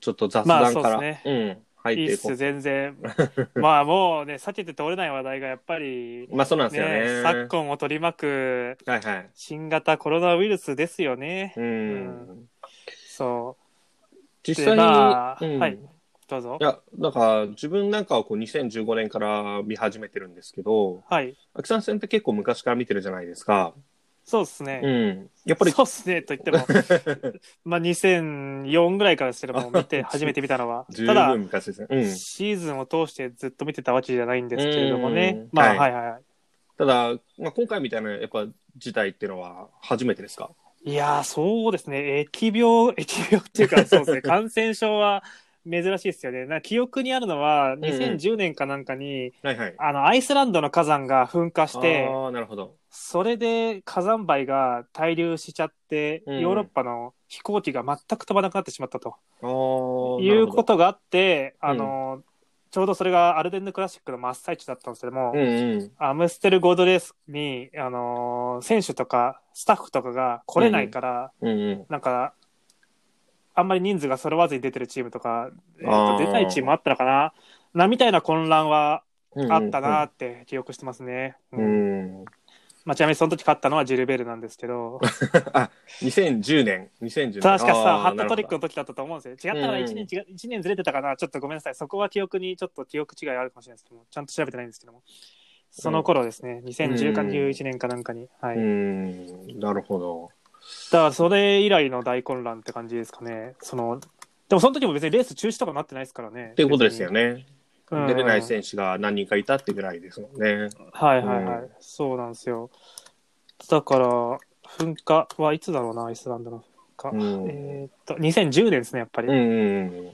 ちょっと雑まあ談そうかっすら、ねうん、入っいいてっいこすう。全然まあもうね避けて通れない話題がやっぱり、まあそうなんですよね。ね、昨今を取り巻くはいはい。新型コロナウイルスですよねうん。うそ実う際に、まあうんはいどうぞいや、なんか、自分なんかはこう2015年から見始めてるんですけど、はい秋さん戦って結構昔から見てるじゃないですか。そうですね、うん。やっぱり、そうっすねと言っ てもまあ2004ぐらいからですけども見て初めて見たのは十ただ分昔ですね。うん。シーズンを通してずっと見てたわけじゃないんですけれどもうねん。まあ、ははいい、はいはただ、まあ、今回みたいな、やっぱ、事態っていうのは初めてですかい。いやー、そうですね。疫病、 疫病っていうか、そ うですね。感染症は珍しいですよね。な記憶にあるのは、んうん2010年かなんかに、はいはい。あの、アイスランドの火山が噴火して、ああ、なるほど。それで火山灰が滞留しちゃって、うんヨーロッパの飛行機が全く飛ばなくなってしまったとああ、いうこなるとがあって、あの、ちょうどそれがアルデンヌクラシックの真っ最中だったんですけども、ほど。うんうん。アムステルゴードレースに、あのー選手とかスタッフとかが来れないから、うんうん。なんか、あんまり人数が揃わずに出てるチームとか、えあーーと出ないチームあったのかなな、みたいな混乱はうんうんあったなって記憶してますね。ううんん。まあ、ちなみにその時勝ったのはジルベールなんですけ ど、あ、2010年。2010年。確かさ、あーハットトリック。の時だったと思うんですよ。違ったかなうん ?1 年違う、一年ずれてたかなちょっとごめんなさい。そこは記憶に、ちょっと記憶違いあるかもしれないですけども、ちゃんと調べてないんですけども。その頃ですね、2010か11年かなんかに。は。ないるほどうん。なるほど。だからそれ以来の大混乱って感じですかね。そのでもその時も別にレース中止とかなってないですからね。っっていうことですよ。ね。うん出れない選手が何人かいたってぐらいですもんね。はいはいはい。うそうなんですよ。だから、噴火はいつだろうな、アイスランドの噴う火。んえーっと、2010年ですね、やっぱり。うんうん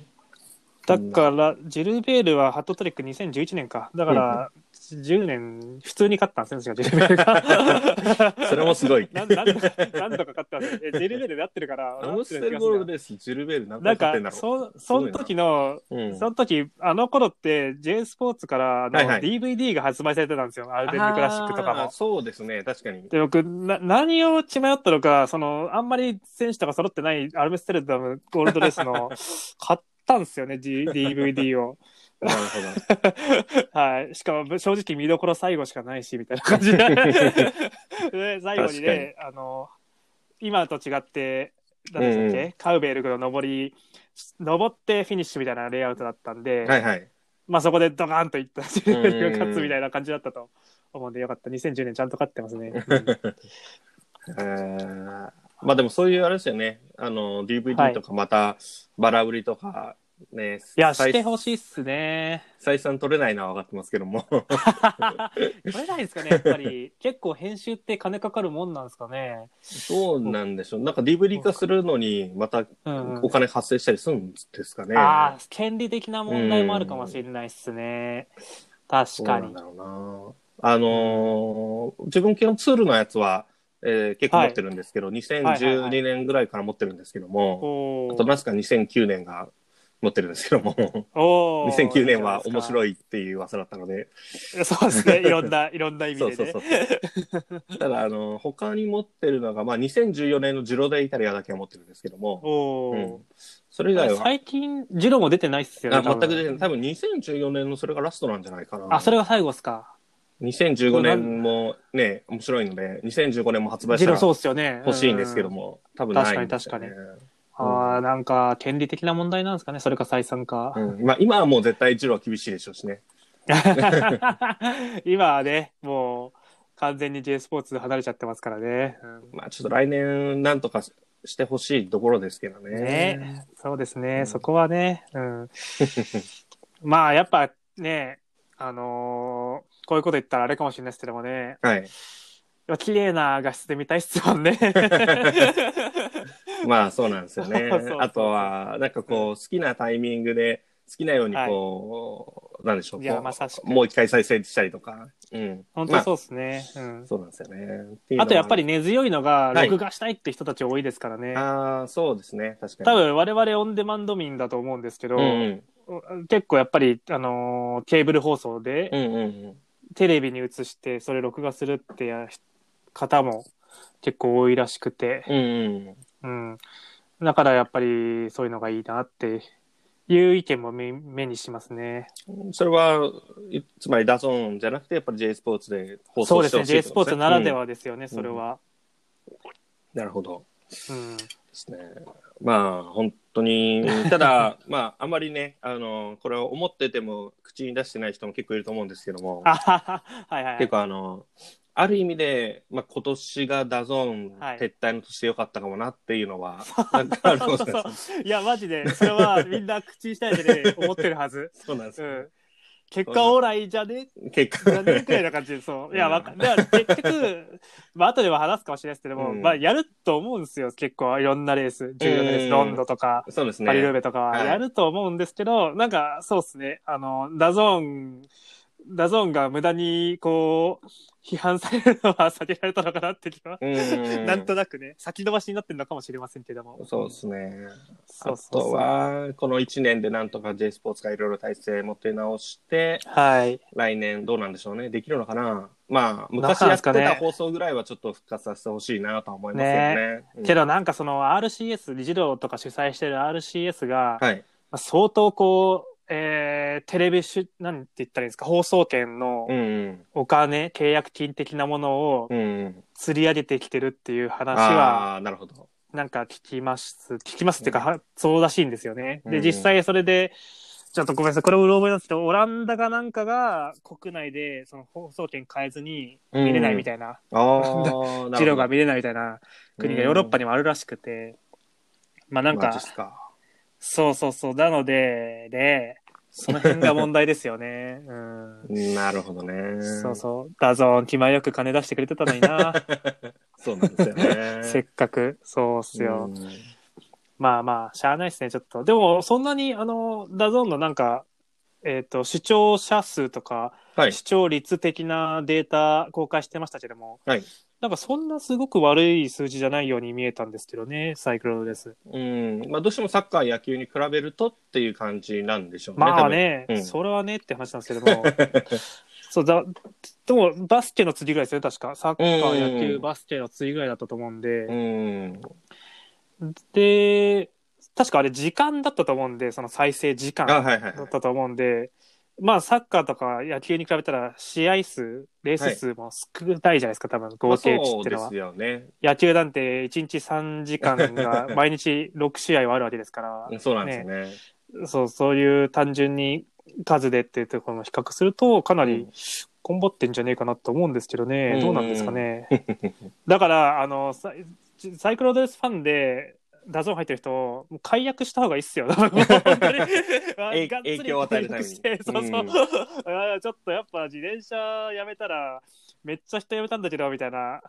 だから、ジルベールはハットトリック2011年か。だから、10年、普通に勝ったんですよ、ジルベールが。うん。 それもすごい。 なんなん何度か勝ったんですよ。えジルベールで合ってるから。アムステルゴールドレース、ジルベール何な回ん勝ってんかだ、ろそ、その時の、う。うんその時、あの頃って、J スポーツからあのはいはい DVD が発売されてたんですよ。アルデンヌクラシックとかあーも。そうですね、確かに。で、僕、な、何を血迷ったのか、その、あんまり選手とか揃ってないアルムステルダムゴールドレース の、買ったんですよね、D、DVD を。 なるほど。はい。しかも、正直見どころ最後しかないし、みたいな感 じで。で、最後にね、あの、今と違って、何でしたっけ、うんカウベルグの上り、登ってフィニッシュみたいなレイアウトだったんで、 はいはい。まあそこでドカーンといったし、うんうん勝つみたいな感じだったと思うんでよかった。2010年ちゃんと勝ってま すね。うんえーまあでもそういうあれですよね、あの、は DVD いとかまた、バラ売りとか、ね、いや、採してほしいっすね。採算取れないのは分かってますけども。取れないですかね、やっぱ り。結構編集って金かかるもんなんですかね。そうなんでしょう。なんか DVD 化するのに、またうんうんお金発生したりするんですかね。ああ、権利的な問題もあるかもしれないっすね。確そうかなんにだ。ろうな。あのー自分系のツールのやつは、えー結構持ってるんですけど、2012年ぐらいから持ってるんですけども、おあとなぜか2009年が持ってるんですけども、 おー2009年は面い白いっていう噂だったので、じゃないですか。そうですね。いろ んな、いろんな意味そうでそね。うそう。 ただ、あの、他に持ってるのが、まあ、2014年のジロデイタリアだけは持ってるんですけども、おうんお、それ以外は、最近、ジロも出てないっすよね。あ多全分く出てない。多分2014年のそれがラストなんじゃないかな。あ、それが最後っすか。 2015年もね、面白いので、2015年も発売しジたロらそうっすよね。欲しいんですけどうん。も、多分ないんですよね、確ああ、なんか、権利的な問題なんですかね。それか採算か。うんまあ、今はもう絶対一郎は厳しいでしょうしね。 今はね、もう、完全に J スポーツ離れちゃってますからね。うんまあ、ちょっと来年なんとかしてほしいところですけどね。ね、そうですね、うんそこはね、 うん。まあ、やっぱね、あのーこういうこと言ったらあれかもしれないですけどもね、はい。やっぱ綺麗な画質で見たいっすも んね。まあそうなんですよね そうそうそう。あとは、なんかこう、好きなタイミングで、好きなようにこう、なんでしょう、いやこうまさしくもう一回再生したりとか。うん。本ま当あそそううですね、うん。なんですよね。ていうのはあとやっぱり、根強いのが、はい録画したいって人たち多いですからね。ああ、そうですね。確かに。多分我々オンデマンド民だと思うんですけど、うんうん、結構やっぱり、あのーケーブル放送で、うんうんうん。テレビに映してそれ録画するってや方も結構多いらしくて、うんうん。うん、だからやっぱりそういうのがいいなっていう意見も目目にしますね。それは、いつまりダゾーンじゃなくて、やっぱり J スポーツで放そ送うでしてすね、ほしい J ってことスポーツならでうんはですよね、それは。なるほど。うん。 ですね。まあ、本当に、た だ、まあ、あまりね、あの、これを思ってても、口に出してない人も結構いると思うんですけども、あはは、はいはいは結い。構あの、ある意味で、まあ、今年がダゾーンはい撤退の年でよかったかもなっていうの は、なんかあるかもしれないそうそういや、マジで、それはみんな口にしたいでね、思ってるはず。そうなんですうよ、ん。結果オーライじゃね結じゃね果くらいな感じで、そう。いや、うんわかだから 結局、まあ、後では話すかもしれないですけどうも、んまあ、やると思うんですよ、結構、いろんなレース。重要なレース、うんロンドとか、 そうですね。パリルーベとかははいやると思うんですけど、なんか、そうですね、あの、ダゾーン、ダゾーンが無駄に、こう、批判されるのは避けられたのかなって気は、うん。なんとなくね、先延ばしになってるのかもしれませんけども。そうですね。そあうそうとそう。は、この1年でなんとか J スポーツがいろいろ体制持って直して、はい。来年どうなんでしょうね。できるのかなまあ、なん昔かやでってすかねた放送ぐらいはちょっと復活させてほしいなとは思いますよね。うんけどなんかその RCS、理事長とか主催してる RCS が、はい。まあ相当こう、えーテレビし、なんて言ったらいいんですか、放送権のうんうん。お金、契約金的なものをうんうん。釣り上げてきてるっていう話は、ああー、なるほど。なんか聞きます、聞きますっていうか、うんはそうらしいんですよね。うんうで、ん実際それで、ちょっとごめんなさい、これをうろ覚えなんですけど、オランダがなんかが国内でその放送権変えずに見れないみたいな、ああ、なるほ ど。資料が見れないみたいな国がヨーロッパにもあるらしくて、まあなんマジかっ、すか。そうそうそう、なので、で、その辺が問題です よね。うん。なるほどね。そうそう。ダゾーン、気前よく金出してくれてたの にな。そうなんですよね。せっかく。そうっすよ。うんまあまあ、しゃあないですね、ちょっと。でも、そんなに、あの、ダゾーンのなんか、えっ、と、視聴者数とか、はい。視聴率的なデータ公開してましたけども、はいなんかそんなすごく悪い数字じゃないように見えたんですけどね、サイクロです。うん。まあ、どうしてもサッカー、野球に比べるとっていう感じなんでしょうね。まあね、うんそれはねって話なんですけ ども。そうだ、でもバスケの次ぐらいですよね、確か。サッカー、野う球、んバスケの次ぐらいだったと思うん多分。で。うん。で、確かあれ時間だったと思うんで、その再生時間あ、だはいはいはい。ったと思うんで、まあサッカーとか野球に比べたら試合数、レース数も少ないじゃないですか、多分合計値っていうのまあそうはです。よね。野球なんて1日3時間 が毎日6試合はあるわけですから。そうなんですよね。そう、そういう単純に数でっていうところも比較すると、かなり頑張ってんじゃねえかなと思うんですけどね、うんどうなんですかね。だから、あの、サイサイクロドレスファンで、ダゾーン入ってる人、もう解約した方がいいっす よ。本当に影影響を与えるためにがっつり解約して そううそう。んあーちょっとやっぱ自転車やめたら、めっちゃ人やめたんだけど、みたいな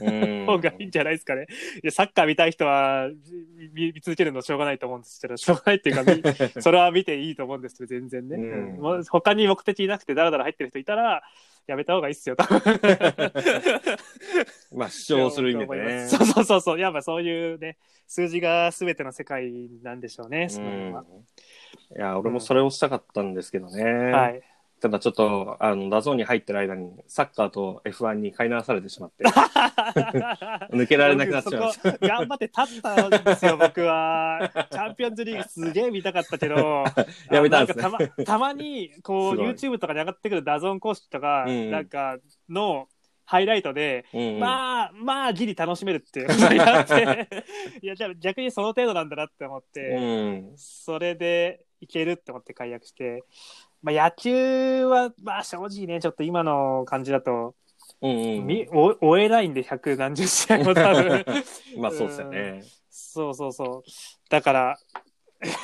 うん方がいいんじゃないですかね。いやサッカー見たい人はみ見見続けるのしょうがないと思うんですけど、しょうがないっていうか、みそれは見ていいと思うんですけど、全然ね。うんもう他に目的なくてダラダラ入ってる人いたら、やめた方がいいっすよ、多分。 まあ、 主張する意味でね。そうそうそうそう。やっぱそういうね、数字が全ての世界なんでしょうね、その辺は。うんいや、俺もそれをしたかったんですけどね。はい。 ただちょっと、あの、ダゾーンに入ってる間に、サッカーと F1 に飼い直されてしま って、抜けられなくなっちゃいまし、僕そこ頑張って立ったんですよ、僕は。チャンピオンズリーグすげえ見たかったけど やめたんですねあなんかたまたまに、こう、すごい YouTube とかに上がってくるダゾーン公式とか、うんうんなんかのハイライトで、た。うんまあ、まあ、ギリ楽しめるっていう ことになって、いや、じゃあ逆にその程度なんだなって思って、うん。それでいけるって思って解約して、まあ、野球は、まあ、正直ね、ちょっと今の感じだと、うんうん。みお終えないんで100何十試合も多 分まあ、そうですよね。そうそうそうだから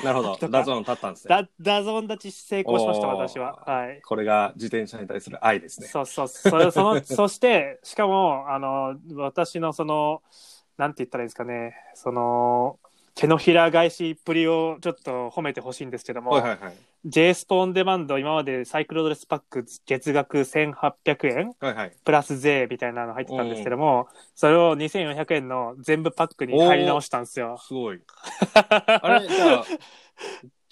な るほど。ダゾーン立ったんですね。だダゾーン立ち成功しましたおー私ははいこれが自転車に対する愛ですね。そうそうそれそのそしてしかもあの私のそのなんて言ったらいいんですかねその手のひら返しっぷりをちょっと褒めてほしいんですけども、はいはいはい。 J スポーンデマンド今までサイクルドレスパック月額1800円はいはい。プラス税みたいなの入ってたんですけども、それを2400円の全部パックに入り直したんですよ。す ごい。あれ、じゃあ、自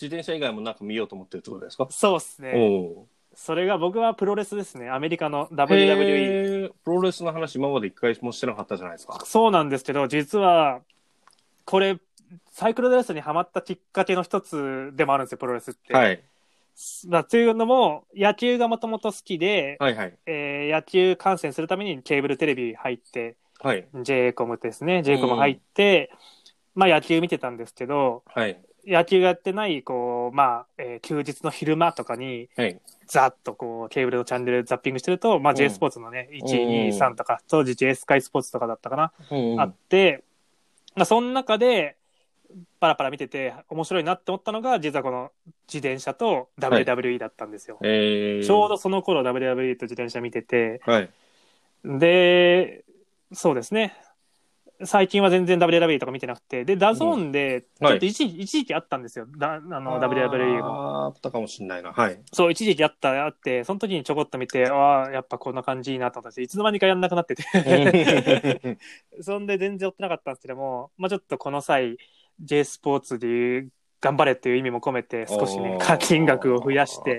転車以外もなんか見ようと思ってるってことですかそうっすね。おそれが僕はプロレスですね。アメリカのお。 WWE。へープロレスの話今まで一回もしてなかったじゃないですか。そうなんですけど、実は、これ、サイクルドレスにはまったきっかけの一つでもあるんですよ、プロレスって。はい。だというのも、野球がもともと好きで、はいはい。えー野球観戦するためにケーブルテレビ入って、はい。 j コムですね、j コム入って、まあ野球見てたんですけど、はい。野球やってない、こう、まあ、えー休日の昼間とかに、はい。ざっとこう、ケーブルのチャンネルザッピングしてると、まあうん J スポーツのね、1、2、うん3とか、当時 J スカイスポーツとかだったかな、うんあって、まあその中で、パラパラ見てて、面白いなって思ったのが、実はこの自転車と WWE だったんですよ。えー、ちょうどその頃 WWE と自転車見てて、はい。で、そうですね。最近は全然 WWE とか見てなくて、で、ダゾーンで、ちうんはいょっと一時,、一時期あったんですよ。だあの WWE も。あーあったかもしれないな。はい。そう、一時期あった、あって、その時にちょこっと見て、ああ、やっぱこんな感じいいなと思ったし、いつの間にかやんなく なってて。そんで全然追ってなかったんですけども、まあちょっとこの際、J スポーツでいう、頑張れっていう意味も込めて、 少しね、課金額を増 やして、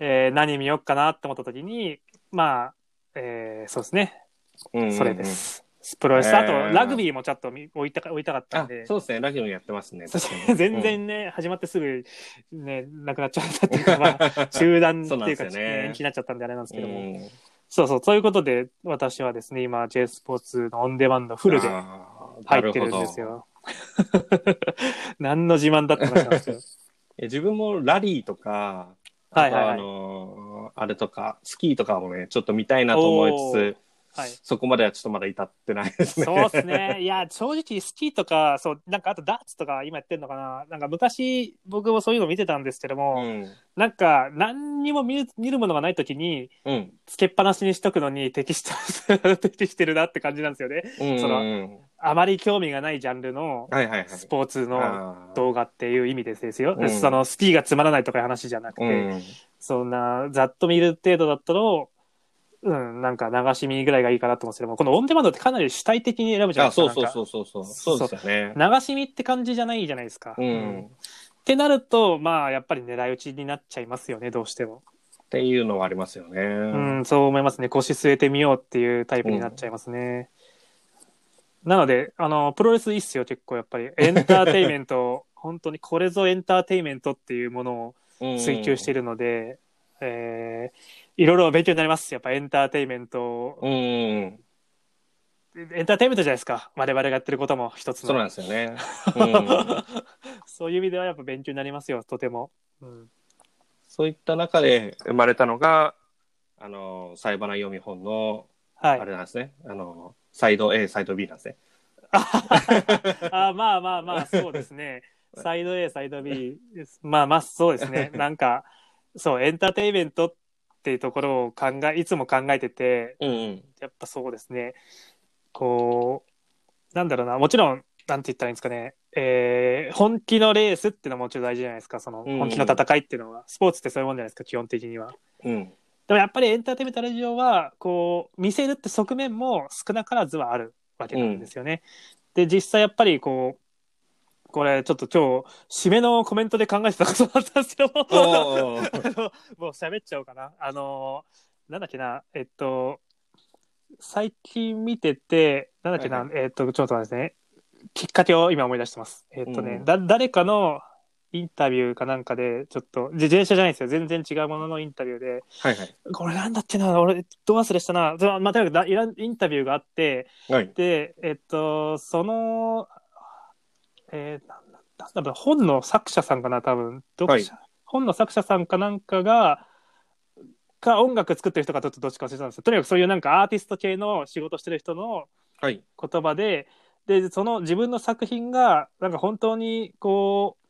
えー何見よっかなって思った時に、まあ、えーそうですね、それで。す。プロレス、あと、えーラグビーもちょっと見置いたか、置いたかったあんで、。そうですね。ラジオやってますね。そ確しかてに 全。 然ね、始まってすぐ、ね、なくなっちゃったっていう か、まあ、中断っていうか、そうなんですよねね、延期になっちゃったんであれなんですけども。うんそうそう、ということで、私はですね、今、J スポーツのオンデマンドフルであー入ってるんです。なほどよ。 何の自慢だった話なんで すけど。え自分もラリーとか、はあいはいとはあい。のーあれとか、スキーとかもね、ちょっと見たいなと思いつはいつ、そこまではちょっとまだ至ってないですね。そうですね。いや、正直、スキーとか、そう、なんか、あとダーツとか今やってんのかな。なんか、昔、僕もそういうの見てたんですけども、うん。なんか、何にも見る見るものがないときに、うん。つけっぱなしにしとくのに適 した、適してるなって感じなんですよね。うんそのうんあまり興味がないジャンルのはいはいはい。スポーツのあー動画っていう意味でですよ。うんそのスキーがつまらないとかいう話じゃなくて、うん。そんな、ざっと見る程度だったら、うん、なんか流し見ぐらいがいいかなと思うんですけども、このオンデマンドってかなり主体的に選ぶじゃなあ、いですか。そうそううそうそうそう。そうですよね。流し見って感じじゃないじゃないですか。うっん。てなると、まあ、やっぱり狙い撃ちになっちゃいますよね、どうしても。っていうのはありますよね。うん、そう思いますね。腰据えてみようっていうタイプになっちゃいますね。なので、あの、プロレスいいっすよ、結構やっぱり。エンターテインメ ント、本当にこれぞエンターテインメントっていうものを追求している。るので、えーいろいろ勉強になります。やっぱエンターテインメント、うん。エンターテインメントじゃないですか。我々がやってることも一つの。そうなんですよ ね。うん、そういう意味ではやっぱ勉強になりますよ、とても。うん、そういった中で生まれたのが、あの、サイバナ読み本の、はあい。れなんですね。あの、サイド A、サイド B なん ですね。あまあまあまあ、そうです ね。サイド A、サイド B です。まあまあ、そうですね。なんか、そう、エンターテインメントっていうところを考え、いつも考えてて、うんうん。やっぱそうですね。こう、なんだろうな、もちろん、なんて言ったらいいんですかね。えー本気のレースっていうのはもちろん大事じゃないですか。その、うん本気の戦いっていうのは、スポーツってそういうもんじゃないですか、基本的には。 うん。でもやっぱりエンターテインメントラジオは、こう、見せるって側面も少なからずはあるわけなんですよね。で、実際やっぱりこう、これちょっと今日、締めのコメントで考えてたことだったんですけども、おーあのもう喋っちゃおうかな。あのーなんだっけな、えっと、最近見てて、なんだっけな、はいえっと、ちょっと待ってね、きっかけを今思い出してます。えっとね、うんだ誰かのインタビューかなんかで、ちょっと、自転車じゃないんですよ。全然違うもののインタビューで、はいはい。これなんだっけな、俺、ど忘れしたな。まあ、まあとにかくだいらんインタビューがあって、はい。で、えっと、その、えー、なんだなんだろう、本の作者さんかな、多分。読者、本の作者さんかなんかが、か音楽作ってる人かちょっとどっちか忘れたんですけど、とにかくそういうなんかアーティスト系の仕事してる人のはい。言葉で、で、その自分の作品が、なんか本当に、こう、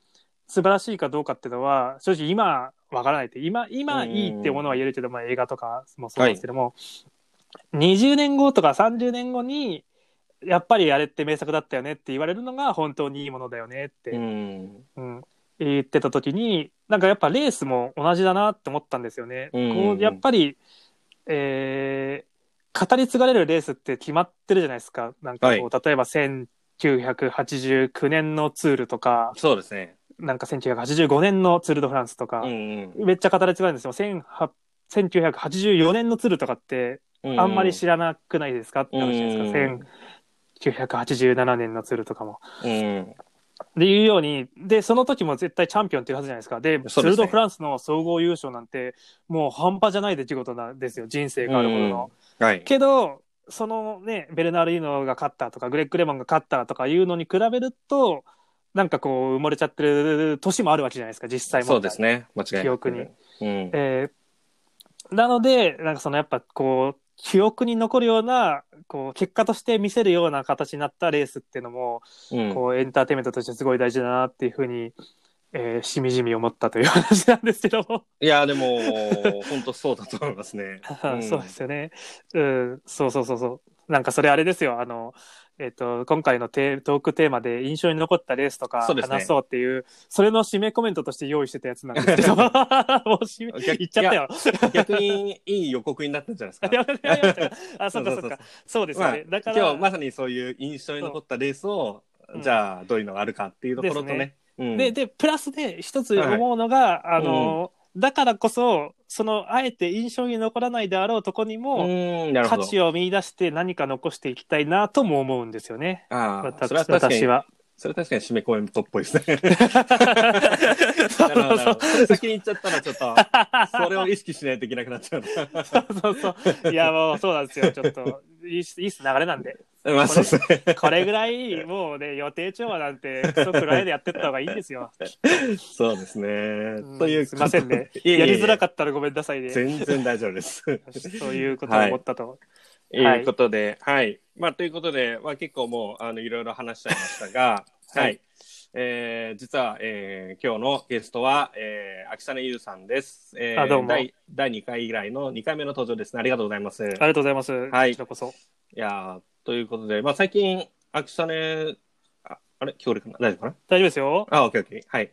素晴らしいかどうかっていうのは、正直今、わからないって、今、今いいっていうものは言えるけど、まあ映画とかもそうなんですけども、20年後とか30年後に、やっぱりあれって名作だったよねって言われるのが本当にいいものだよねって、うん。うん言ってた時になんかやっぱレースも同じだなって思ったんですよね。うんこうやっぱり、えー語り継がれるレースって決まってるじゃないですか。なんかこう、例えば1989年のツールとかそうですね。なんか1985年のツール・ド・フランスとかう、んめっちゃ語り継がれるんですよ。1800 1984年のツールとかってうん。あんまり知らなくないですかって話じゃないですか。 1987年のツールとかも。うん。で、いうように、で、その時も絶対チャンピオンっていうはずじゃないですか。で、そツうですーねル・ド・フランスの総合優勝なんて、もう半端じゃない出来事なんですよ、人生があるほどの。はい。けど、そのね、ベルナール・イーノが勝ったとか、グレッグ・レモンが勝ったとかいうのに比べると、なんかこう、埋もれちゃってる年もあるわけじゃないですか、実際も。そうですね。間違いなく。記憶にうん。えーなので、なんかそのやっぱこう、記憶に残るような、こう、結果として見せるような形になったレースっていうのも、うんこう、エンターテインメントとしてすごい大事だなっていうふうに、えーしみじみ思ったという話なんですけども。。いや、でも、本当そうだと思いますね そうですよね。うん、そうそうそうそう。なんかそれあれですよ。あの、えっ、と、今回のテートークテーマで印象に残ったレースとかそうですね話そうっていう、それの締めコメントとして用意してたやつなんです けど、 もう締め、逆言っちゃ ったよ。逆にいい予告になったんじゃないですか。やめてやめてあ、そっかそそうそうっそうか。そうですよね。だか今ら、日まさにそういう印象に残ったレースをうん、じゃあどういうのがあるかっていうところとね。うんで、で、プラスで一つ思うのが、あの、だからこそ、その、あえて印象に残らないであろうとこにうも、ん、なるほ価ど。値を見出して何か残していきたいなとも思うんですよね。ああ、私それは確かに 私、は。それは確かに締めコメントっぽいです ね。そなるほどうなそるうほど。それ先に言っちゃったらちょっと、それを意識しないといけなくなっちゃうな。そうそう。いや、もうそうなんですよ。ちょっと、いいっすいいっす流れなんで。まあそうですね。これぐらい、もうね、予定調和なんて、クソくらいでやってった方がいいんで すよ。そうですねうん。というすいませんね。いえいえやりづらかったらごめんなさい ね。全然大丈夫です。そういうことを思ったと。いうことで、はい。まあ、ということで、まあ、結構もう、あの、いろいろ話しちゃいましたが、 はい。はいえー実は、えー今日のゲストは、えー、秋実優さんです。えーあどうも第。第2回以来の2回目の登場ですね。ありがとうございます。ありがとうございます。はいこちらこそ。いやーということで、まあ、最近、秋実あ、あれ聞こえるかな大丈夫かな大丈夫ですよ。あ、オッケーオッケー。はい。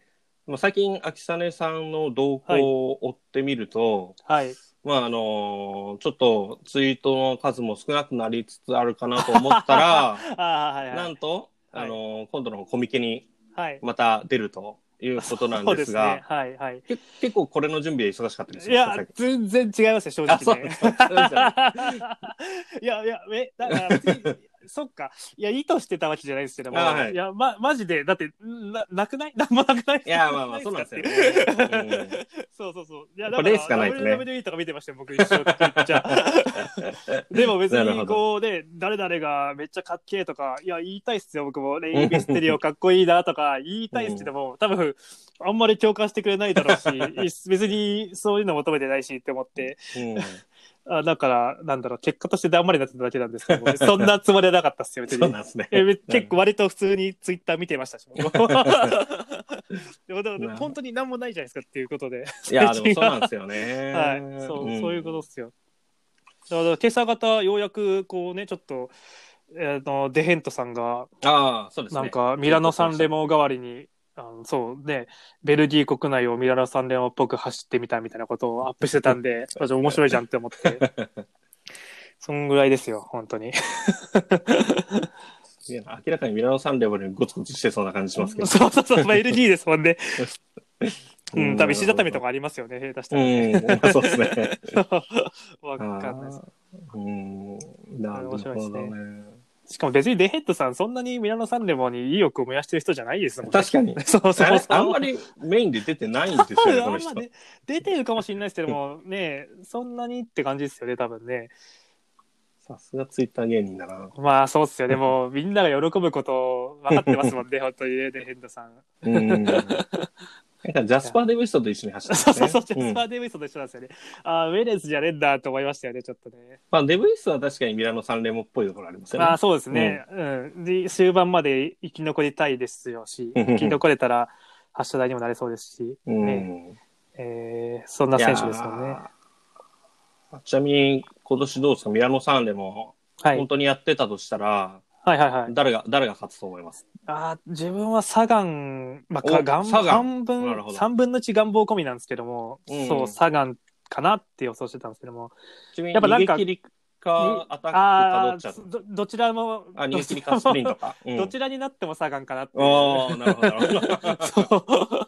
まあ、最近、秋実さんの動向を追ってみると、はい。まああのーちょっとツイートの数も少なくなりつつあるかなと思った ら、あーはいはないんと、はいあのー今度のコミケにはい。また出るということなんですそうがね、はいはい。け結構これの準備忙しかったですいや、全然違いますよ、正あ、そ直うね。 そう。いやいや、え、だから別に、 そっか。いや、意図してたわけじゃないですけども、、あはいいや、ま、マジで、だって、んな、なくない なんもなくないいや、まあまあ、そうなんですよね。 そうそうそう。いや、やっぱだから、レースがないとね WWE とか見てましたよ、僕一 緒じゃあでも別なるほに、どこうね、誰々がめっちゃかっけえとか、いや、言いたいっすよ、僕も。レイ・ミステリオかっこいいなとか、言いたいっすけども、多分、あんまり共感してくれないだろう し、別にそういうの求めてないしって思って、うんうんあだから、なんだろう、結果としてだんまりになってただけなんですけども、そんなつもりはなかったっすよ、別そうにな。んですね。えめ結構割と普通にツイッター見てましたし、僕もでもでも本当に何もないじゃないですかっていうことで。いや、でもそうなんですよね。はい、そう、そういうことと。っすよ。だから今朝方ようやくこうねちょっと、えー、のデヘントさんがああ、そうですね。なんかミラノ・サンレモ代わりに。あのそうね、ベルギー国内をミラノ・サンレモっぽく走ってみたみたいなことをアップしてたんで、私面白いじゃんって思って。 そんぐらいですよ、本当に。いや明らかにミラノサンレモにゴツゴツしてそうな感じしますけど。 そうそうそう、まあ、LG ですもんね。うう、んん多分石畳とかありますよね、下手したらね。うん、まあそうですね。 わかんないです。うん、なるほ面白いですどねね。しかも別にデヘッドさん、そんなにミラノ・サンレモに意欲を燃やしてる人じゃないですもんね。確かに。 そうそうそう。ああんまりメインで出てないんですよね、こあのん人ま。ね、出てるかもしれないですけど も、ね、そんなにって感じですよね、多分ね。さすがツイッター芸人だ な。まあそうっすよ。でも、みんなが喜ぶこと分かってますもんね、 本当にね、デヘッドさん。うん。なんかジャスパー・デビストと一緒に走って そうそうそう、ジジャャススパパー。ー・デイビスと一緒なんですよね。ああ、ウェレスじゃねえんだと思いましたよね、ちょっとね。まあ、デビストは確かにミラノ・サンレモっぽいところありますよまあね。そうですね、うんで終盤まで生き残りたいですよしうんうんう生んき残れたら発射台にもなれそうですし、うんねえーそんな選手ですよいね。やーちなみに、今年どうですかミラノ・サンレモ、はい、本当にやってたとしたら、はいはいはい誰が、誰が勝つと思いますあー自分はサガン、まあ、かおガンサガン半な分るほど3分の1願望込みなんですけども、うんそうサガンかなって予想してたんですけどもちなみにやっぱなんか逃げ切りか、アタックかどあっちだとーどどちらもあ、逃どげ切ちりらかもスプリントか。うんどちらになってもサガンかなっていうああ、なるほど、なるほど。 そう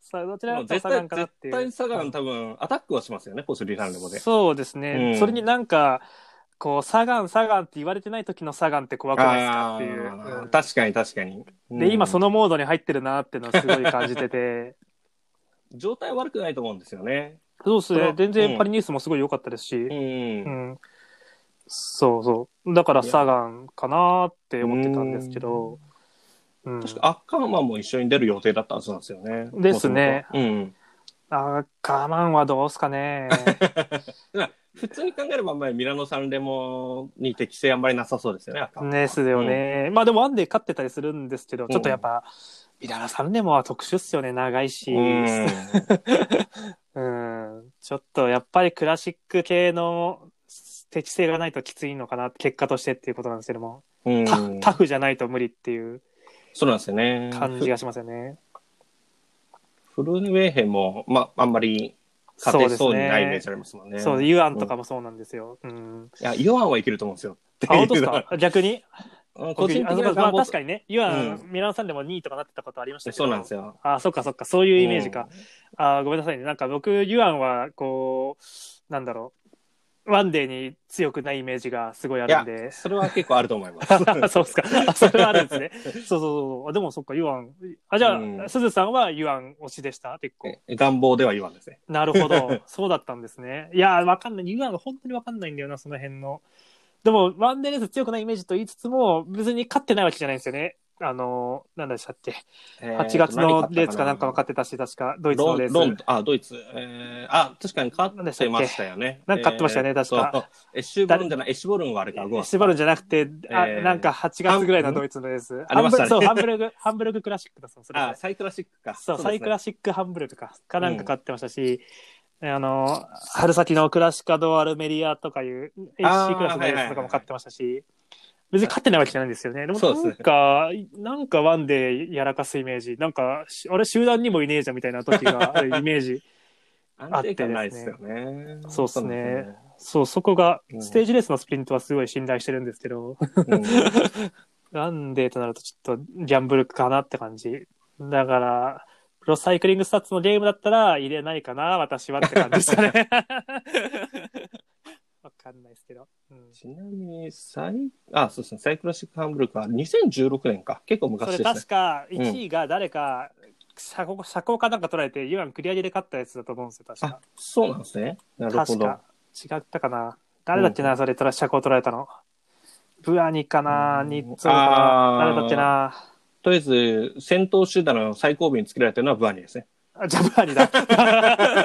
さあどちでらもになっても絶サガ対ンかなっていう絶対サガン多分、アタックはしますよね、コスリーランレモで。そうですね、うんそれになんかこう、サガン、サガンって言われてない時のサガンって怖くないですかっていう。あうーん確かに確かに。うんで、今そのモードに入ってるなっていうのをすごい感じてて。状態悪くないと思うんですよね。そうですそねの。全うん然パリニュースもすごい良かったですう。し。うんん。そうそう。だからいやサガンかなって思ってたんですけど。うん。確かアッカーマンも一緒に出る予定だったはずなんですよね。ですね元々。うん。あー、我慢はどうす かね。普通に考えれば、まあミラノサンレモに適性あんまりなさそうですよね、アッカーマンですよね。まあでもワンで勝ってたりするんですけど、ちょっとやっぱ、ミラノさんでもは特殊っすよね、長いし。うん。うんちょっとやっぱりクラシック系の適性がないときついのかな、結果としてっていうことなんですけども、うんタフタフじゃないと無理っていうそうなんですよね。感じがしますよね。フルウェーヘンも、まあ、あんまり勝てそうにないイメージありますもんね。そう、ユアンとかもそうなんですよ。うん。いや、ヨアンはいけると思うんですよ。あ、本 当ですか確にうん個個人人的あなまあま願あ望確かにね、ユアン、うミラノさんでも2位とかなってたことありましたけど。そうなんですよ。あ、そっかそっか、そういうイメージか。あーごめんなさいね。なんか僕、ユアンは、こう、なんだろう。ワンデーに強くないイメージがすごいあいるやんで、。それは結構あると思います。 そうっすか。 あそれはあるんですね。そうそうそう。あでもそっか、ユアン。あ、じゃうんあ、すずさんはユアン推しでした結構。え願望では言わんですね。なる ほど。そうだったんですね。いやー、わかんない。ユアンは本当にわかんないんだよな、その辺の。でも、ワンデーレース強くないイメージと言いつつも、別に勝ってないわけじゃないんですよね。あのー、なんだでしたっけ。8月のレースかなんかも分か勝ってたし、確か、ドイツのレース。ロン、ロンあ、ドイツ。えー、あ、確かに勝ってましたよね。なんでしたっけなんか勝ってましたよね確かそう。エッシュボルンじゃない、エッシュボルンはあれか、ゴア縛るんじゃなくて、あえーなんか8月ぐらいのドイツのレース。ありましたねハンブルそう、ハンブルグ、ハンブルグクラシックだそう、それあ、サイクラシックか。そう、サイクラシシックハンブルとか、かなんか買ってましたし、あの、春先のクラシカド・アルメリアとかいう HC クラスのやつとかも買ってましたし、別に勝ってないわけじゃないんですよね。でもそうですなんねか、なんかワンでやらかすイメージ、なんか、しあれ集団にもいねえじゃんみたいな時があるイメ ージ。ック安定感ないですよね。そうっすねなんでそう、そこがう、んステージレースのスプリントはすごい信頼してるんですけど、すよね。うんなんでとなるとちょっとギャンブルかなって感じ。だから、プロサイクリングスタッツのゲームだったら入れないかな、私はって感じです かね。わかんないですけど。うん、ちなみに、サイ、あ、そうですね、サイクラシックハンブルクは2016年か。結構そ昔れですね確。か1位が誰か、車高車高かなんか取られて、ユアン繰り上げで勝ったやつだと思うんですよ、確あか。、そうなんですね。なるほ確ど。か。違ったかな。誰だっけな、それ、車高取られたの。ブアニかな、うんニッツォかな、あー誰だっけな。とりあえず、先頭集団の最後尾につけられてるのはブアニーですね。あジャブアニだ。ジ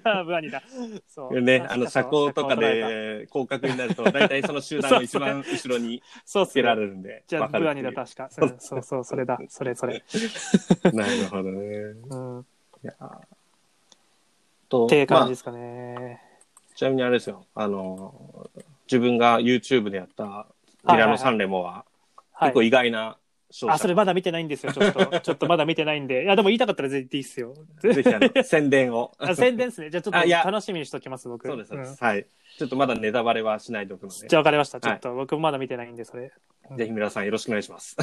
ャブアニだ。そう。ね、あの、車高とか車取られで広角になると、大体その集団の一番後ろにた。 そうっつすけらね。れるんで。じゃあ、わかブるアってニいうだ、確か。 うんそうそう、それだ。それ、それ。なるほどね。うん。っいやーと、ていう感じまであ、すかね。ちなみにあれですよ。あの、自分が YouTube でやったミラノサンレモは、は結構い。意外な勝あ、そ者。れまだ見てないんですよ、ちょっと。ちょっとまだ見てないんで。いや、でも言いたかったら全然いいっすよ。ぜひあの、宣伝 を。 あ宣伝ですね。じゃあ、ちょっあいやと楽しみにしときます、僕。そうです、そうでんす。はい。ちょっとまだネタバレはしないでおくので、じゃあ、わかりました。ちはょいっと、僕もまだ見てないんで、それ。ぜひ皆さんよろしくお願いします。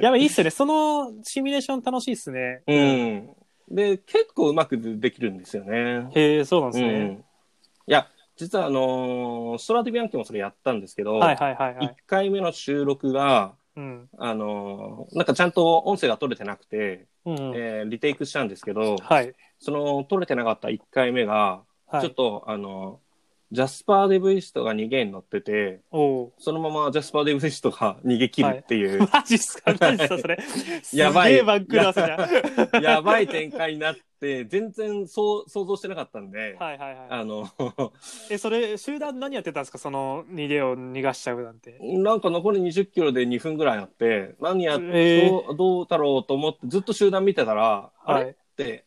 やばい、いいっすよね。そのシミュレーション楽しいっすね。うん。で、結構うまくできるんですよね。へえ、そうなんですうね。ん。いや、実はあのーストラディビアンキもそれやったんですけど、はいはいはいは1い。回目の収録が、うん。あのーなんかちゃんと音声が取れてなくて、うん。えーリテイクしたんですけど、はい。その取れてなかった1回目が、はい、ちょっとあのジャスパー・デブイストが逃げに乗ってて、おうそのままジャスパー・デブイストが 逃げ切るっていう、マジっすかマジっすかそれ。やばいすげえバックダンスじゃん。はいやばい展開になって、全然そう想像してなかったんで、はいはい。あの、え、それ、集団何やってたんですかその逃げを逃がしちゃうなんて。なんか残り20キロで2分ぐらいあって、何や、えーどうどうだろうと思って、ずっと集団見てたら、あはれっい。て、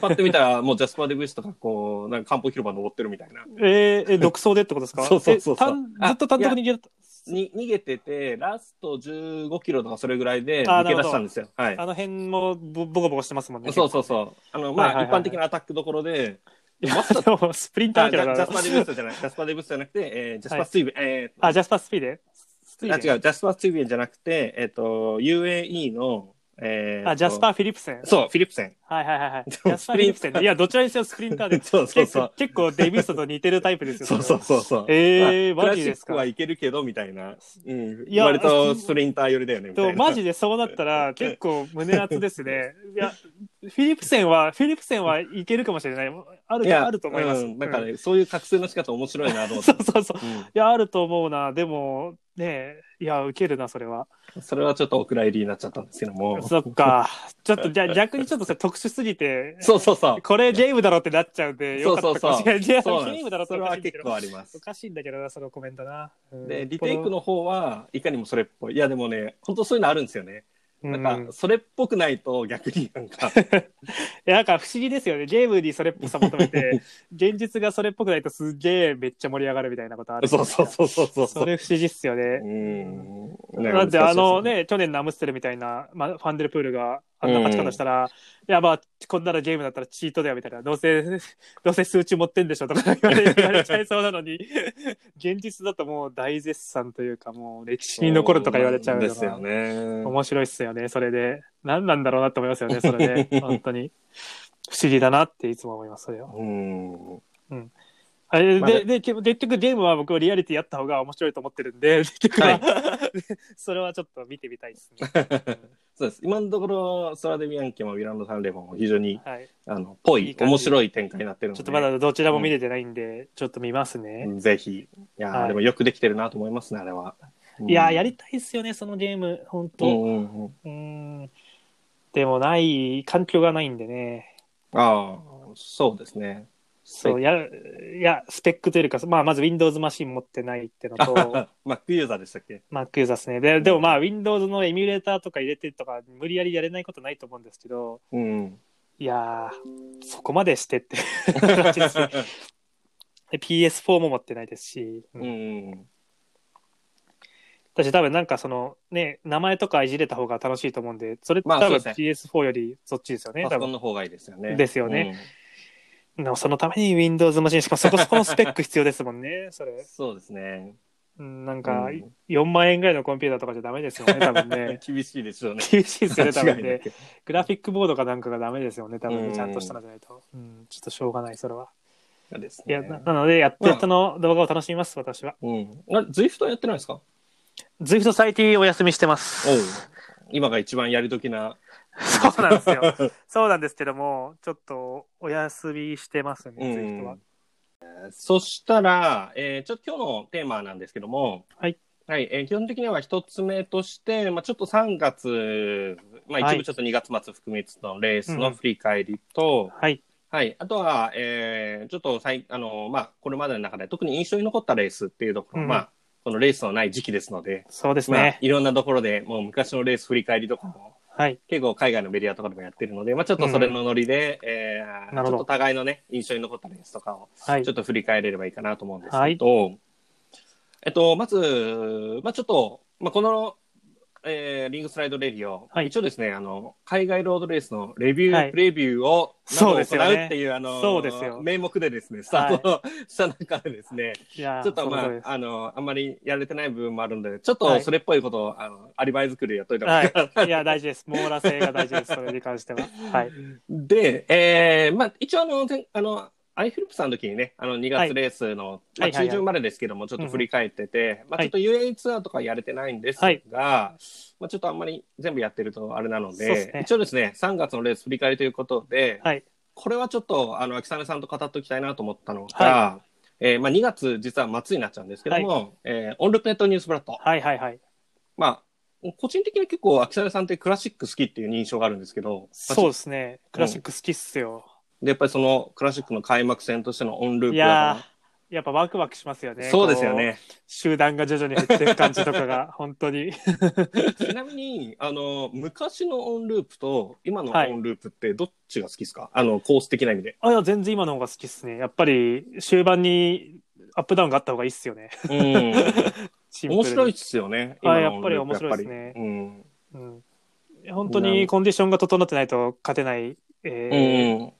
パッて見たら、 もうジャスパー・デブイスとか、こう、なんか漢方広場登ってるみたいな。えー、え、独走でってことです かそうそうそうそうえ単ずっと単独逃げだった。に逃げてて、ラスト15キロとかそれぐらいであー抜け出したんですよ。はい。あの辺もぼボコボコしてますもんね。そうそうそう。あの、はいまあ、はい一はい般的なアタックどころで、う。いや、でもスプリンターあみジたいャジなャスパー・デブイストじゃない、ジャスパー・デブイストじゃなくて、えージャスパー・スイベン、えーあ、ジャスパースピーデンスピーあ、デン違う、ジャスパー・スイベンじゃなくて、えっ、と、UAE の、えあ、ジャスパーー・フィリプセンと。そう、フィリプセン。はいはいはいはい。ジも。ャスパー・フィリプセン。いや、どちらにせよスプリンターで そうそう結そ構う。結構デイビストと似てるタイプですよ。そうそうそうそう。えーまあマジですかクラシックはいけるけど、みたれないな。うん。いや割とスプリンター寄りだよね、みたいとな。マジでそうなっ たら結構胸熱ですね。いや、フィリプセンは、フィリプセンはいけるかもしれない。あいる、やあると思います。うんだかうんら、そういう覚醒の仕方面白いなと思って そ。うそうそう。いや、あると思うな。でも、ねえ、いや、ウケるな、そ れうは。んそれはちょっとお蔵入りになっちゃったんですけども。そっか。ちょっと、じゃあ逆にちょっとそれ特殊すぎて、そうそうそう。 これゲームだろってなっちゃうんで、よかったかもしれない。そういなやんゲでームだろす。っそておれはかしいんだけ結ど構ありまおす。かしいんだけどな、そのコメントな。うんで、リテイク、の方は、いかにもそれっぽい。いや、でもね、本当そういうのあるんですよね。このなうんんか、それっぽくないと逆になんか、 いやなんか不思議ですよね。ゲームにそれっぽさ求めて、 現実がそれっぽくないとすげえめっちゃ盛り上がるみたいなことある。そうそうそうそうそう。それ不思議っすようね。ん。だってあ難しいですのね、ね、去年のアムステルみたいな、まあ、ファンデルプールがあんな勝ち方したら、いやまあ、こんなのゲームだったらチートだよみたいな、どうせ、 どうせ数値持ってんでしょとか言われ言われちゃいそうなの に、現実だともう大絶賛というか、もう歴史に残るとか言われちゃうのでがすよね。面白いっすよね、それで。何なんだろうなって思いますよ ね、それで。本当に。不思議だなっていつも思います、それは。うん。あれまあで、で、結結局ゲームは僕はリアリティやった方が面白いと思ってるんで、結局は、 それはちょっと見てみたいですね。 そうです。今のところ、ソラデミアンケもヴィランド・サンレモンも非常に、はい。あの、ぽいいい、感じ面白い展開になってるので。ちょっとまだどちらも見れてないんで、ちょっと見ますね。ぜひ。いやー、はいでもよくできてるなと思いますね、あれは。うんいやー、やりたいっすよね、そのゲーム、本うん当うんうん。うーん。でもない、環境がないんでね。ああ、そうですね。そう、や、いや、スペックというか、まあ、まず Windows マシン持ってないっての と、 マックユーザーでしたっけマックユーザーですね。で、でもまあ、Windows のエミュレーターとか入れてとか、無理やりやれないことないと思うんですけど、うん。いやー、そこまでして って。感じですねで PS4 も持ってないですし、うんうん。私多分なんかその、ね、名前とかいじれた方が楽しいと思うんで、それってまあ多分そうです PS4 よりそっちですよね、パ多ソコン分。の方がいいですよね。ですよねでもそのために Windows マシン、しかもそこそこのスペック必要ですもんね、そうん。れ。そうですね。うんなんかうん、。4万円ぐらいのコンピューターとかじゃダメですよね、多分ね 厳しいでしょうね。厳しいですよね、多間違分いなね。くグラフィックボードかなんかがダメですよね、多分うんね、ちゃんとしたのじゃないと。うん、ちょっとしょうがない、それは。そうですいや、ね。ななので、やってその動画を楽しみます、私は。うん。あ、ズイフトやってないですかズイフト最近お休みしてます。おう。今が一番やり時な。そうなんですよ。そうなんですけども、ちょっとお休みしてますね、うんズイフトは。そしたら、えーちょっと今日のテーマなんですけども、はい。はい、えー基本的には一つ目として、まあ、ちょっと3月、まあ、はい一部ちょっと2月末含みつつのレースの振り返りと、はい。はい、あとは、えーちょっと最、あの、まあ、これまでの中で特に印象に残ったレースっていうところ、うんまあ、このレースのない時期ですので、そうですまあね、。いろんなところでもう昔のレース振り返りとかも、はい。結構海外のメディアとかでもやってるので、まあ、ちょっとそれのノリで、えーなるほちどょっと互いのね、印象に残ったレースとかをはいちょっ。と振り返れればいいかなと思うんですけど、えっと、まず、まあ、ちょっと、まあ、この、えーリングスライドレディオ、はい一応ですね、あの、海外ロードレースのレビュー、はいプレビューを、そうですよね行うっていう、あの、そうですよ名目でですね、スタートした中でですね、いやーちょっとまそうですあ、あの、あんまりやれてない部分もあるので、ちょっはといそれっぽいことを、あの、アリバイ作りやっといた方がはい。いや、大事です。網羅性が大事です、それに関しては。はい。で、えーまあ、一応あの、前あの、アイフィリップさんの時にね、あの、2はい月レースの、まはいあ、はい中旬までですけども、ちょっと振り返ってて、まあ、はちょいっと UA ツアーとかやれてないんですが、まあ、ちょっとあんまり全部やってるとあれなのそうっすで、ね一応ですね、3月のレース振り返りということで、はい。これはちょっと、あの、秋雨さんと語っておきたいなと思ったのが、はえーまあ、2月実は末になっちゃうんですけども、えーオンルプネットニュースブラッド。はいはいはい。まあ、個人的に結構、秋雨さんってクラシック好きっていう印象があるんですけど、まあそうですね。クラシック好きっすよ。で、やっぱりそのクラシックの開幕戦としてのオンルーいプだやかーやっぱワクワクしますよら、ね。そうですよこう。ね。集団が徐々に減っていく感じと かが、本当に。ちなみに、あの、昔のオンループと今のはいオンループってどっちが好きですか、あの、コース的な意味で。あ、いや、全然今の方が好きっすね。やっぱり、終盤にアップダウンがあった方がいいっすよね。うん。シン面プルに白いっすよ ね。あ今のオンループやっぱり面白いっすねやっぱりうん。うん、本当にコンディションが整ってないと勝てない、えー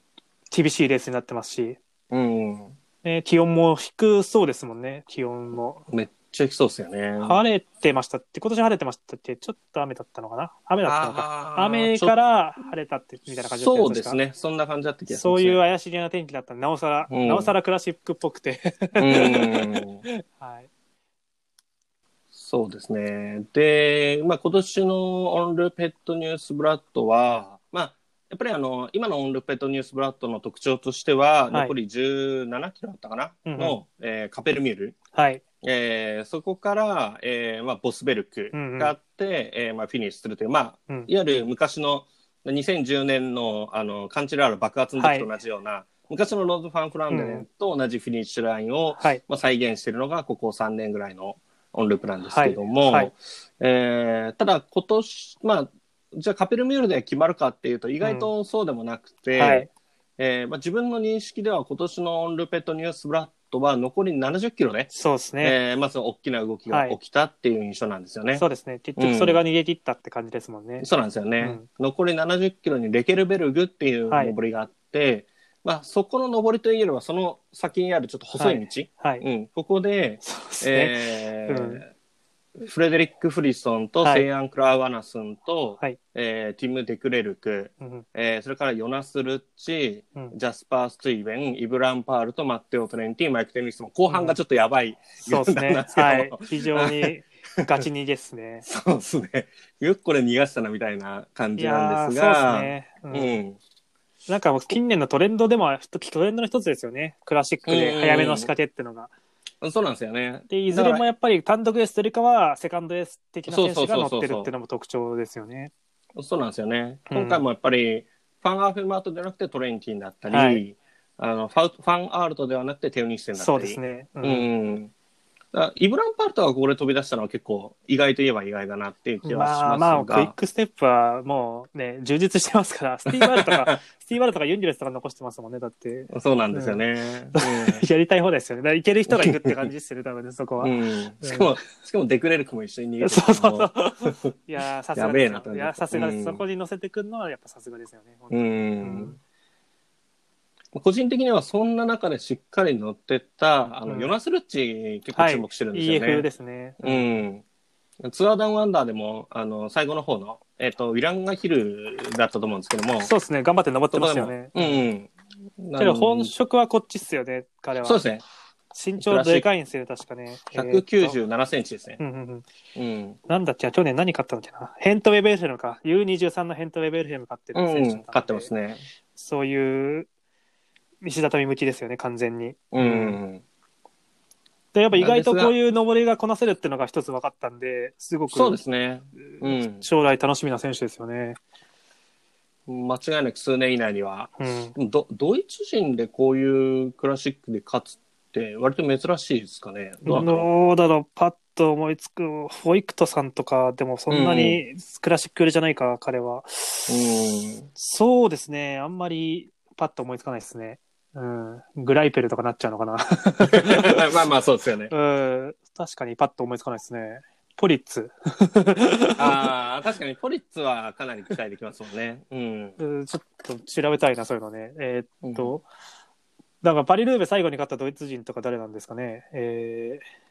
厳しいレースになってますし、うん。うん。ね、気温も低そうですもんね、気温も。めっちゃ行きそうですよね。晴れてましたって、今年晴れてましたって、ちょっと雨だったのかな雨だったのか。あー雨から晴れたって、みたいな感じだったよそうです。ね。そんな感じだった気確がかしまそうす、いうね。怪しげな天気だったんでなおさら、うんなおさらクラシックっぽくて。 そうです。はい。そうですね。で、まあ、今年のオンルーペットニュースブラッドは、まあ、やっぱりあの、今のオンルーペットニュースブラッドの特徴としては、い残り17キロあったかな、うんうんの、えーカペルミュール。はい。えーそこから、えーまあ、ボスベルクがあって、えーまあ、フィニッシュするという、まあ、うん。いわゆる昔の2010年のあのカンチラーラ爆発の時と同じような、昔のローズ・ファン・フランデンと同じフィニッシュラインを、はい。まあ、再現しているのがここ3年ぐらいのオンループなんですけども、はいはいえーただ今年、まあ、じゃあカペルミュールで決まるかっていうと意外とそうでもなくて、はい。えーまあ、自分の認識では今年のオンルーペットニュースブラッドは残り70キロね、そうですね。えーまず大きな動きが起きたっていう印象なんですよね。そうですね。結局それが逃げ切ったって感じですもんね。そうなんですよね。うん残り70キロにレケルベルグっていうはい登りがあって、まあそこの登りというよりはその先にあるちょっと細い道、はい。うん、ここで、そうですね。えーフレデリック・フリソンとはいセイアン・クラワナスンと、はいえーティム・デクレルク、うんえーそれからヨナス・ルッチ、うんジャスパー・スツイベン、イブラン・パールとマッテオ・トレンティ、マイク・テニスも後半がちょっとやばい、そうですなんねです。けど。はい。非常にガチにですねそうですね。よくこれ逃がしたなみたいな 感いじやなーんでそうすですが、ね。うんうん。なんかもう近年のトレンドでも、トレンドの一つですよね。クラシックで早めの仕掛けってのが。そうなんですよね。で、いずれもやっぱり単独エースというよりかは、セカンドエース的な選手が乗ってるっていうのも特徴ですよね。そうなんですよね。うん今回もやっぱり、ファンアーフェマートじゃなくてトレンティンだったり、はいあのファウファンアールトではなくてテオニッセンだったり。そうですね。ううんん。だからイブラン・パルトがここで飛び出したのは結構意外といえば意外だなっていう気はしままあすが、まあ、クイックステップはもうね、充実してま すから、スティーバルとか、スティーバルとかユンデュレスとか残してますもんね、だって。そうなんですよね。やりたい方ですよね。だから行ける人が行くって感じですよ ね、多分ね、そこは。うんうんしかも、しかもデクレルクも一緒に逃げてそうるそうそう。いやー、さすがやべえですなと思よ。っいてや、さすがでうす。んそこに乗せてくるのは、やっぱさすがですよね。本当うにん。個人的にはそんな中でしっかり乗ってった、あの、うんヨナス・ルッチ結構はい。注目してるんですよね。 EF ですね。うん。ツアーダウンアンダーでも、あの、最後の方の、えっ、と、ウィランガヒルだったと思うんですけども。そうですね。頑張って登ってそこまでしたもよね。うん、うん。けど本そ職はこっちっすよね、彼は。うですね。身長でかいんですよね、確かね。えーっと197センチですねう。んうんうん。うん。なんだっけな去年何買ったんだっけなヘントウェベルヘムか。U23 のヘントウェベルヘム買ってるう選手ん。勝ってますね。ね。そういう、石畳向きですよね、完全に。うん。で、やっぱ意外となんですがこういう登りがこなせるっていうのが一つ分かったんで、すごく、そうですね。うん。将来楽しみな選手ですよね。間違いなく数年以内には。うん。どドイツ人でこういうクラシックで勝つって、割と珍しいですかね。どうなのどうだろう、パッと思いつく、ホイクトさんとか、でもそんなにクラシック寄りじゃないか、彼うん。は。そうですね。あんまりパッと思いつかないですね。うん。グライペルとかなっちゃうのかな。 まあまあ、そうですよね。うん。 確かにパッと思いつかないですね。ポリッツ。ああ、確かにポリッツはかなり期待できますもんね。うん。うんちょっと調べたいな、そういうのね。えーっうんと、だからパリルーベ最後に勝ったドイツ人とか誰なんですかね。えー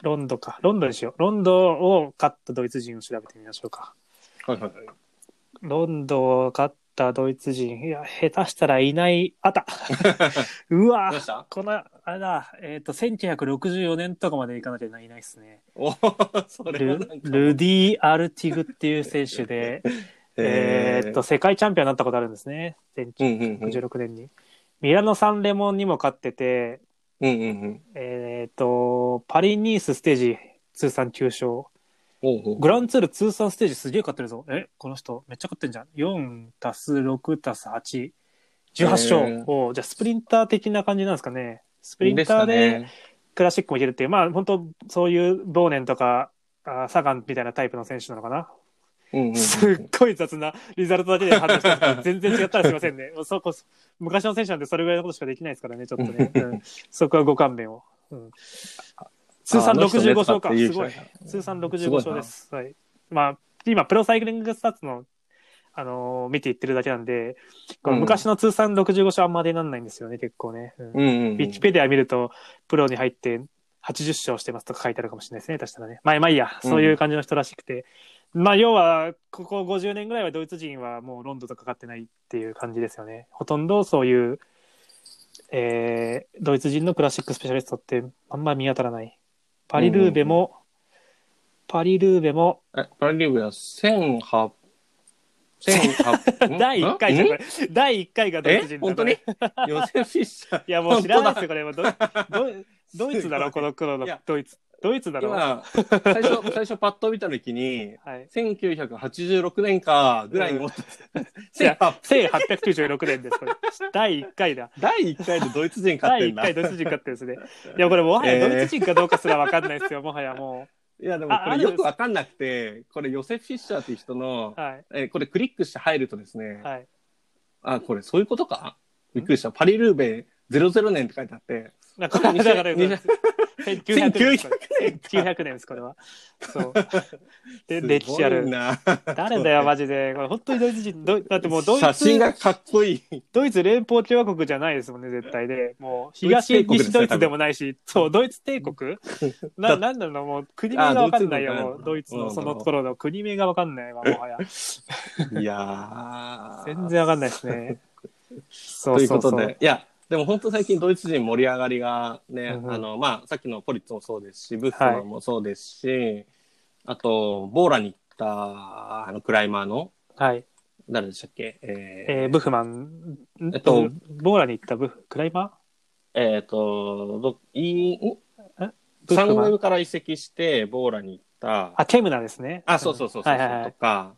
ロンドか。ロンドにしよう。ロンドを勝ったドイツ人を調べてみましょうか。はいはいはい。ロンドを勝ったドイツ人。いや、下手したらいない。あ った。うわどうしたこの、あれだ、えっ、と、1964年とかまで行かなきゃいないですね。おーそれはルなんか。ルディ・アルティグっていう選手 で、えーっと、、世界チャンピオンになったことあるんですね。うんうんうん。 1966年に。ミラノ・サンレモンにも勝ってて、うんうんうん。えーっと、パリ・ニースステージ通算9勝。おうおうグランツール通算ステージすげえ勝ってるぞ。え、この人めっちゃ勝ってんじゃん。4たす6たす8。18勝。へーおうじゃあスプリンター的な感じなんですかね。スプリンターで、すクラシックもいけるっていう、まあ本当そういうボーネンとか、あーサガンみたいなタイプの選手なのかな。かね。うんうんすうっごい雑なリザルトだけで判断してるから全然違ったらすいません ね。もうそこ、昔の選手なんてそれぐらいのことしかできないですからね、ちょっ とね。うんそこはご勘弁を。うん通算あの人65勝か。出すてたごっいていう人だ。通算65勝です。はい。まあ、今、プロサイクリングスタッツの、あのー見ていってるだけなんで、この昔の通算65勝あんまりなんないんですよね、結構ね。うんんうんうん。ウィキペディア見ると、プロに入って、 80勝してますとか書いてあるかもしれないですね、確かね。まあ、まあいいや、そういう感じの人らしくて。まあ、要は、ここ50年ぐらいはドイツ人はもうロンドンとかかってないっていう感じですよね。ほとんどそういう、えードイツ人のクラシックスペシャリストってあんま見当たらない。パリルーベも、パリルーベも、え、パラリーブは1800、1800 第1回じゃん、んこれ。第1回がドイツえ人だ本当に ヨセフィッシャー。いや、もう知らないです本よ、これ。もうドイドイドイ ツだろ、この黒のいやドイツ。ドイツだ当ろ。はだ今、最初、最初パッと見たときに、い。 1986年かぐらいに思ったんです。 いや1800 1896年です、これ。第1回だ。第1回でドイツ人勝ってん第1だ。回ドイツ人勝ってるんですね。いや、これもはえやードイツ人かどうかすら分かんないですよ、もはやもいや、でもこああれるよくわかんなくて、これヨセフ・フィッシャーっていう人のう。、はい。えーこれクリックして入るとですね、はい。あ、これそういうことかびっくりした。パリルーベ00年って書いてあって、だから、だから、 2000 1900年 です。これ1900 1900年です、これは。そう。で、すごい歴史ある。な誰だよ、マジで。これ、本当にドイツ人、ドイだってもうドイツ。写真がかっこい い。ドイツ連邦共和国じゃないですもんね、絶対で。もう、ドイツ東、帝国ですね西ドイツでもないし、そう、ドイツ帝国な、なんなのもう、国名がわかんないよ、あもう、ドドイイツツののその頃の国名がわかんないわ、も はや。いやー全然わかんないですね。そうというそこうそとう。で、いや、でも本当最近ドイツ人盛り上がりがね、うんうんあの、まあ、さっきのポリッツもそうですし、ブッフマンもそうですし、あと、ボーラに行った、あの、クライマーの、はい。誰でしたっけええーブフマン、んえっと、ボーラに行ったブフ、クライマーー、えっ、と、ど、いんブサフンマウェン。ブから移籍して、ボーラに行った、あ、ケムナですね。あ、そうそうそうそう、はいはいはとい。か、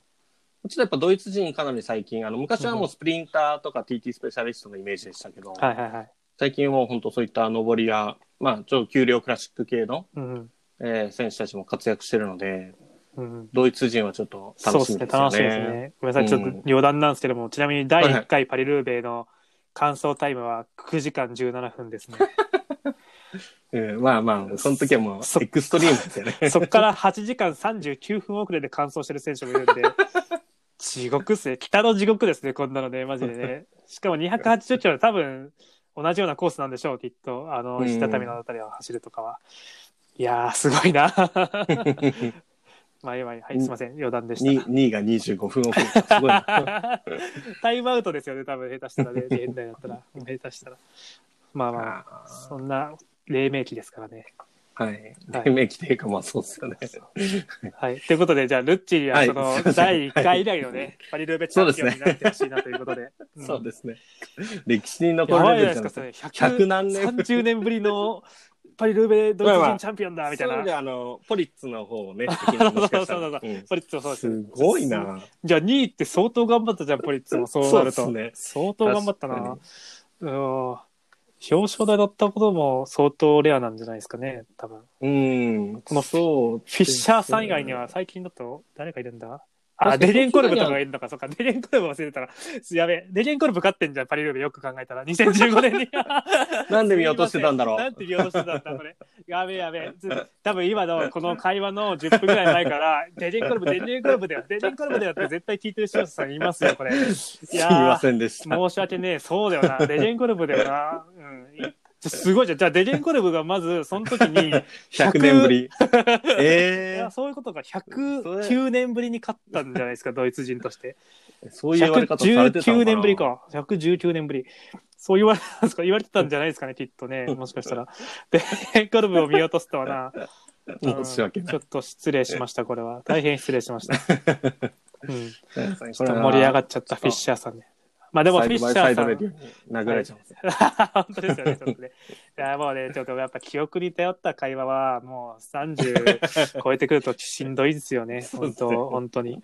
ちょっとやっぱドイツ人かなり最近、あの、昔はもうスプリンターとか TT スペシャリストのイメージでしたけど、はいはいはい。最近はもう本当そういった上りや、まあ、超給料クラシック系の、うんうん。えー選手たちも活躍してるので、うんうんドイツ人はちょっとそう楽しですみね、ですよね。楽しみですね。ごめんなさい、ちょうっんと余談なんですけども、ちなみに第はいは1い回パリルーベイの感想タイムは9時間17分ですね。 うん、まあまあ、その時はもそうエクストリームですよね。そこから8時間39分遅れで完走してる選手もいるんで、地獄っすね。北の地獄ですね、こんなのね、マジでね。しかも280キロで多分、同じようなコースなんでしょう、きっと。あの、うん石畳のあたりを走るとかは。いやー、すごい な。 まあ、今、はい、すいません、余談でした。 2, 位が25分遅れた。 すごいな。タイムアウトですよね、多分下手した らね、現代だったら、下手したら。まあまあ、そんな黎明期ですからね。はい。黎明期というか、まあそうですよね。はい。ということで、じゃあ、ルッチリは、はいその、すいません第1回以来のね、パリルーベチャンピオンになってほしいなということで。。そうですすね。歴史にや残ばるいじレベゃないですルか、じそゃないれ。100 100何年ぶり30年ぶりのパリルーベドイツ人チャンピオンだ、みたいそういう意な味。であの、ポリッツの方をね、責任もしかしたら そうそうそうそううんポリッツもそうですすよごい。な。じゃあ、2位って相当頑張ったじゃん、ポリッツも、そうなると。そうですね相当頑張った確なか。うん。表彰台だったことも相当レアなんじゃないですかね、多分。うん。このそうですね。フィッシャーさん以外には最近だと誰かいるんだあ、確かデにレンコルブとかがいるのか、そっか、デレンコルブ忘れてたら、やべえ、デレンコルブ勝ってんじゃん、パリルーベよく考えたら、2015年に。 なんで見落としてたんだろうすいませなんで見落としてたんだ、これ。やべえやべえ。ず多分今のこの会話の10分ぐらい前から、デレンコルブ、デレンコルブだよ、デレンコルブだよって絶対聞いてる視聴者さんいますよ、これ。 すみませんでした。申し訳ねえ、そうだよ な、デレンコルブだよな。うん。すごいじゃん。じゃあ、デレンコルブがまず、その時 に100年ぶり。いえやえそういうことがそれ109年ぶりに勝ったんじゃないですか、ドイツ人として。そういう言われ方されてたのな119年ぶり。か。119年ぶり。そう言われ たんですか言われてたんじゃないですかね、きっとね。もしかしたら。で、ゴルブを見落とすとはな。 申し訳ないうんちょっと失礼しました、これは。大変失礼しました。 うん。ちちょっと盛り上がっっちゃった、フィッシャーさんね。まあでも、フィッシャサーイドさバイサイドレんデ。ィオに殴られちゃいます。 本当ですよね、ちょっとね。いや、もうね、ちょっとやっぱ記憶に頼った会話は、もう30超えて くるとしんどいですよね、本当、本当に。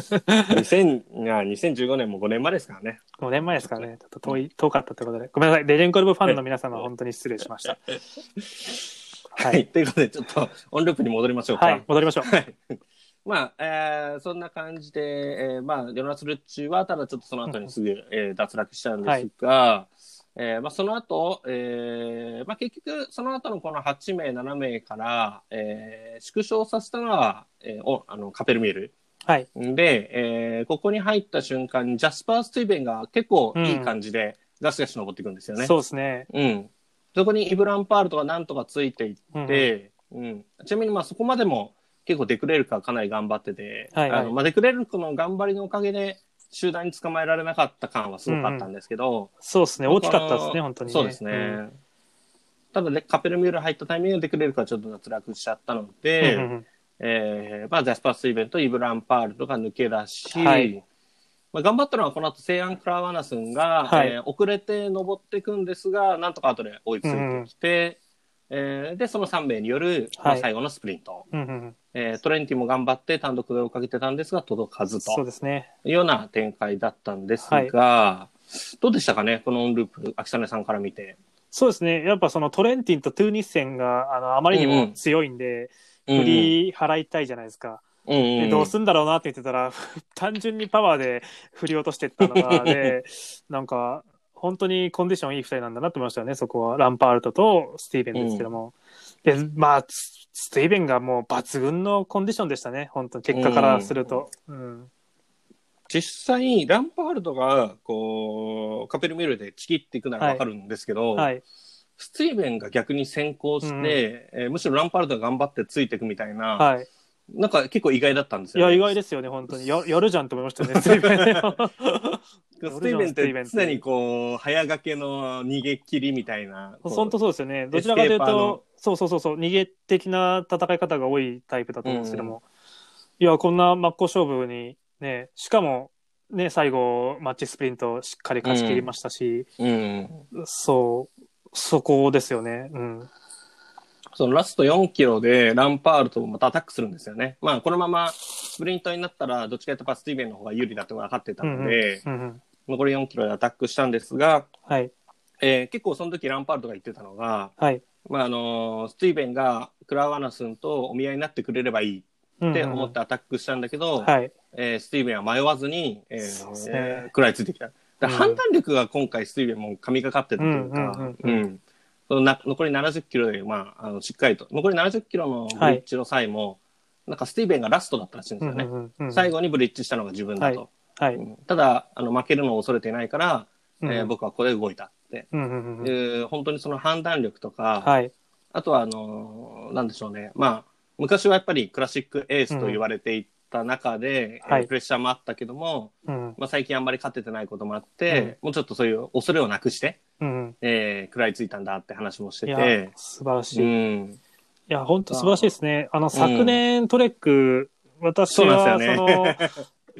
2000いや2015年も5年前ですからね。 5年前ですからね、ちょっと遠い、遠かったということで。ごめんなさい、デジェンコルブファンの皆様、本当に失礼しました。ははい い。。ということで、ちょっとオンループに戻りましょうか。はい、戻りましょう。はいまあ、えーそんな感じで、えーまあ、ヨナス・ルッチは、ただちょっとその後にすぐ、えー脱落したんですが、えーまあ、その後、えーまあ、結局、その後のこの8名、7名から、えー縮小させたのは、えーおあのカペルミール。はい。で、えーここに入った瞬間に、ジャスパー・スティーベンが結構いい感じで、ガシガシ登っていくんですよね。そうですね。うん。そこにイブランパールとかなんとかついていって、うんちなみにまあそこまでも結構デクレルクはかなり頑張ってて、はいはいあのまあ、デクレルクの頑張りのおかげで集団に捕まえられなかった感はすごかったんですけど、そうですね、大きかったですね、本当に、そうですね。んただね、カペルミュール入ったタイミングでデクレルクはちょっと脱落しちゃったので、うんうんえーまあ、ジャスパースイベント、イブランパールとか抜け出し、はいまあ、頑張ったのはこの後、セイアン・クラワナスンが、はいえー遅れて登っていくんですが、なんとか後で追いついてきて、えーで、その3名による、まあはい最後のスプリント、うんうんうんえートレンティも頑張って単独で追いかけてたんですが、届かずとそうですね。いうような展開だったんですが、どうでしたかね、このオンループ、秋雨さんから見て。そうですね。やっぱそのトレンティンとトゥーニッセンがあのあまりにも強いんで、振り払いたいじゃないですか。うんうん、でどうすんだろうなって言ってたら、 単純にパワーで振り落としてったのが、で、なんか、本当にコンディションいい二人なんだなと思いましたよね、そこは。ランパールトとスティーベンですけども。で、まあ、ススティーベンがもう抜群のコンディションでしたね、本当に結果からすると。うん。実際、ランパールドが、こう、カペルミュールでちぎっていくならわかるんですけど、はい。スティーベンが逆に先行して、うんえーむしろランパールドが頑張ってついていくみたいな、はい。なんか結構意外だったんですいよ、や、ね。意外ですよね、本当に。ややるじゃんと思いましたよね、スティーベン。スティーベンっスティーベンってて常にこう、早掛けの逃げ切りみたいな。こう本当そうですよね。どちらかというエスケーパーのと、そうそうそうそう、逃げ的な戦い方が多いタイプだと思うんですけども、いや、こんな真っ向勝負にね、しかも、ね、最後、マッチスプリントしっかり勝ち切りましたし、うん。そう、そこですよね。うん。そのラスト4キロでランパールドもまたアタックするんですよね。まあ、このままスプリントになったら、どっちかというとパスティーベンの方が有利だって分かってたので、うんうん、残り4キロでアタックしたんですが、はい、えー結構その時ランパールドが言ってたのが、はい。まああのスティーベンがクラワナスンとお見合いになってくれればいいって思ってアタックしたんだけど、うんうんはい。えースティーベンは迷わずに、えーそうですね食らいついてきた。だからうん判断力が今回スティーベンも神がかってたといううんか、ううんうんそのな残り70キロで、まあ、あのしっかりと、残り70キロのブリッジの際も、なんかスティーベンがラストだったらしいんですよね。最後、後にブリッジしたのが自分だと。はい。うんただあの、負けるのを恐れていないから、えーうん僕はここで動いたって。うんうんうん、いう本当にその判断力とか、はい。あとは、あのーなんでしょうね。まあ、昔はやっぱりクラシックエースと言われていた中で、うんはいえープレッシャーもあったけども、うんまあ、最近あんまり勝ててないこともあって、もうちょっとそういう恐れをなくして、うん、えー、食らいついたんだって話もしていやて、、素晴らしい。うん。いや、本当素晴らしいですね。あの、昨年トレック、私そうなは、んそですよの、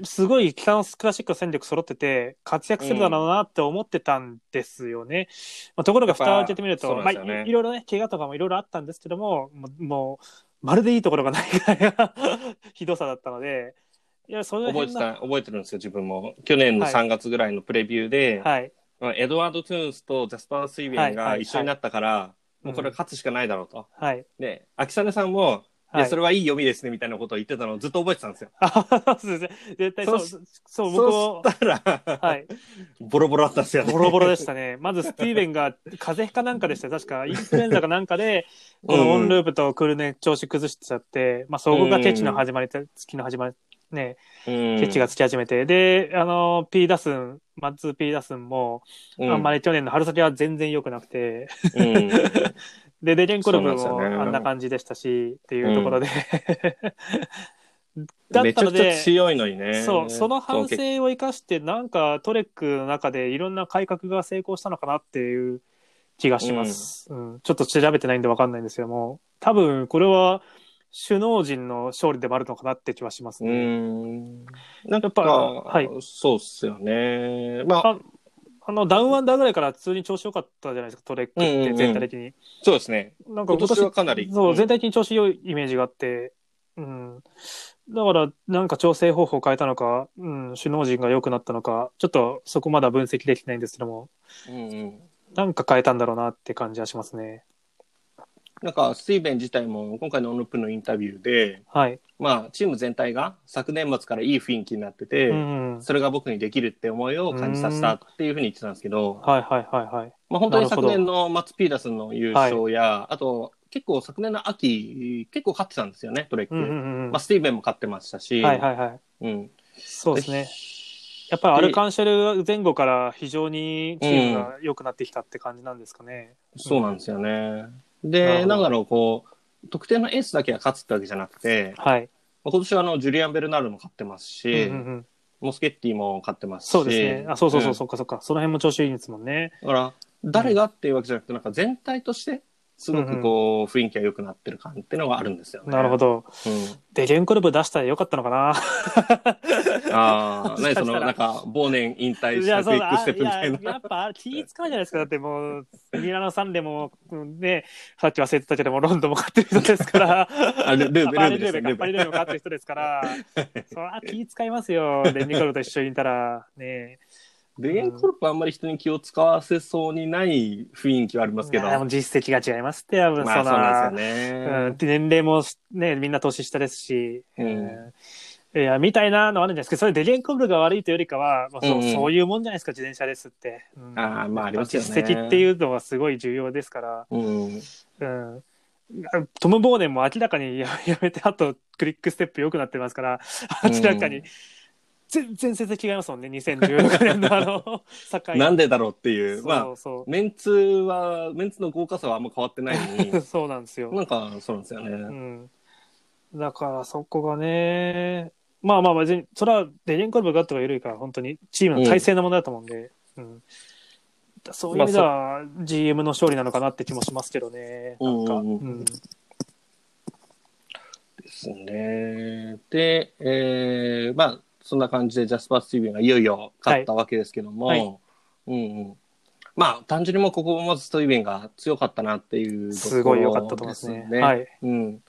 すごい北のクラシックの戦力揃ってて、活躍するだろうなって思ってたんですよね。まあ、ところが、蓋を開けてみると、やっまぱあ、そうなんですよねいいろいろね、怪我とかもいろいろあったんですけども、もう、もうまるでいいところがないぐらい なひどさだったので、いや、その覚え辺てなた、覚えてるんですよ、自分も。去年のはい3月ぐらいのプレビューで、はい。まあエドワード・トゥーンスとジャスパー・スイベンが一緒になったから、もうこれは勝つしかないだろうと。はい。で、秋雨さんも、いはや、い。それはいい読みですね、みたいなことを言ってたのをずっと覚えてたんですよ。あ、 すいません。絶対そう、そそう、僕もそ、したら、はい。 ボロボロだったんですよね。ボロボロでしたね。まずスティーベンが風邪かなんかでしたよ確かインフルエンザかなんかで、このオンループとクルネ調子崩しちゃって、まあそこがケチの始まり、月の始まり、ね、ケチがつき始めて、で、あの、P ダスン、マッツー P ダスンも、あんまり。り去年の春先は全然良くなくて、うんで、デデンコルブそうもなんですよねあんな感じでしたし、っていうところで、だっめちたゃのくちゃで、強いのにね。そう、その反そう省を生かして、なんかトレックの中でいろんな改革が成功したのかなっていう気がします。うんちょっと調べてないんでわかんないんですけども、多分これは首脳陣の勝利でもあるのかなって気はしますうね。ん。なんかやっぱ、はいそうっすよね。まあ、ああの、ダウンアンダーぐらいから普通に調子良かったじゃないですか、トレックうんっうんうてん全体的に。そうですね。なんか今年はかなり。そう、全体。体的に調子良いイメージがあって、うん。だから、なんか調整方法を変えたのか、うん、首脳陣が良くなったのか、ちょっとそこまだ分析できてないんですけども、うんうんなんか変えたんだろうなって感じはしますね。なんか、スティーベン自体も今回のオンループのインタビューで、はい。まあ、チーム全体が昨年末からいい雰囲気になっててう、んうん。それが僕にできるって思いを感じさせたっていうふうに言ってたんですけど、はいはいはいはい。まあ、本当になる昨ほど年のマッツ・ピーダスの優勝や、あと結構昨年の秋結構勝ってたんですよねトレック、うんうんうん。まあ、スティーベンも勝ってましたし、はいはいはい。うん、そうですね。やっぱりアルカンシェル前後から非常にチームが良くなってきたって感じなんですかね。そうなんですよね。なるで、ほどなんだろう、こう、特定のエースだけが勝つってわけじゃなくて、はい。まあ今年はあの、ジュリアン・ベルナールも勝ってますうんし、うんうんモスケッティも勝ってますし、そうですね。あ、そうそうそう、んそっかそっか。その辺も調子いいんですもんね。だから、誰がっていうわけじゃなくて、なんか全体として、すごくこう、雰囲気が良くなってる感っていうのがあるんですよね。なるほ。ど。うん、デゲンコルブ出したらよかったのかな。ああ、 もし何かしたらその、なんか、忘年引退いしたや、クそイうックだ。スあテップいみたや、いやなっ。ぱあれ気使うじゃないですか。だってもう、ミラノサンレも、ね、さっき忘れてたけども、ロンドンも勝ってる人ですから。 あルルーベパルリーベですねかパリルーベも勝ってる人で すから。そら気使いますよ。で、ニコルと一緒にいたら、ね。デゲンコルプはあんまり人に気を使わせそうにない雰囲気はありますけど。いやでも実績が違いますって、やっぱまあ、そうなんですうよね。ん、年齢もね、みんな年下ですし、うんいや、みたいなのはあるんじゃないですか。それデリエンコブルが悪いというよりかは、まあそううんうんそういうもんじゃないですか、自転車レースって。うんああまあありますよね実績っていうのはすごい重要ですから、うん。うん。トム・ボーネンも明らかにややめて、あとクリックステップ良くなってますから、うん明らかに、全然成績違いますもんね、2016年のあの、境。 なんでだろうっていう。まそあう、そメンツは、メンツの豪華さはあんま変わってないの にう。、そうなんですよ。なんか、そうなんですよね。うん、だからそこがね、まあまあ別に、それはデレンコルブガットが緩いから、本当にチームの体制の問題だと思うんで、うんだそういう意味では GM の勝利なのかなって気もしますけどね、なんか。うんうんうんですね。で、えー、まあ、そんな感じでジャスパー・スティービンがいよいよ勝ったわけですけども、はいうんうん。まあ、単純にもうここもまずスティービンが強かったなっていうところすごい良かったと思いますねではいうん。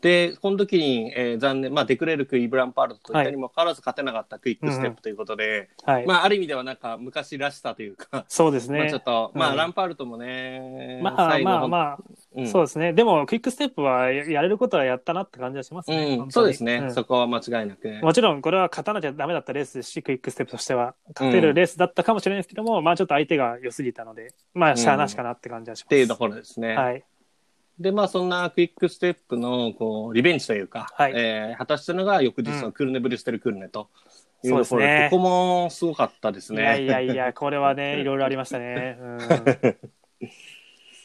で、この時に、えー残念、まあ、デクレルク、イブランパールトといったにもかかわらず勝てなかったクイックステップということで、はいまあ、ある意味ではなんか昔らしさという か、そうですまあねちょっ。と、まあ、うんランパールトもね、まあまああ、まうあ、んそうですね。でも、クイックステップはややれることはやったなって感じはしますね。本当うん、にそうですね、うんそこは間違いなく。もちろん、これは勝たなきゃダメだったレースですし、クイックステップとしては、勝てるレースだったかもしれないですけども、まあちょっと相手が良すぎたので、まあしゃあなしかなって感じはしっます。ていうところですね。はい。で、まあ、そんなクイックステップの、こう、リベンジというか、はいえー果たしたのが翌日うのんクルネブリュステルクルネというそうとですころで、ねここもすごかったですいね。やいやいや、これ はね、いろいろありましたね。うん、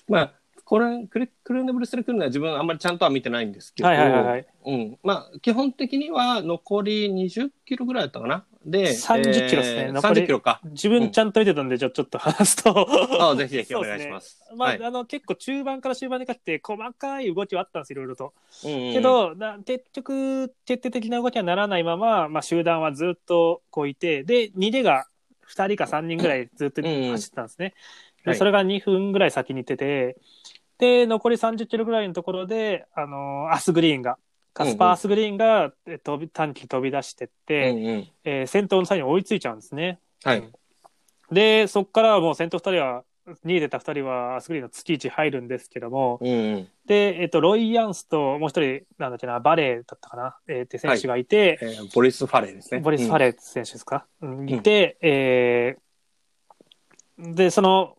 まあ、これ、クルクルネブリュステルクルネは自分あんまりちゃんとは見てないんですけど、はいはいはいはい。うん。まあ、基本的には残り20キロぐらいだったかな。で、 30キロですねえー残り30キロか。自分ちゃんと見てたんで、じゃあちょっと話すと。。あぜひぜひお願いしますす。まあ、はいあの、結構中盤から終盤にかけて、細かい動きはあったんです、いろいろと。うんうんけど、な結局、決定的な動きはならないまま、まあ、集団はずっとこういて、で、2でが2人か3人ぐらいずっとうんうん走ってたんですね。はいで、それが2分ぐらい先に行ってて、で、残り30キロぐらいのところで、あのーアスグリーンが、カうスんうパーんアスグリーンが、え飛び短期飛び出してって、うんうんえー先頭の際に追いついちゃうんですね。はい。で、そこからはもう先頭2人は、2位出た2人はアスグリーンの月1入るんですけども、うんうんで、えっと、ロイ・ヤンスと、もう一人、なんだっけな、バレーだったかな、えーって選手がいて、えーボリス・ファレーですね。ボリス・ファレー選手ですか、うんいて、えーで、その、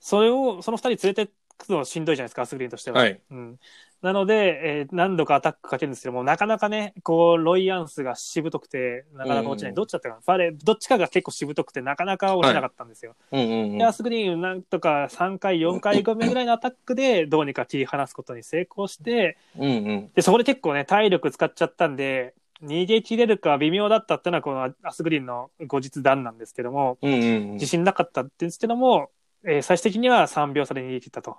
それを、その二人連れてくのしんどいじゃないですか、アスグリーンとしてうんは。はい。うん、なので、えー何度かアタックかけるんですけども、なかなかね、こう、ロイ・ヤンスがしぶとくて、なかなか落ちない。うんどっちだったかなファレー、どっちかが結構しぶとくて、なかなか落ちなかったんですよ。うんうんうんで、アスグリーン、なんとか3回、4回、5目ぐらいのアタックで、どうにか切り離すことに成功して、うんうんで、そこで結構ね、体力使っちゃったんで、逃げ切れるか微妙だったってのは、このアスグリーンの後日談なんですけども、うんうん自信なかったんですけども、えー最終的には3秒差で逃げ切ったと。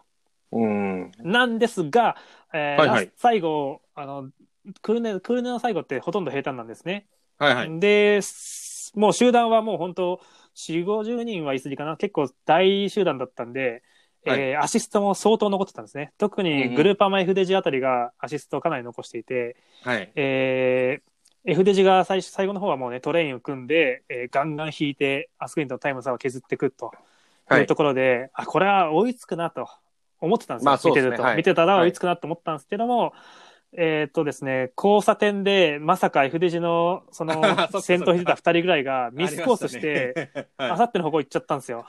うん。うん。なんですが、えーはいはいラス最後、あの、クルネ、クルネの最後ってほとんど平坦なんですね。はいはい。で、すもう集団はもう本当、4、50人は言い過ぎかな。結構大集団だったんで、はいえーアシストも相当残ってたんですね。特うんうんにグルーパーマ F デジあたりがアシストをかなり残していて、はい。えー F デジが最初最後の方はもうね、トレインを組んで、えーガンガン引いて、アスクリーンとのタイム差を削っていくとはいいうところで、あ、これは追いつくなと思ってたんですまよ。あそうで見てすねると、はい見てたら追いつくなと思ったんですけども、えーっとですね、交差点で、まさか F デジの、そ そっかそっかの、先頭を引いてた二人ぐらいがミスコースして、ありあましさっての方向行っちゃったんです よ。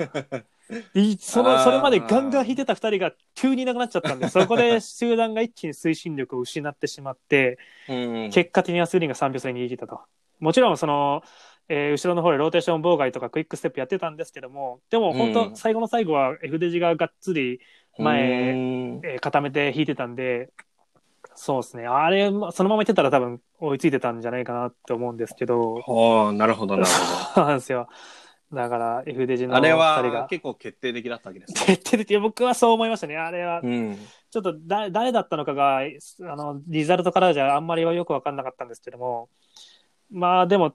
いその、それまでガンガン引いてた二人が急にいなくなっちゃったんで、そこで集団が一気に推進力を失ってしまって、たね、はい、結果的にアスリンが3秒差に逃げ切ったと。もちろん、その、えー後ろの方でローテーション妨害とかクイックステップやってたんですけども、でも本うん当、最後の最後は F デジががっつり、前うんえー固めて引いてたんで、そうですね。あれ、まそのままいってたら多分追いついてたんじゃないかなって思うんですけど、はあ、なるほど、なるほそうなんですよ。だから、F デジど。のあ2れ人はが。結構決定的だったわけですね。徹底的に僕はそう思いましたね。あれは、うん。ちょっとだ誰だったのかが、あの、リザルトからじゃあんまりはよくわかんなかったんですけども、まあでも、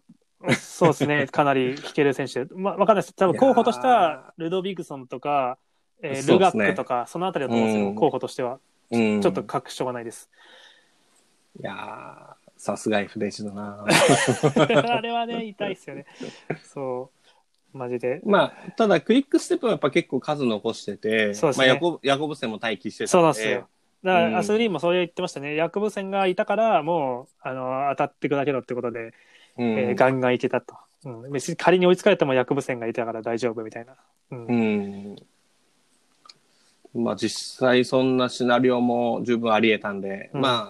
そうです ね、かなり弾ける選手。まあわかんないです。多分候補としていやは、ルドビグソンとか、えーそうでルガすねックとか、そのあたりだと思うんですうよ、ん候補としては。うん、ちょっと確証がな いです。いやーさすが F デジだな。あれはね、痛いですよね。そう。マジで。まあ、ただ、クイックステップはやっぱ結構数残してて、そうですまあねヤコブ、ヤコブセも待機してたそうなんですよ。だかうんら、アスリーもそれ言ってましたね。ヤクブセンがいたから、もう、あの、当たってくだけだってことで、うんえーガンガンいけたと。うん、別に仮に追いつかれても薬部線がいたから大丈夫みたいな。うんうん。まあ実際そんなシナリオも十分あり得たんで、うんま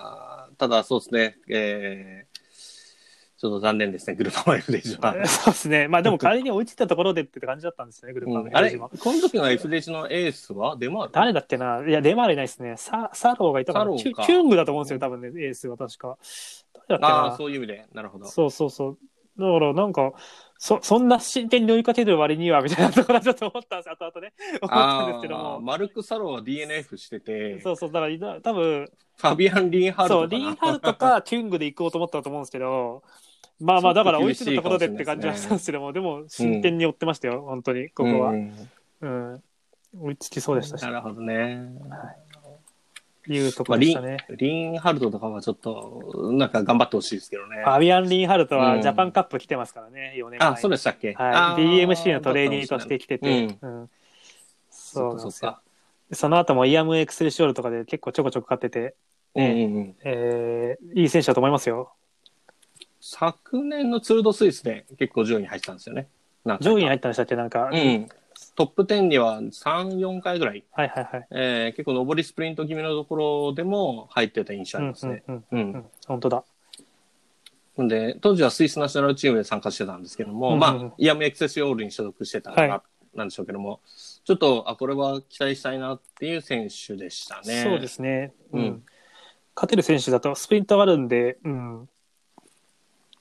あ、ただそうですね、えー、ちょっと残念ですね、グループ F デージは。 そうですね。まあでも仮に追いついたところでって感じだったんですよね、グループうのんあれ、ページもこの時の F デージのエースはデマール誰だっけないや、デマーレいないですね。ササローがいたから、サローかキュキュングだと思うんですよ、多分ね、エースは確か。誰だっけなああ、そういう意味で。なるほど。そうそうそう。だから、なんか、そ、そんな真剣に追いかけてる割には、みたいなところはちょっと思ったんですよ、後々ね。思ったんですけどあーも。マルク・サローは DNF してて、フそうそう、だから、多分、ァビアン・リンハルそう、トかリンな。ハルトかキュングで行こうと思ったと思うんです けど、まあまあ、だから追いついたところでって感じはしたんですけども、でも真剣に追ってましたよ、本当に、ここはう。んうん。追いつきそうでしたしな、るほどね。いうとこまあ、ろでリしたンね。、リンハルトとかはちょっと、なんか頑張ってほしいですけどね。ファビアン・リンハルトうんはジャパンカップ来てますからね、4年前あ、に。そうでしたっけ、あはい。ー BMC のトレーニーとして来てて、うん。そそうかうなんそでうすよ。か。その後もイアム・エクスルシオールとかで結構ちょこちょこ勝ってて、うんねうんうんえーいい選手だと思いますよ。昨年のツールドスイスで結構上位に入ってたんですよね。なんか上位に入ったんでしたっけなんか。はいうん。トップ10には3、4回ぐらい、はいはい。えー結構上りスプリント気味のところでも入ってた印象ありますね。うんうんうんうんうん、本当だ。んで、当時はスイスナショナルチームで参加してたんですけども、うんまうんあ、イアムエクセシオールに所属してたから、はなんでしょうけども、ちょっと、あ、これは期待したいなっていう選手でしたね。そうですね、うんうん勝てる選手だとスプリントがあるんで、うん、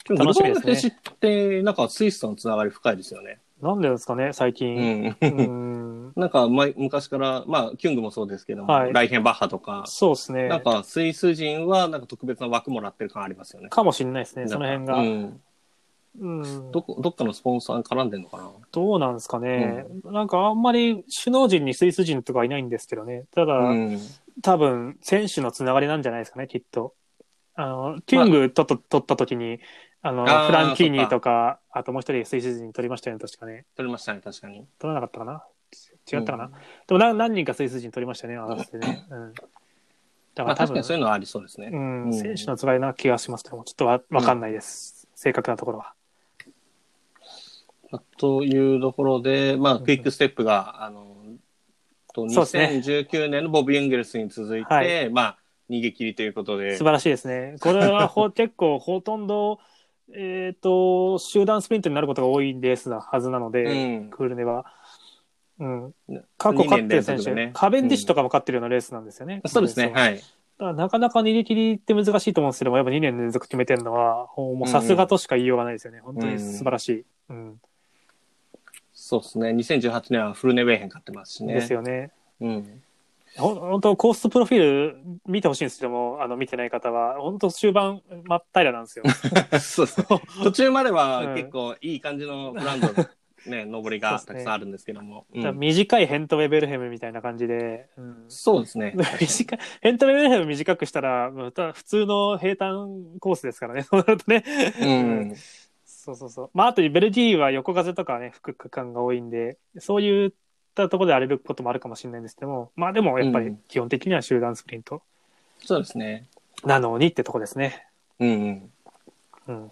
でも楽しみですグねルバーグって、なんかスイスとのつながり深いですよね。なんでですかね、最う近。ん。うん、なんか前、昔から、まあ、キュングもそうですけども、はいライヘンバッハとか、そうですねなんか、スイス人は、なんか特別な枠もらってる感ありますよね。かもしれないですね、その辺が。ううんんどどこ、どっかのスポンサーに絡んでんのかなどうなんですかね、なんかあんまり首脳陣にスイス人とかいないんですけどね、ただ、うん。多分選手のつながりなんじゃないですかね、きっと。あのキュングとと取った時にあのあーフランキーニとか、あともう一人スイス人取りましたよね、確かね。取りましたね、確かに。取らなかったかな違ったかな、でもな何人かスイス人取りましたね、合わせてね。うん、だかまあ、ら多確か分に、そういうのはありそうですね。うんうん選手のつがりな気がしますけども、ちょっとわわかんないです、正確なところは。というところで、まあ、クイックステップが、あの、とそうですね2019年のボブ・ユンゲルスに続いて、はいまあ、逃げ切りということで素晴、らしいですね。これ はほ結構ほとんど、えっ、と、集団スプリントになることが多いレースなはずなので、うんクールでは。うん、ね過去勝ってる選二年連続で手、ねカベンディッシュとかも勝ってるようなレースなんですよね。そうですね、い、はい。だからなかなか逃げ切りって難しいと思うんですけども、やっぱ2年連続決めてるのは、ほうもうさすがとしか言いようがないですよね。本当に素晴らしい。うんそうですね、2018年はフルネウェーヘン勝ってますしね。ですよね。うん。 ほん本当コースプロフィール見てほしいんですけども、あの、見てない方は、本当終盤真っ平らなんですよ。そうそう。途中までは うん結構いい感じのブランドの、 ね、登りがたくさんあるんですけども。うん短いヘントウェベルヘムみたいな感じで、うん そうですね。短いヘントウェベルヘム短くしたら、また普通の平坦コースですからね、そうなるとね。うん。そうそうそう。まあ、あとベルギーは横風とかね、吹く区間が多いんで、そういったところで荒れることもあるかもしれないんですけども、まあでもやっぱうりん基本的には集団スプリントそうですね。なのにってとこですね。うんうん。うん。っ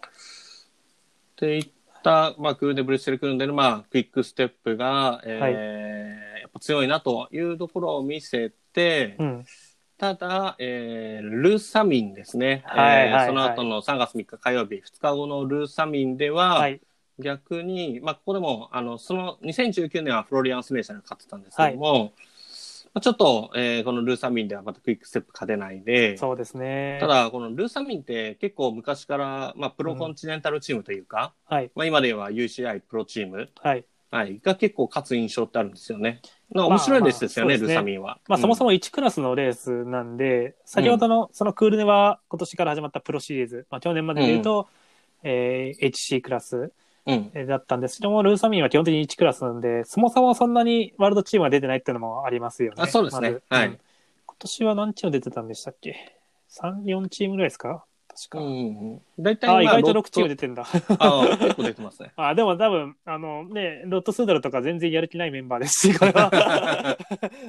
ていった、まあ、クールデ・ブリュッセル・クルンデル、まあ、クイックステップが、えーはいやっぱ強いなというところを見せて、うん。ただ、えールーサミンですね、はいはいはえーいその後の3月3日火曜日、2日後のルーサミンでは、はい。逆に、まあ、ここでも、あの、その2019年はフロリアンス・メーシャが勝ってたんですけども、まあちょっと、えーこのルーサミンではまたクイックステップ勝てないで、そうですね。ただ、このルーサミンって結構昔から、まあ、プロコンチネンタルチームというか、はい。まあ、今では UCI プロチーム、はい。はい、が結構勝つ印象ってあるんですよね。なんか面白いレースですよね、まあまあそルうですねーサミンは。まあ、そもそも、も1クラスのレースなんで、先ほどのそのクールネは今年から始まったプロシリーズ、まあ、去年までで言うと、えー HC クラスうん、えーだったんですけども、ルーサミンは基本的に1クラスなんで、そもそもそんなにワールドチームは出てないっていうのもありますよね。あそうですねまずはいん今年は何チーム出てたんでしたっけ ?3、4チームぐらいですかう確か。ん。大体、あ、意まあ外と6チームロッ出てんだ。。トああ結構出てますねあ、でも多分、あのね、ロットスードルとか全然やる気ないメンバーですし、こ れは。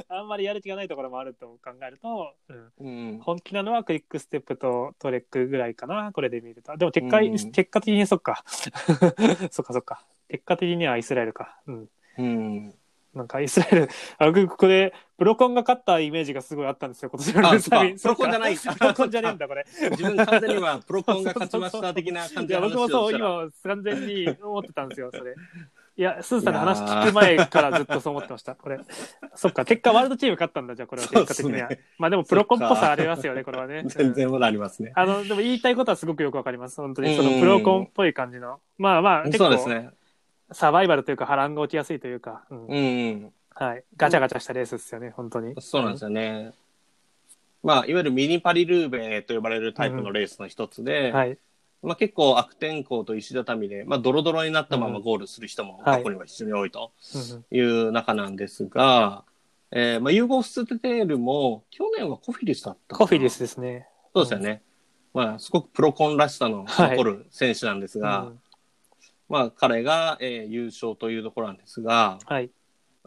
あんまりやる気がないところもあると考えると、うんうん。本気なのはクイックステップとトレックぐらいかな、これで見ると。でも結果、うん結果的にそっか。 そっかそっか。結果的にはイスラエルか。うん。うん。なんかイスラエル、あ、僕これ、ブロコンが勝ったイメージがすごいあったんですよ、今年のあルーサミンそっかブロコンじゃないそっかブロコンじゃねえんだ、これ。自分完全にはプロコンが勝ちました的な感いじや、の話僕もをそしう、たら。今、完全に思ってたんですよ、それ。いや、スーさんの話聞く前からずっとそう思ってました、これ。そっか、結果ワールドチーム勝ったんだ、じゃあ、これは結果的には。そうっすまあでも、プロコンっぽさありますよね、これは ね。全然まだありますね。あの、でも言いたいことはすごくよくわかります。本当に。そうんうんうのんプロコンっぽい感じの。まあまあ、結そうです構、ね。サバイバルというか波乱が起きやすいというか、うんうん。はい。ガチャガチャしたレースですよね、本当に。そうなんですよね。まあ、いわゆるミニパリルーベと呼ばれるタイプのレースの一つで、はい。まあ、結構悪天候と石畳で、まあ、ドロドロになったままゴールする人もうん過去には非常に多いとうんうんいう中なんですが、えーまあ、ユーゴフステテールも、去年はコフィリスだったかなコフィリス。ですね。そうですよね。まあ、すごくプロコンらしさのはい残る選手なんですうが、んまあ、彼が、えー優勝というところなんですが、はい。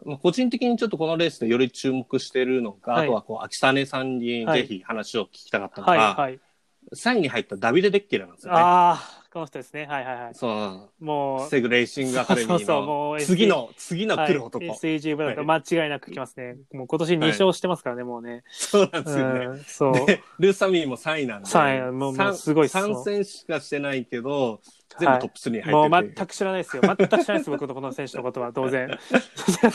まあ、個人的にちょっとこのレースでより注目しているのが、はいあとはこう、秋雨さんにぜひ話を聞きたかったのが、はい。はい。 3位に入ったダビデ・デッケルなんですよね。ああ、この人ですね。はいはいはい。そう。もう、セグレーシングアカデミそうそうそうーもうの次の、次の来る男。はい、SEG ブランド、は間違いなく来ますね。もう今年2勝してますからね、もうね。そうなんですよね。うんそう。でルーサミーも3位なんで。三位もう三もうすごいっす三戦しかしてないけど、全は部いトップ3に入ってる、もう全く知らないですよ。全く知らないです、僕のこの選手のことは、当然。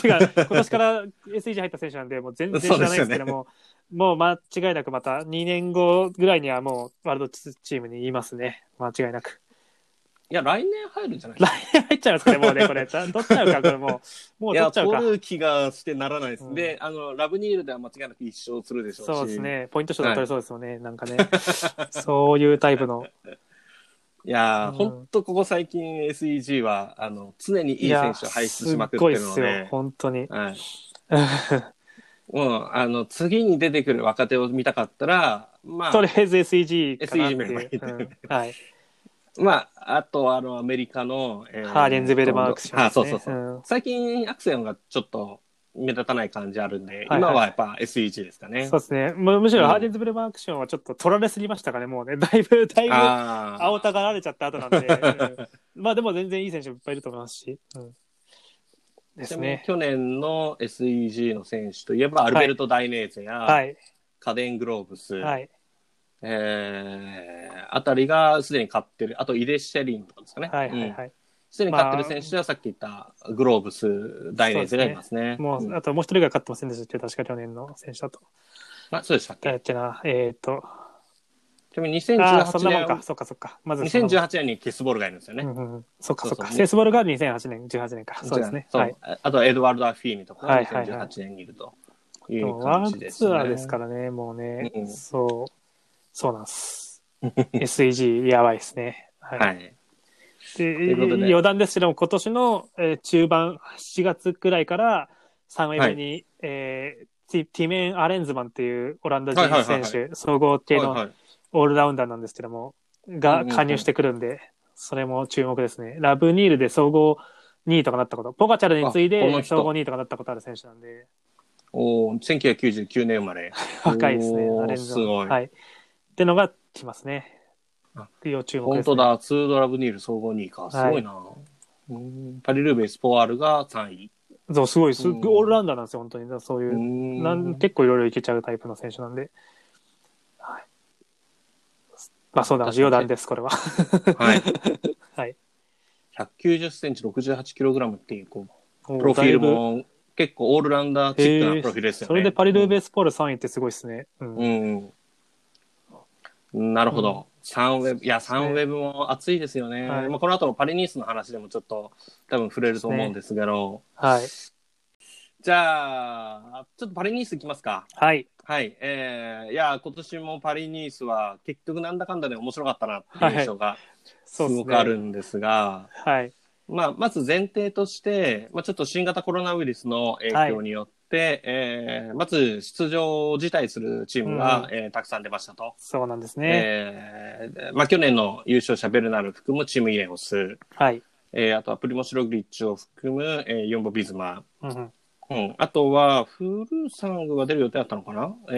てか今年から SEG 入った選手なんで、もう全然知らないですけども、もう間違いなくまた2年後ぐらいにはもうワールドチームにいますね。間違いなく。いや、来年入るんじゃない来年入っちゃいますかね、もうね、これ。取っちゃうか、これもう。もいう取や、っちゃう取か。る気がしてならないです。うんで、あの、ラブニールでは間違いなく一勝するでしょうし。そうです。ね。ポイント賞で取れそうですよね、なん かね。そういうタイプの。いやー、うんほんとここ最近 SEG は、あの、常にいい選手を輩出しまくってるのすっごいっすよ、で、本 当に。はい。もう、あの、次に出てくる若手を見たかったら、まあ、とりあえず SEG かなって SEG メンバーいいういね。うんはい。まあ、あと、あの、アメリカの、えーハーレンズベルマークス、ね。あ、そうそうそう。ん最近、アクセンがちょっと目立たない感じあるんで、はい今はやっぱ SEG ですかね。そうですね。むむしろうんハーデンズブルマーアクションはちょっと取られすぎましたかね、もうね。だいぶ、だいぶ、ああ。青たがられちゃった後なんで。うんまあでも全然いい選手もいっぱいいると思いますし。うんですね。ちなみに去年の SEG の選手といえば、アルベルト・ダイネーゼや、はい。カデン・グローブス、はい。えー、あたりがすでに勝ってる。あと、イデ・シェリンとかですかね。はい。はい。うんはい。すでに勝ってる選手では、さっき言ったグローブス、ダイネーゼがいますね。もんう、あともう一人が勝ってませんでしたっけ確か去年の選手だと。あ、そうでしたっけ誰だっけな。えっと。ちなみにああ、そ2018んなもん年か。、そっかそっか。まずそんなもん、 2018年にケスボールがいるんですよね。うんうんうん。そっかそっそうか。そうセースボールが2008年、18年か。そうですね。そうはい。あと、エドワルド・アフィーニとかはがいはいはい2018年にいるといでもうワ感ーじルドです、ね。ツアーですからね、もうね、うんうんそう、そうなん です。SEG やばいですね。はい。はい。でいうことで余談ですけども、今年の、えー中盤、7月くらいから3位目に、えーティティメン・アレンズマンっていうオランダ人はいはいはい選は手、い総合系はいのはいオールラウンダーなんですけども、うんうがんうん加入してくるんで、それも注目ですね。ラブニールで総合2位とかなったこと、ポガチャルに次いあこので人総合2位とかなったことある選手なんで、おー1999年生まれ。 若いですね、おーアレンゾすごいはい。ってのが来ますねあ。要注目本です、ね。当だ、ツードラブニール総合2位か。すごいな。うんパリルーベ・スポワールが3位。そう、すごい、すっうんごいオールラウンダーなんですよ、本当に。だからそういう、ななん結構いろいろいけちゃうタイプの選手なんで。はい。まあそうだ、確かに 余談です、これは。はい。はい。 190センチ、68キログラムっていう、こう、ププロフィールも結構オールラウンダーチックなプロフィールですよね。それでパリル・ベースポール3位ってすごいですね。うんうん。うん。なるほうんど。サンウェブ、いや、すねサンウェブも熱いですよね。はいまあ、この後のパリニースの話でもちょっと多分触れると思うんですけど。はい。じゃあ、ちょっとパリニースいきますか。はい。はい。えー、いや、今年もパリニースは結局なんだかんだで面白かったなっていう印象がすそうですね。ごくあるんですが、はい。まあ、まず前提として、まあ、ちょっと新型コロナウイルスの影響によって、えーまず出場を辞退するチームが、うえーたくさん出ましたと。そうなんですね。えーまあ、去年の優勝者ベルナル含むチームイレオス、はい。えーあとはプリモシログリッチを含む、えーヨンボビズマ、うんうん。うん、あとはフルサングが出る予定だったのかな、え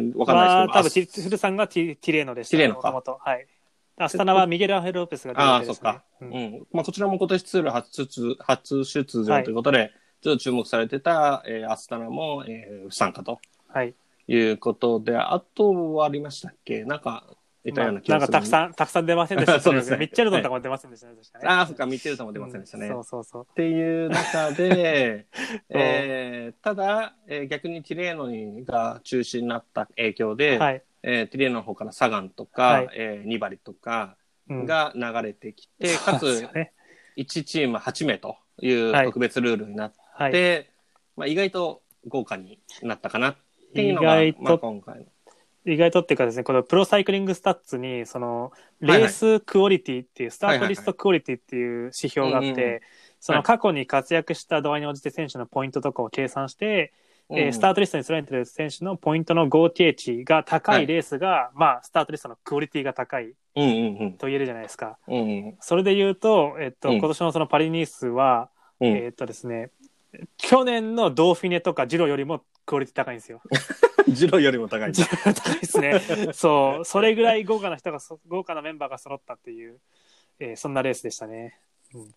ー、わかんなまいあ、で多すけ分テど。ィ、フルさんがティティレーノでした。ティレーノかもともと。はい。アスタナはミゲル・アンヘル・ロペスが出るあわあー、けそでっす、ねか。。うん。まあ、こちらも今年ツール初出初出場ということで、ちょっと注目されてた、えーアスタナも、えー不参加とはい。いうことで、あとはありましたっけなんか、いたような気まあがなんすかる。たん。くさん、たくさん出ませんでした そうですねミッチェルドンとかも出ませんでしたね。確かねああ、そっか、ミッチェルさんも出ませんでしたね。うんそうそうそう。っていう中で、 そうえーただ、えー逆にティレーノにが中心になった影響で、はい。えーティレーノの方からサガンとか、はいえーニバリとかうんが流れてきて、そうかなんですつよね1チーム8名というはい特別ルールになっはい。て、まあ、意外と豪華になったかなっていうのが、意外とまあ、今回の。意外とっていうかですね、このプロサイクリングスタッツに、その、レースクオリティっていう、スタートリストクオリティっていう指標があっうんうんうんて、その過去に活躍した度合いに応じて選手のポイントとかを計算して、えースターートリストに連れてる選手のポイントの合計値が高はいいレースが、まあ、スタートリストのクオリティが高いうんうんうんと言えるじゃないですか。うんうんそれで言うと、えっと、うん今年のそのパリニースは、うんえっとですね、去年のドーフィネとかジロよりもクオリティ高いんですよ。 ジローよりも高い。 高いですね。そう、それぐらい豪華な人がそ、豪華なメンバーが揃ったっていう、えーそんなレースでしたね。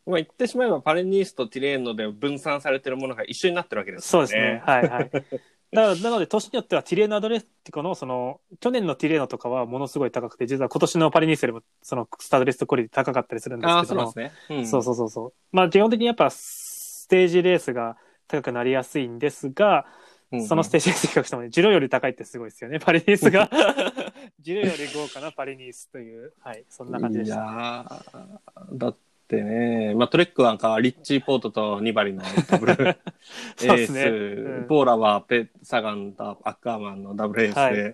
まあ、言ってしまえばパレニースとティレーノで分散されてるものが一緒になってるわけですそうよね。ですね。は いはい。だからなので、年によってはティレーノ・アドレティコの、その、去年のティレーノとかはものすごい高くて、実は今年のパリニースよりも、その、スタートリストクオリティ高かったりするんですああ、けそどうなんもで、すね。うんそうそうそうそう。まあ、基本的にやっぱ、ステージレースが高くなりやすいんですが、そのステージレース比較してもね、ジロより高いってすごい ですよね、パリニースが。ジロより豪華なパリニースという、はい、そんな感じでした。いやーだってね、まあ、トレックなんかはリッチー・ポートとニバリのダブルエ そうでーすス、ねうんポーラはペサガンとアッカーマンのダブルエースで、は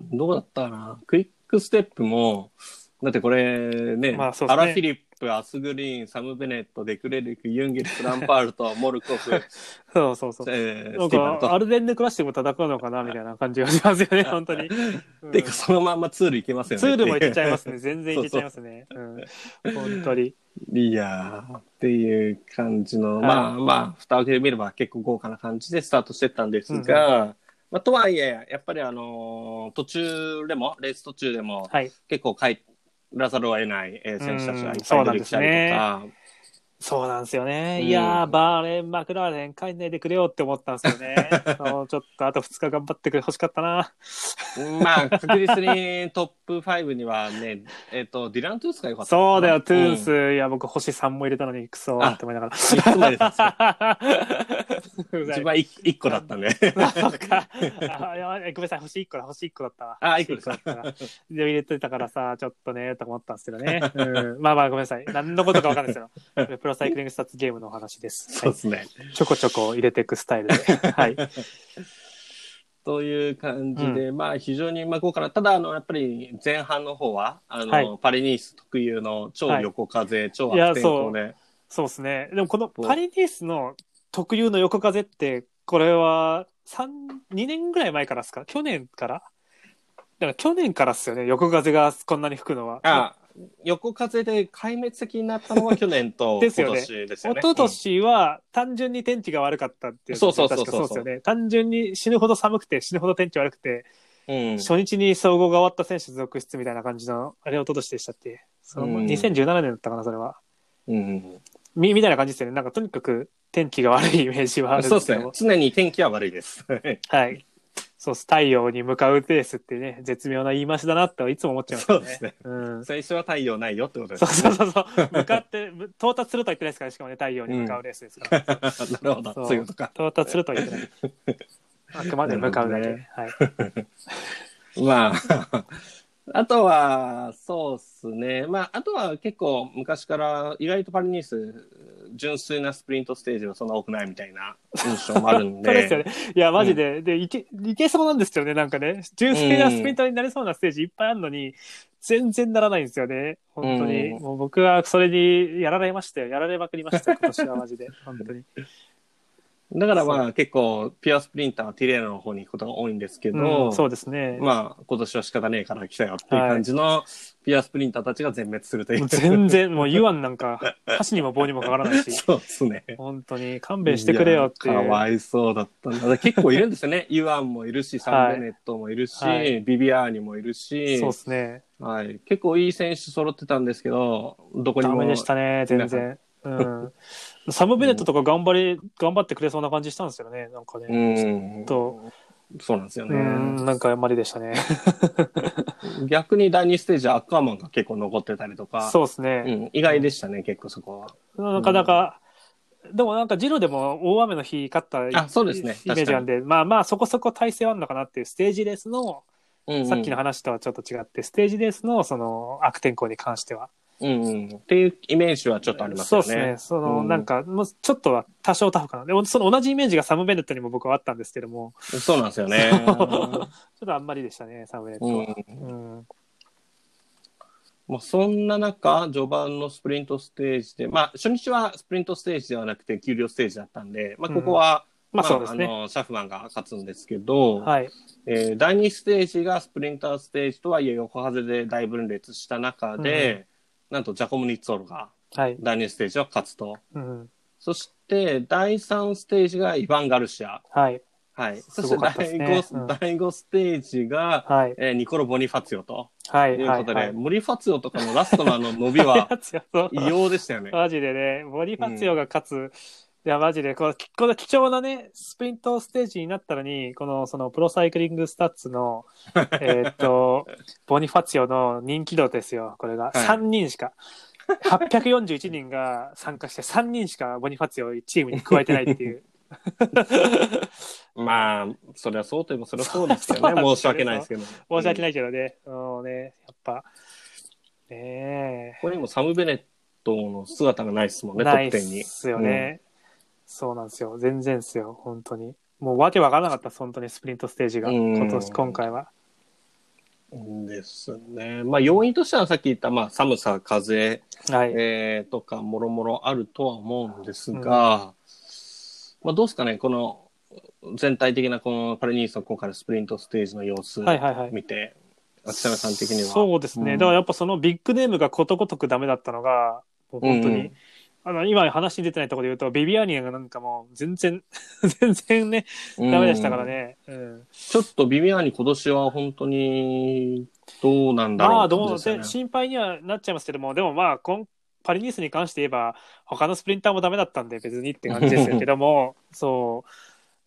どうだったかなクイックステップもだってこれね,、まあそうですアねラ・フィリップアスグリーンサム・ベネットデクレリクユンゲルスランパールとモルコフ、え そうそうそう。ーなスんティーバンか、とア。ルデンでクラシックも戦うのかなみたいな感じがしますよ ね、本当に。うんてか そのまんまツールいけますよねツールもいけちゃいすますね。全然いけちゃいますね。うん本当に。いやーっていう感じの、はいまあまあ、蓋を開けてみれば結構豪華な感じでスタートしてったんですが、まあ、とはいえ、やっぱりあのー途中でも、レース途中でも、はい。結構帰らざるを得ない、えー選手たちがいっうんぱそういな出んてできすたりねとか、そうなんですよね。うんいやー、バーレン、マクラーレン、帰んないでくれよって思ったんですよね。そうちょっと、あと2日頑張ってくれ、欲しかったな。まあ、確実にトップ5にはね、 えっ、と、ディラン・トゥースが良かったそうだよ、トゥーンうんス。いや、僕、星3も入れたのに、クソーって思いながら。いつまでですか うざい一番 1, 個だったね。 そっか。あいやごめんなさい、星1個だ、星1個だったわ。あ一個です星一だったわで、入れてたからさ、ちょっとね、と思ったんですけどね。うんまあまあ、ごめんなさい。何のことかわかんないですけ ど。プロサイクリングスタッツゲームのお話で す。そうはですね。い、ちょこちょこ入れていくス タイルで。はい。という感じで、まあ非常にまあ豪華な、ただあのやっぱり前半の方は、あの、はいパリニース特有の超横風、超いや悪天候で、そうですね。でも、このパリニースの特有の横風って、これは、三2年ぐらい前からですか去年からだから去年からっすよね、横風がこんなに吹くのは。あ横風で壊滅的になったのは去年と で今すよね年ですよ一ね。昨年は単純に天気が悪かったっていう、そうそうそう確かそうですよね。単純に死ぬほど寒くて死ぬほど天気悪くて、うん、初日に総合が終わった選手続出みたいな感じの、あれを一昨年でしたって。そのうん2017年だったかな、それは。うんみ、みたいな感じですよね。なんかとにかく天気が悪いイメージはあうんるんそうでですすけどねも。常に天気は悪いです。はい。そう、太陽に向かうペースってね、絶妙な言い回しだなといつも思っちゃいま すそうですね。うん。最初は太陽ないよってことですそうね。そうそうそう。向かって、む到達するとは言ってないですから、しかもね、太陽に向かうレースですから。 なるほど。そういうことか。到達するとは 言ってない。あくまで向かうだけ。なるはい。まあ、 あとは、そうですね。まあ、あとは結構昔から意外とパリニース、純粋なスプリントステージはそんな多くないみたいな印象もあるんで。 そうですよね。いや、マジで。で、いけ、いけそうなんですよね、なんかね。純粋なうんスプリンターになれそうなステージいっぱいあるのに、全然ならないんですよね。本当に。うんもう僕はそれにやられましたよ。やられまくりま したよ、今年はマジで。本当に。だからまあ結構、ピュアスプリンターはティレーナの方に行くことが多いんですけど、うんそうですね。まあ今年は仕方ねえから来たよっていう感じの、ピュアスプリンターたちが全滅するといもうう。全然、もうユアンなんか、箸にも棒にもかからない し。そうですね。本当に勘弁してくれよっていう。いやかわいそうだったんだから結構いるんですよね。ユアンもいるし、サンベネットもいるし、はいビビアーニもいるし、そうですね。はい、結構いい選手揃ってたんですけど、どこにダも。メでしたね、全然。うん。サム・ベネットとか頑張り、頑張ってくれそうな感じしたんですよね、なんかね。うん。とそうなんですようね。ん、なんかあんまりでしたね。逆に第2ステージ、アッカーマンが結構残ってたりとか、 そうですね。ん、意外でしたね、結構そこは。なかなか、でもなんかジロでも大雨の日勝ったあそうですねイメージなんで、まあまあそこそこ体勢はあるのかなっていう、ステージレースの、うんうんさっきの話とはちょっと違って、ステージレースのその悪天候に関しては。うんうん。っていうイメージはちょっとありますそうよね。ですね。その、うんなんか、もうちょっとは多少タフかな。でも、その同じイメージがサム・ベネットにも僕はあったんですけども、そうなんですよね。ちょっとあんまりでしたね、サム・ベネットうは。ん うん。まあ、そんな中、序盤のスプリントステージで、まあ、初日はスプリントステージではなくて、給料ステージだったんで、まあ、ここは、うんまあそうですねの、シャフマンが勝つんですけど、はい。えー第2ステージがスプリンターステージとはいえ、横外れで大分裂した中で、なんとジャコム・ニッツォルがはい。第2ステージを勝つと。うん。そして、第3ステージがイヴァン・ガルシア。はい。はい。そしすてごかったです第ね5、うん第5ステージが、はい。えーニコロ・ボニファツヨと。はとい。いうはこい。とはで、いモリファツヨとかのラストのあの伸び は、強そう異様でしたよね。 マジでね、ボリファツヨが勝つ、いや、マジで、この、この貴重なね、スプリントステージになったのに、この、その、プロサイクリングスタッツの、えーっと、ボニファツヨの人気度ですよ、これが。い3人しか。841人が参加して、3人しかボニファツヨをチームに加えてないっていう。まあ、それはそうといえばそれはそうですよそうなね。んですよね申し訳ないですけど。申し訳い。ないけどね、もうね、やっぱ、ねこれにもサム・ベネットの姿がないですもんね、え、ないっ得点に。すよね。そうなんですよ。全然ですよ、本当に。もうわけわからなかったです、本当にスプリントステージが、うん今年、今回は。うん。ですね。まあ、要因としてはさっき言った、まあ、寒さ、風、はい。えー、とか、もろもろあるとは思うんですが、まあ、どうですかね、この、全体的なこのパレニースの今回のスプリントステージの様子はいはいはい。見て、秋田さん的には。そうですね、うんだからやっぱそのビッグネームがことごとくダメだったのが、もう本当に、うんあの、今話に出てないところで言うと、ビビアーニアがなんかもう全然、 全然ね、ダメでしたからねね。うんちょっと微妙に今年は本当にどうなんだろうまあどうですよねせ心配にはなっちゃいますけども、でもまあ今、パリニースに関して言えば、他のスプリンターもダメだったんで、別にって感じですけ ども、そ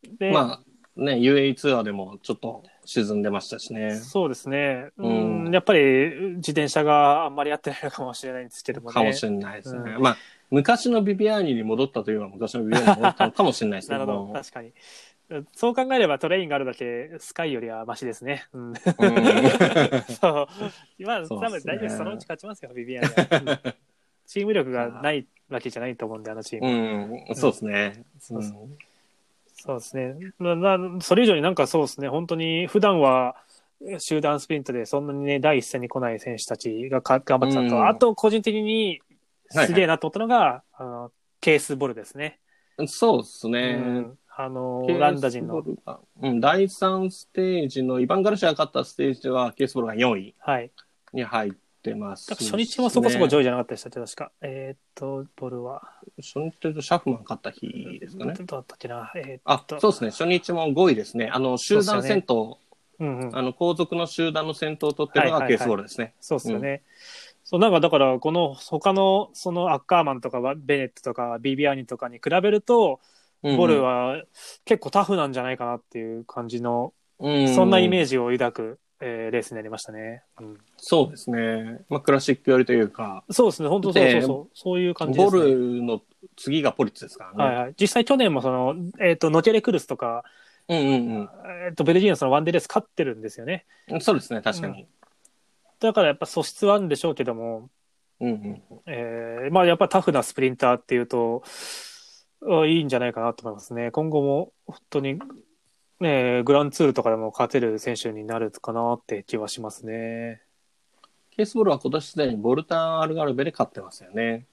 う。で、まあね、UAE ツアーでもちょっと沈んでましたしね。そうですね、うんうんやっぱり自転車があんまり合ってないのかもしれないんですけどもね。かもしれないですね。うまあ、昔のビビアーニに戻ったというのは昔のビビアーニに戻ったのかもしれないですけなるどほど、も。確かに。そう考えればトレインがあるだけ、スカイよりはマシですね。うん、 そうっすねそう。まあ、多分大丈夫です。そのうち勝ちますよ、ビビアン は。うんチーム力がないわけじゃないと思うんで、あのチームう。ん、そうですね。そうそうんそうですね。な、な、それ以上になんかそうですね、本当に普段は集団スプリントでそんなにね、第一線に来ない選手たちがか頑張ってたのと、うんあと個人的にすげえなと思ったのが、あの、ケースボルですね。そうですうね。んあの、オランダ人ケーのス。ボルが。うん、第3ステージのイバン・ガルシアが勝ったステージではケースボールが4位はい。に入ってます、初日もそこそこ上位じゃなかったでしたっけ、確か。えーっと、ボルは。初日というとシャフマン勝った日ですかねど。うだったっけな。えーあっと、、そうですね。初日も5位ですね。あの、集団戦闘、うんうん。あの、後続の集団の戦闘を取ってるのはがいはいはいケースボールですね。そうですよね。そう、なんかだから、この他の、そのアッカーマンとかはベネットとかビビアーニとかに比べると、ボルは、は結構タフなんじゃないかなっていう感じの、ううんそんなイメジ。ージを抱く、えーレースになりましたね。うんそうですね。まあ、クラシック寄りというか、そうですね、本当そうそうでそう、そういう感じでボす、ね。ルの次がポリッツですからね。はいはい、実際去年もその、えっとノケレクルスとか、うんうんえっとベルギーのそのワンデーレース勝ってるんですよね。うん。そうですね、確かに。だからやっぱ素質はあるんでしょうけども、うんうん。えーまあ、やっぱタフなスプリンターっていうと、あいいんじゃないかなと思いますね。今後も本当に、えーグランツールとかでも勝てる選手になるかなって気はしますね。ケースボールは今年すでにボルタン・アルガルベで勝ってますよね。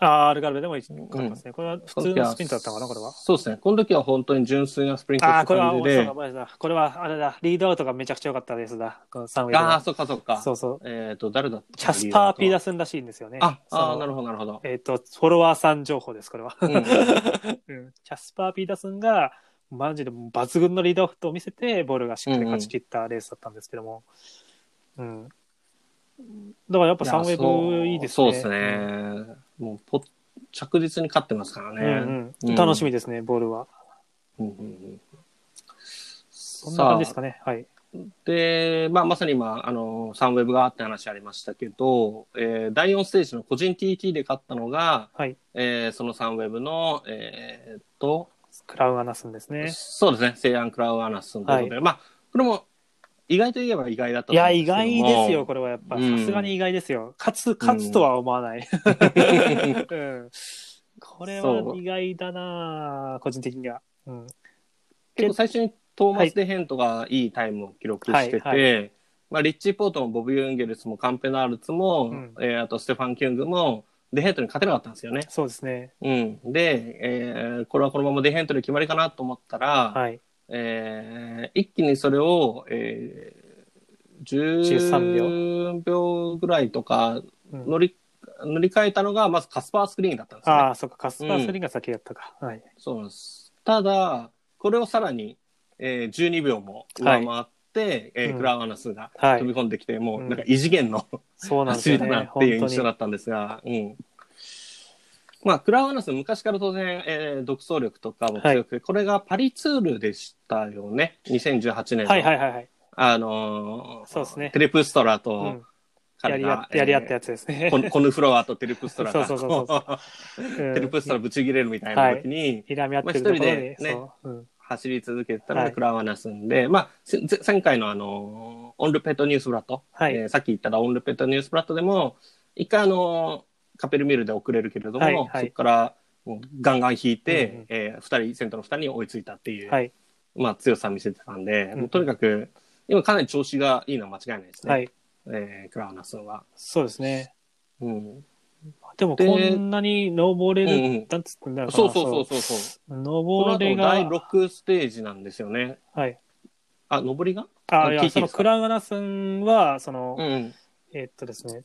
あーアルガルベでも勝ってますね。これは普通のスプリンターだったのかな、これは。そうですね。この時は本当に純粋なスプリントああー、ってこれは、感そうじでだ、。ごめんなさいこれは、あれだ、リードアウトがめちゃくちゃ良かったですだ。このサンウェルああー、はそっかそっか。そうそう。えっ、と、誰だったキャスパー・ピーだ。ダスンらしいんですよね。あ、あそーのなるほど、なるほど。えっ、と、フォロワーさん情報です、これは。うん うんうんキャスパー・ピーターソンが、マジで抜群のリードオフトを見せて、ボールがしっかり勝ち切ったレースだったんですけども。うん、だからやっぱサンウェブいいですね。そうですね。もうポ、着実に勝ってますからうん。うね。んうん楽しみですね、ボールは。うんうんうんそんな感じですさあかね。はい。で、まあ、まさに今、あの、サンウェブがって話ありましたけど、えー第4ステージの個人 TT で勝ったのが、はい。えーそのサンウェブの、えーっと、クラウアナスンですね。そうですね、セイアン・クラウアナスということで、まあ、これも意外といえば意外だったいや、意外ですよ、これ。れはやっぱ。うんさすがに意外ですよ。勝つ、勝つとは思わない。うんこれは意外だなぁ個人的には。うん。結構最初にトーマス・デ・ヘントがいいタイムを記録してて、はいまあ、リッチー・ポートもボブ・ユンゲルスもカンペナールツも、うんえーあとステファン・キュングもデ・ヘントに勝てなかったんですよね。そうですね。うん、で、えーこれはこのままデ・ヘントで決まりかなと思ったら、はい。えー一気にそれを、えー、10 13秒ぐらいとかうん乗り乗り換えたのがまずカスパースクリーンだったんですよね。ああ、そっか、カスパースリンが先だったか。はい。そうなんです。ただ、これをさらに、えー、12秒も上回って、えーうんクラウアナスがはい飛び込んできて、もううんなんか異次元の、そうなんです走よりだなね。っていう本印象だったんですが、うん。まあ、クラウアナス昔から当然、えー独走力とかも強くて、これがパリツールでしたよね。2018年当の。に。はいはいはいはい。あのーそうですねテレプストラうとんや彼りがあ、やり合っえーたやつですね。コンコヌフロアとテレプストラがそうそうそうそう んテレプストラぶち切れるみたいな時に睨み合ってるとこまあ一ろで、人でねそう。うん走り続けてたのはがいクラワナスんで、まあせ前前回のあのーオンルペットニュースブラッド、はいえーさっき言ったらオンルペットニュースブラッドでも一回あのーカペルミルで遅れるけれども、はいはいそこからもうガンガン引いて、うんうんえー二人先頭の2人に追いついたっていう、はい。まあ、強さを見せてたんで、うんもうとにかく今かなり調子がいいのは間違いないですね、はい。えークラワナスンは。そうですね。うんでも、でこんなに登うんうれる、んなんつってんだろうなそうそうそうそうそう。そう。この登れ後第が、 6ステージなんですよね。はい。あ、上りがあ、い聞いていいや、ですかそのクラウアナスンは、そのう、ん。えっとですね。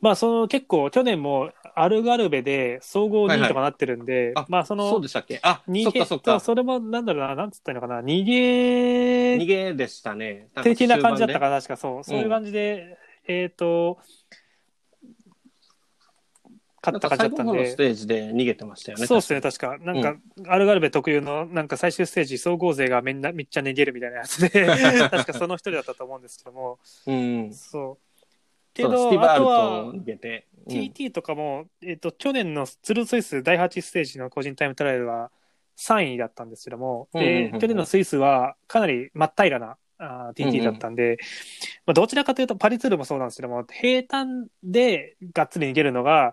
まあ、その結構、去年もアルガルベで総合2位とかなってるんで、あまあ、その、そうでしたっけあ、そ逃っかそっげ、か。それも、なんだろうな、なんつったらいいのかな、逃げ逃げでしたね。んか的な感じだった終盤かな、確かそう。そういう感じで、えっ、と、で。勝なったんか最感じだっ後たのん方のスで。テージで逃げてましたよね。そうですね、確か。なんか、アルガルベ特有の、なんか最終ステージ、総合勢がみんな、めっちゃ逃げるみたいなやつで、 確かその一人だったと思うんですけども、確かうん。そう。けそうスティど、バーあルととは、逃げて。うん TT とかも、えっ、と、去年のツルスイス第8ステージの個人タイムトライアルは3位だったんですけども、うんうんでうんうん去年のスイスはかなり真っ平らなあー TT だったんで、まあ、どちらかというとパリツールもそうなんですけども、平坦でがっつり逃げるのが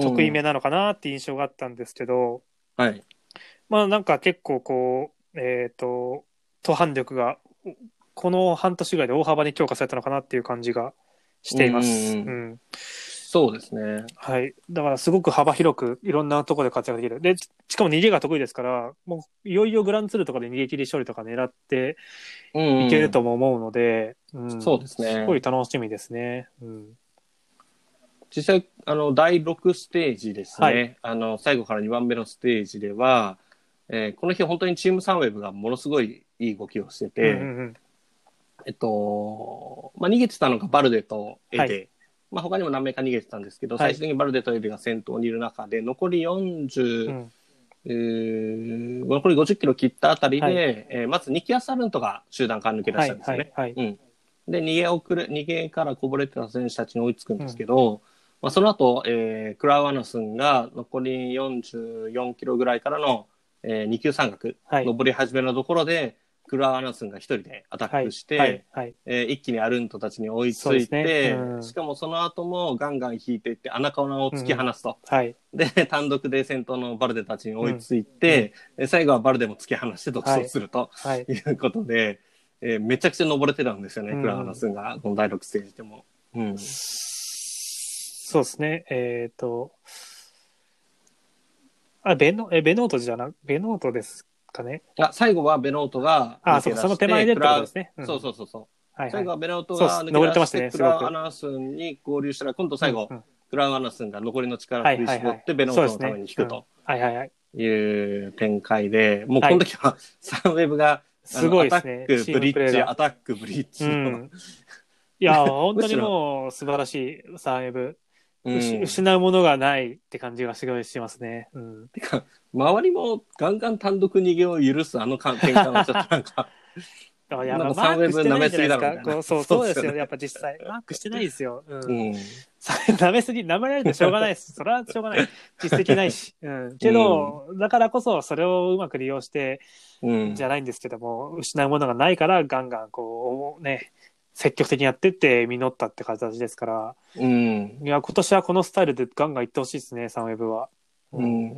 得意目なのかなっていう印象があったんですけど、はい。まあなんか結構こう、えっ、と、途反力がこの半年ぐらいで大幅に強化されたのかなっていう感じがしています。うんうんうんそうですね。はい。だからすごく幅広くいろんなところで活躍できる。で、ししかも逃げが得意ですから、もういよいよグランツールとかで逃げ切り勝利とか狙ってうん。いけるとも思うので、うんそうですねすごい楽しみですね。うん。実際、あの、第6ステージですね。はいあの、最後から2番目のステージでは、えーこの日本当にチームサンウェブがものすごいいい動きをしてて、うんうんうんえっと、まあ、逃げてたのがバルデとエデ。はまあ、他にも何名か逃げてたんですけど、はい最終的にバルデとエデが先頭にいる中で、残りう40んえー、残り50キロ切ったあたりで、はいえーまずニキア・サルントが集団から抜け出したんですよね。はいはいはいうん、で逃げ遅れ、逃げからこぼれてた選手たちに追いつくんですけど、まあ、その後、えークラウアナスンが残り44キロぐらいからの、えー、2級山岳、はい登り始めのところで、クラウアナスンが一人でアタはッいクして、はいはいえー一気にアルントたちに追いつそうでいすねて、うんしかもその後もガンガン引いていって、穴ナを突き放すと。はいで、単独で先頭のバルデたちに追いついて、え最後はバルデも突き放して独走するとはいいうことで、えーめちゃくちゃ登れてたんですよね、うんクラウナスンが、この第6ステージでも。うん。そうですねえっ、とあベノえベノートじゃなベノートですかねあ最後はベノートがあ抜け出してそうかその手前でってことですねクラウそうそううそうそう。んはいはい最後はベノートそがうです抜登けれて出まししたて、ねクすごくラウナスンに合流したら、今度最後、うんうんクラウナスンが残りの力をはい振りはい絞はっいて、ベノートのために引くとはいはいはいいう展開で、もうこの時はサンウェブが、すごいですねアタック、ブリチームプレッージ、がアタック、ブリッジうの。んいや本当にもう素晴らしいサーエブ、うん失失うものがないって感じがすごいしますね、うん、周りもガンガン単独逃げを許すあのか展開はちょっとなんか、だからやなんっかぱマークしてないんサンウェブ舐めじゃないですすぎだろみかたいなこうそうそうそでうですすよよねやっぱ実際マークしてないですよ、 うんうん。さ 舐めすぎ、舐められてしょうがないです。それはしょうがない。実績ないし。うん。けど、だからこそ、それをうまく利用して、うんじゃないんですけども、失うものがないから、ガンガン、こう、ね、積極的にやってって、実ったって形ですから、うん。いや、今年はこのスタイルでガンガンいってほしいですね、サンウェブは。うん、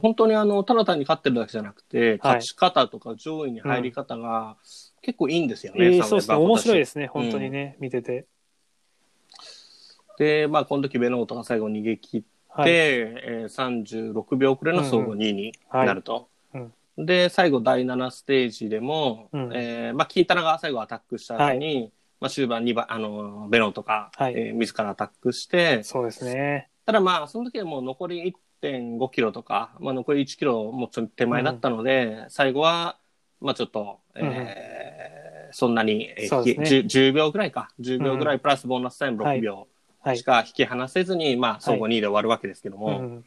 本当にあの、ただ単に勝ってるだけじゃなくて、勝ち方とか上位に入り方が結構いいんですよね。。えーそうですね、面白いですすね、本当にね、見てて。で、まあ、この時ベノートが最後逃げ切って、はい。えー36秒遅れの総合2位になると。うんうんで、最後第7ステージでも、うんえーまあ、キータナが最後アタックした後に、まあ、終盤2番、あの、ベノートが、はいえー自らアタックして、そうですね。ただまあ、その時はもう残り1.5キロとか、まあ残り1キロもうちょっと手前だったので、最後は、まあちょっと、えーそんなに、えーそうですね 10, 10秒ぐらいか、10秒ぐらいプラスボーナスタイム6秒はいし。か引き離せずに、まあ総合2位で終わるわけですけども、うん、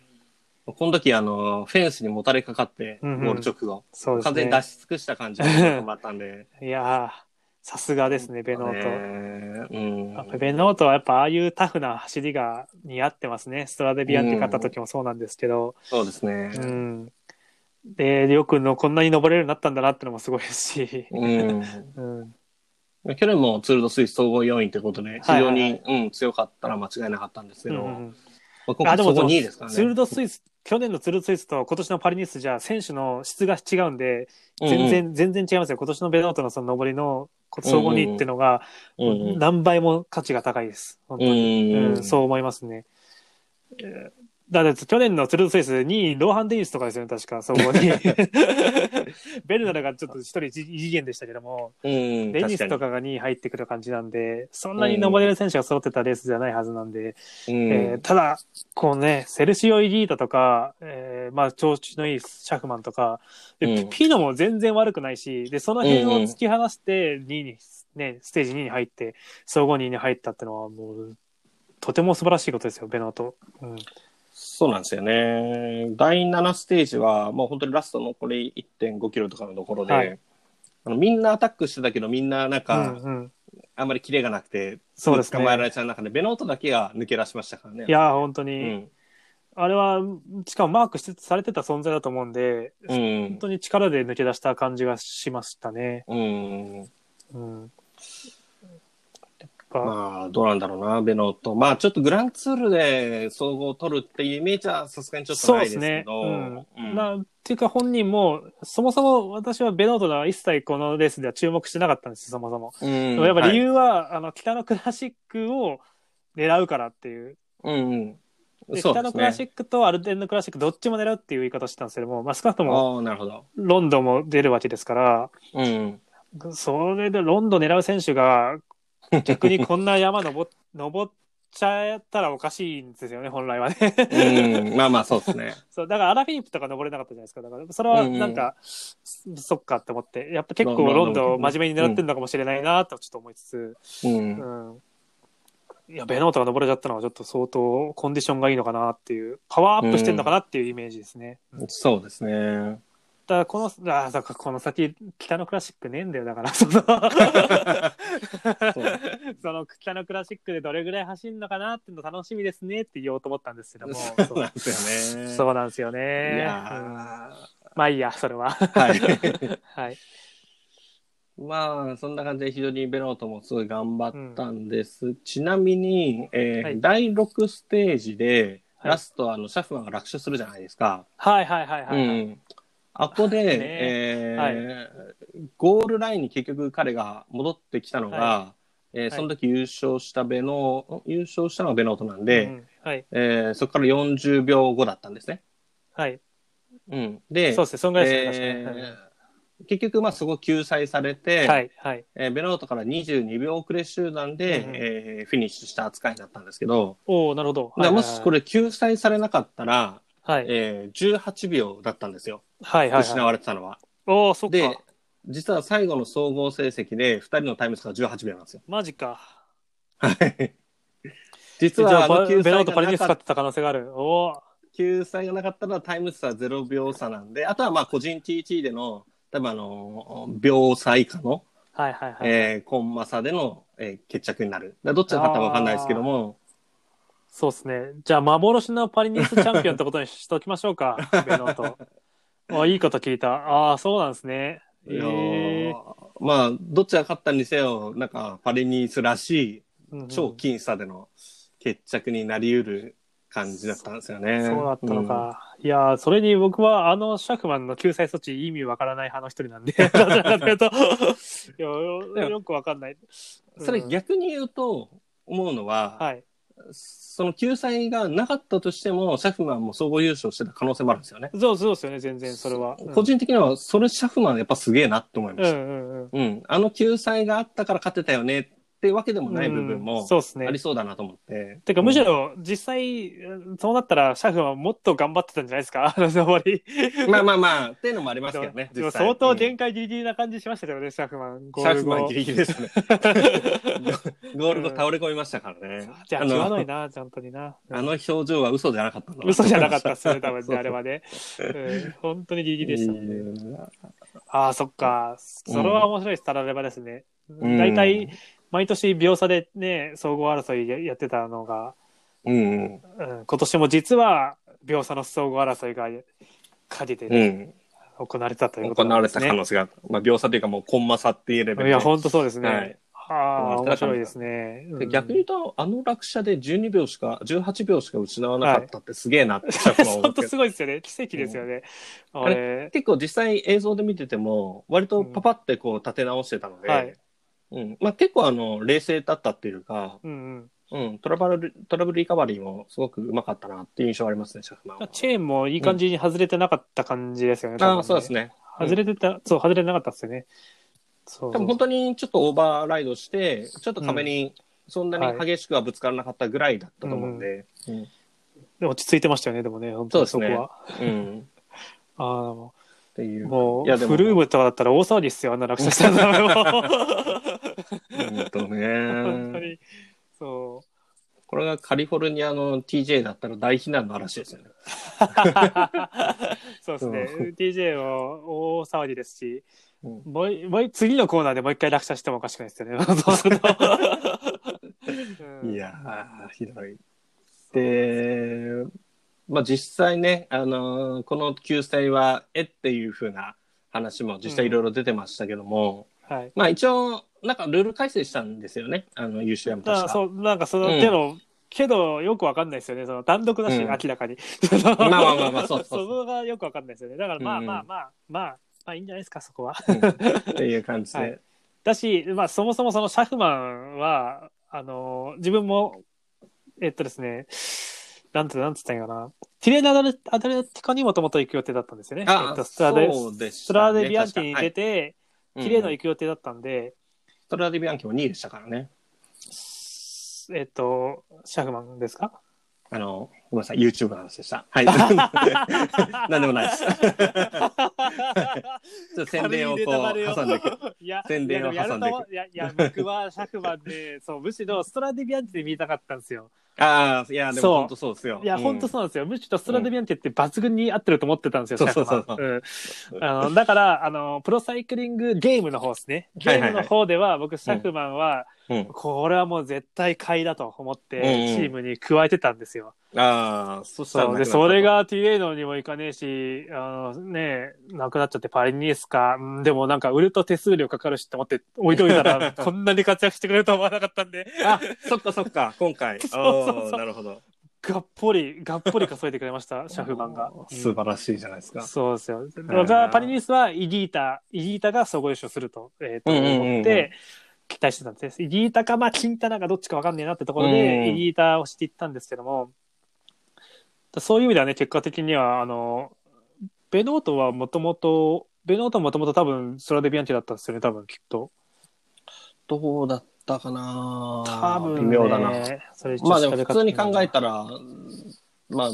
この時あの、フェンスにもたれかかって、ゴうんうんール直後、そうです完全にね出。し尽くした感じでもらったんで、いやーさすが ですね、ベノート。えーうんやっぱベノートはやっぱああいうタフな走りが似合ってますね。ストラデビアンティ勝った時もそうなんですけど。そうですね。うん。で、よくのこんなに登れるようになったんだなってのもすごいですし。うんうん。去年もツールドスイス総合4位ということで、非はい常はいに、はいうん、強かったら間違いなかったんですけど、うんまうんあ、今回あ、で総も、合その2位ですからね。ツールドスイス、去年のツールドスイスと今年のパリニースじゃ選手の質が違うんで、全然、全然違いますよ。今年のベノートのその登りの総合2位ってのが、うんうん、うんうん何倍も価値が高いです。本当に。ううんん、そう思いますね。えーだって去年のツルースイス2位、ローハン・デイスとかですよね、確か、そこ に。ベルナルがちょっと一人異次元でしたけども、うん、デニスとか、かが2位入ってくる感じなんで、そんなに登れる選手が揃ってたレースじゃないはずなんで、うんえーただ、こうね、セルシオ・イリータとか、えーまあ、調子のいいシャフマンとか、でうんピノも全然悪くないし、で、その辺を突き放して、2位に、ね、ステージ2位に入って、総合2位に入ったってのは、もう、とても素晴らしいことですよ、ベノート。うん。そうなんですよね。第7ステージは、もう本当にラストのこれ1.5キロとかのところで、はいあのみんなアタックしてたけど、みんななんうか、んうん、あんまりキレがなくて、そうですね捕まえられちゃう中で、ベノートだけが抜け出しましたからね。い、やー、本当うに、ん。あれは、しかもマークしてされてた存在だと思うんで、う本ん。当に力で抜け出した感じがしましたね。うん。うん。やっぱまあ、どうなんだろうな、ベノート。まあ、ちょっとグランツールで総合を取るっていうイメージはさすがにちょっとそうないでですすけね。ど。うん。まあ、っていうか本人も、そもそも私はベノートでは一切このレースでは注目してなかったんですよ、そもそも。うんでもやっぱ理由は、あの、北のクラシックを狙うからっていう。はいうんうん。でそうで北のすクラシね。ックとアルデンのクラシックどっちも狙うっていう言い方してたんですけども、まあ少なくともああ、なるほど。ロンドンも出るわけですから、うん。それでロンドン狙う選 手が、逆にこんな山登っ登っちゃったらおかしいんですよね、本来はね。うん。 まあまあ、そうですね。そう、だからアラフィリップとか登れなかったじゃないですか。だから、それはなんか、そっかって思って、やっぱ結構まあまあロンドンを真面目に狙ってるのかもしれないなとちょっと思いつつ、うんう。ん。いや、ベノートが登れちゃったのはちょっと相当コンディションがいいのかなっていう、パワーアップしてるのかなっていうイメージですね。うんそうですね。だからこの、あーそっか、この先、北のクラシックねえんだよ、だから、その、 その北のクラシックでどれぐらい走るのかなっていうの楽しみですねって言おうと思ったんですけども、そう なんですよね。そうなんですよいね。うんやまあいいや、それは。ーはい。はい。まあ、そんな感じで非常にベロートもすごい頑張ったんです。ちなみに、えーはい第6ステージで、はいラスト、あの、シャフマンが落車するじゃないですか。はいはいはいはい。うん。あこで、ねえーゴールラインに結局彼が戻ってきたのが、はえーいその時優勝したベノー、優勝したのがベノートなんで、うんはい。えーそこから40秒後だったんですね。はい。うん、で、そうですね、そんぐらいですね、え確かにー結局、まあ、そこ救済されて、はいはい。えーベノートから22秒遅れ集団で、うんえーフィニッシュした扱いだったんですけど、おおなるほど。だからもしこれ、れ救済されなかったら、はい。えー18秒だったんですよ、はいはい、失はい。われてたのは。おおそっか。で、実は最後の総合成績で2人のタイム差が18秒なんですよ。マジか。はいじ実ゃはあ、あのバベ救ノー済トがパリにな使かっってた可能性がある。おお救済がなかったらタイム差は0秒差なんで、あとはまあ個人 TT での、多分あの、秒差以下の、はいはいはい。えーコンマ差での、えー決着になる。だからどっちが勝ったかわかんないですけども、そうですね。じゃあ、幻のパリニースチャンピオンってことにしときましょう か、ベノート。あいいこと聞いた。ああ、そうなんですね。いやーえまあ、どっちが勝ったにせよ、なんか、パリニースらしーい、超僅差での決着になり得る感じだったんですようね。んそうだったのか。いやーそれに僕は、あの、シャフマンの救済措置、意味わからない派の一人なんで、 どちらかというと、いやよよくわかんない。うん。それうん逆に言うと、思うのは、はい。その救済がなかったとしても、シャフマンも総合優勝してた可能性もあるんですよね。そうそうですよね、全然、それは。うん個人的には、それシャフマンやっぱすげえなって思いまうしんた。うんうん。うん、あの救済があったから勝てたよねってわけでもない部分うんも、そうですねあ。りそうだなと思って。てか、むしろ、実際、そうなったら、シャフマンはもっと頑張ってたんじゃないですか、あ の終わり。うんまあまあまあ、っていうのもありますけどね。でも実際相当うん限界ギリギリな感じしましたけどね、シャフマン。ゴシャールフ後マンギリギリ ですね。ゴールド倒れ込みましたからね。じゃあ、あ際どいの、な、ちゃんとにな。あの表情は嘘じゃなかったの 嘘じゃなかったっすね、多分そね、うあれはね。うん本当にギリギリでしたもんね。うああ、そっか。それは面白いです、タラレバですね。ん大体、、毎年秒差でね、総合争いややってたのが、うんうん。うん今年も実は、秒差の総合争いが、陰でうねん。行われてたということ行なわんでれすたね。可能性が、まあ、秒差というかもうコンマ差っていうレベルいでや、本当そうですはいね。ああ、面白いですね。でうん逆に言うと、あの落車で12秒しか、18秒しか失わなかったってすげえなって、シャフマンは思 本って当すごいですよね。奇跡ですよね。んあれ、結構実際映像で見てても、割とパパってこう立て直してたので、うんはいうんまあ、結構あの冷静だったっていうか、うんうん、トラブルトラブルリカバリーもすごくうまかったなっていう印象ありますね、シャフマンうんは。。チェーンもいい感じに外れてなかった感じですよね。多分ああ、そうですね。うん外れてた、そう、外れなかったですよね。そうでも本当にちょっとオーバーライドして、ちょっと壁にそんなに激しくはぶつからなかったぐらいだったと思うんで、うんでも落ち着いてましたよね、でもね、本当にそそうこですねうは。んっああ、も、ていうう。もいやうでもフルームとかだったら大騒ぎっすよ、あんな落車したの。 う んと本当ね。に。 そう。これがカリフォルニアの TJ だったら大避難の嵐ですよね。そうですそね。DJ も大騒ぎですし。うんもうい、もうい、次のコーナーでもう一回落車してもおかしくないで すよね。そうすると。いやー、ひどい。で、まあ実際ね、あのーこの救済は、えっていうふうな話も実際いろいろ出てましたけども、うん。はい。まあ一応、なんかルール改正したんですよね、あの UCM だから確か。そう、なんかその、うんけど、けど、よくわかんないですよね。その単独だし、うん明らかに。まあまあまあまあそうそうそうそこがよくわかんないですよね。だから、まあうんまあまあ、まあ、まあいいんじゃないですか、そこは。 うんっていう感じで。はいだし、まあそもそもそのシャフマンは、あの、自分も、えっとですね、なんて、なんつったんやかな。ティレナダルアドレティコにもともと行く予定だったんですよね。あえっと、ストラデ、そうでしたねストラデビアンティに出て、うん綺麗の行く予定だったんで、ストラディビアンキも2位でしたからね。えっと、シャフマンですか あの、ごめんなさい、YouTube の話でした。はい。なんでもないです。ちょっと宣伝をこう、挟んでく。いや、宣伝を挟んでいくいやでもやるといや、いや、僕はシャフマンで、そう、むしろストラディビアンテで見たかったんですよ。ああ、いや、でそうも本当そうですよ。いや、うん本当そうなんですよ。むしろストラディビアンテって抜群に合ってると思ってたんですよ、そうシャフマンそううんあのだから、あの、プロサイクリングゲームの方ですね。ゲはいはーいはいムの方では、僕、シャフマンは、うん。これはもう絶対買いだと思って、うんうんチームに加えてたんですよ。ああ、そしたらそなくうなっで、たそれ、が TA のにもいかねえし、あのねえ、なくなっちゃってパリニエスか、うんでもなんか売ると手数料かかるしって思って置いとい たら、こんなに活躍してくれるとは思わなかったんで、あ、そっかそっか、今回。 そうそうそうおーなるほど。がっぽり、がっぽり稼いでくれました、シャフマンが。 素晴らしいじゃないですか。そうですよ。だんからパリニエスはイディータ、イディータが総合優勝すると、えーとうんうんうんうん思って、期待してたんですね。イディータか、まあ、キンタナかどっちかわかんねえなってところうんで、イディータをしていったんですけども、そういう意味ではね、結果的には、あの、ベノートはもともと、ベノートもともと多分、ソラデビアンティだったんですよね、多分、きっと。どうだったかな多分、ね、微妙だな。。それまあでも普通に考えたら、まあ、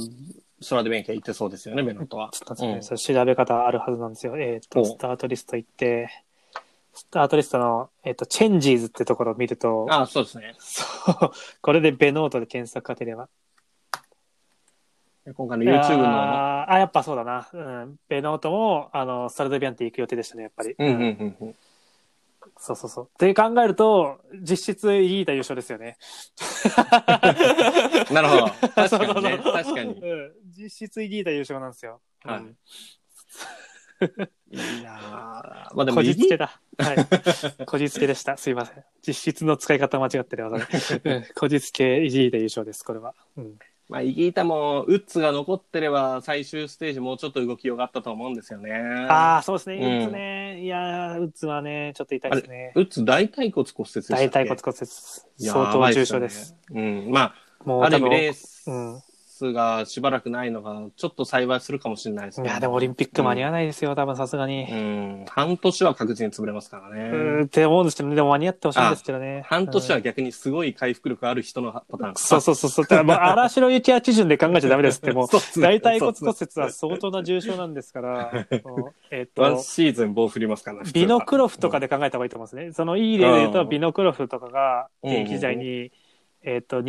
それで勉強行ってそうですよね、ベノットは。ちょっと待ってねそれ調べ方あるはずなんですよ。えっ、と、おスタートリスト行って、スタートリストの、えっ、と、チェンジーズってところを見ると、ああ、そうですね。そう、これでベノートで検索かければ。今回の YouTube の。あーあ、やっぱそうだな。うん。ベノートも、あの、スタルドビアンティ行く予定でしたね、やっぱり。うんうんうんうん。そうそうそう。って考えると、実質いい優勝ですよね。 なるほど。確かにね。 そうそうそう確かに。うん、実質イギータ優勝なんですよ。はいうんいやーまあでもこイじつギけだ。はい。こじつけでした。すいません。実質の使い方間違ってるわ、それうん こじつけイギータ優勝です、これは。うん、まあ、イギータも、ウッズが残ってれば、最終ステージもうちょっと動きよがあったと思うんですよね。ああ、そうですね。うウんッズね。いやーウッズはね、ちょっと痛いですね。ウッズ大腿骨骨折でしたっけ大腿骨骨折。や相ば当い重っすよ症ねです。。うん。まもあ、ある意味レーうんスがしばらくないのが、ちょっと幸いするかもしれないですいね。や、でもオリンピック間に合わないですよ、多分さすがに。うん。半年は確実に潰れますからうね。ん、って思うんですけどね、でも間に合ってほしいんですけどね。半年うはん逆にすごい回復力ある人のパターン。。そうそうそうそう。だからもう、荒城幸也基準で考えちゃダメですって、もうそうっすね大腿骨骨折は相当な重症なんです から、もうえっワンと、シーズン棒振りますからね。 ビノクロフとかで考えた方がいいと思うんですね。そのいい例で言うと、ビノクロフとかが、うん現役時代に、えっと、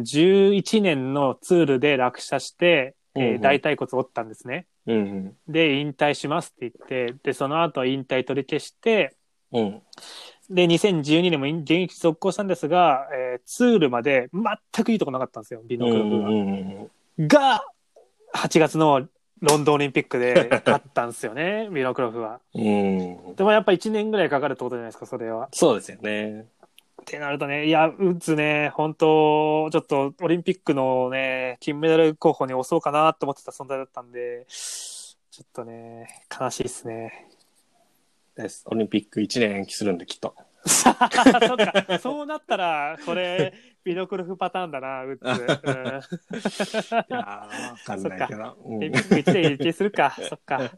2011年のツールで落車して、えー大体。腿骨折ったんですね。うんで、引退しますって言って、で、その後引退取り消して、うん。うん。で、2012年も現役続行したんですが、えーツールまで全くいいとこなかったんですよ、ビノクロフが。が、8月のロンドンオリンピックで勝ったんですよね、 ビノクロフは。うん。でもやっぱ1年ぐらいかかるってことじゃないですか、それは。そうですよね。ってなるとね、いや、ウッズね、本当ちょっとオリンピックのね、金メダル候補に押そうかなと思ってた存在だったんで、ちょっとね、悲しいですね。です。オリンピック1年延期するんで、きっ と。 そうか、そうなったら、これ、ビノクルフパターンだな、ウッズ。いやーわかんないけど。ううん ん、オリンピック1年延期するか、そっか。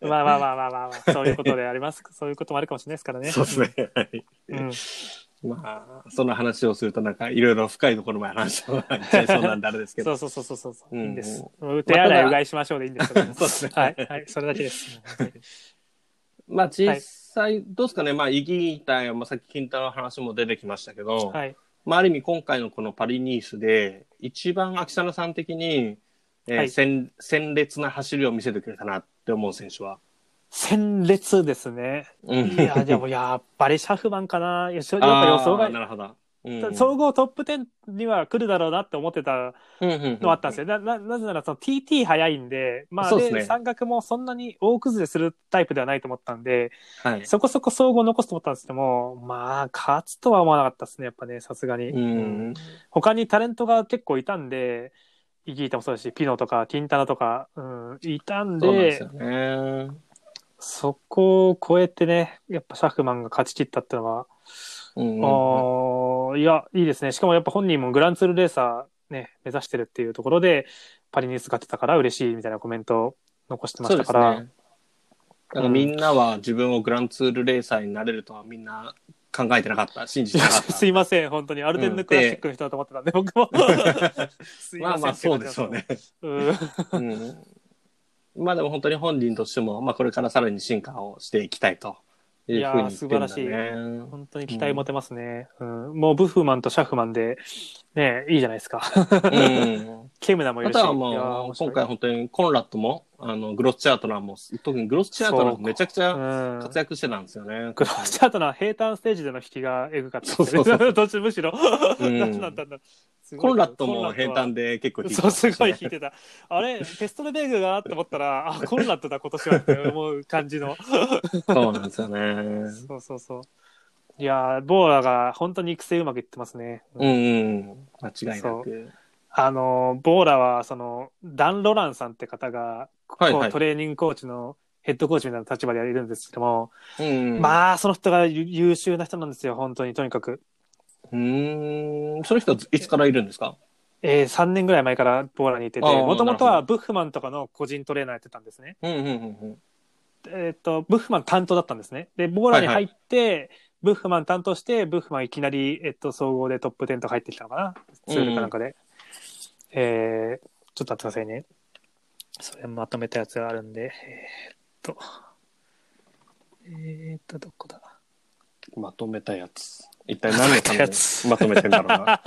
まあまあまあまあまあ、まあ、そういうことであります。そういうこともあるかもしれないですからね。そうですね。はいうん。まあ、その話をすると、なんか、いろいろ深いところまで話がいっちゃいそうなんであれですけ そど。うそうそうそうそうそう、うんいいんです。手洗い、うがいしましょうでいいんです。 そうですねはい、はい、それだけ です。まあ、実際、どうですかね。まあ、イギータや、まあ、さっき金太郎の話も出てきましたけど、はい。まあ、ある意味今回のこのパリニースで、一番秋ナさん的に、えーはい鮮鮮烈な走りを見せてくれたなって思う選手は。鮮烈ですね。うんいや、でもやっぱりシャフマンかな。予想あー予想外な。るほど。うん総合トップ10には来るだろうなって思ってたうんうんうんのはあったんですよ。な、な、なぜならその TT 早いんで、まあ、そうですねで、三角もそんなに大崩れするタイプではないと思ったんで、はい。そこそこ総合残すと思ったんですけども、まあ、勝つとは思わなかったですね、やっぱね、さすがに。うん。他にタレントが結構いたんで、イギータもそうだし、ピノとか、キンタナとか、うん、いたんで、そうそなんですよね。こを超えてね、やっぱシャフマンが勝ち切ったってのは、うんあーいや、いいですね。しかもやっぱ本人もグランツールレーサーね、目指してるっていうところで、パリニース勝てたから嬉しいみたいなコメントを残してまそしうでたすかね。なら、んかみんなは自分をグランツールレーサーになれるとはみんな考えてなかった。信じていなやかっ すいません、本当に。アルデンヌクラシックの人だと思ってたんで、僕 も。た。まあすいせんまあそうでしょうね。。うんうんまあでも本当に本人としても、まあこれからさらに進化をしていきたいというふうに言ってんだねいやー素晴本当に期待持てますね。うんもうブフマンとシャフマンで、ね、いいじゃないですか。うん。ケムナ もいあるし。とはいやーも面う、白い今回本当にコンラットも、あの、グロスチャートナーも、特にグロスチャートナーもめちゃくちゃうん活躍してたんですよね。クロスチャートの平坦ステージでの引きがエグかったでそすうね。そう どっちむしろ。 ん何だったんだすごいコンラットも平坦で結構弾いてそう、ましたすねごい引いてた。あれ、ペストルベーグがと思ったら、あ、コンラットだ、今年はって思う感じの。そうなんですよね。そうそうそう。いやー、ボーラが本当に育成うまくいってますね。うんうん。間違いなそく。あの、ボーラは、その、ダン・ロランさんって方が、はいはいこうトレーニングコーチのヘッドコーチみたいな立場でいるんですけども、うん。あ。まあ、その人が優優秀な人なんですよ、本当に、とにかく。うん。その人はいつからいるんですかえー、3年ぐらい前からボーラにいてて、あーもともとなはるブッフマンとかの個人トレーナーやってたんですね。うんうんうんえっ、と、ブッフマン担当だったんですね。で、ボーラに入って、ブッフマン担当して、ブッフマンいきなり、えっと、総合でトップ10とか入ってきたのかなツールかなんかで。えー、ちょっと待ってくださいね。それまとめたやつがあるんで、えーっと、えーっと、どこだうん。まとめたやつ。一体何のためまとめたやにつまとめてんだろう な。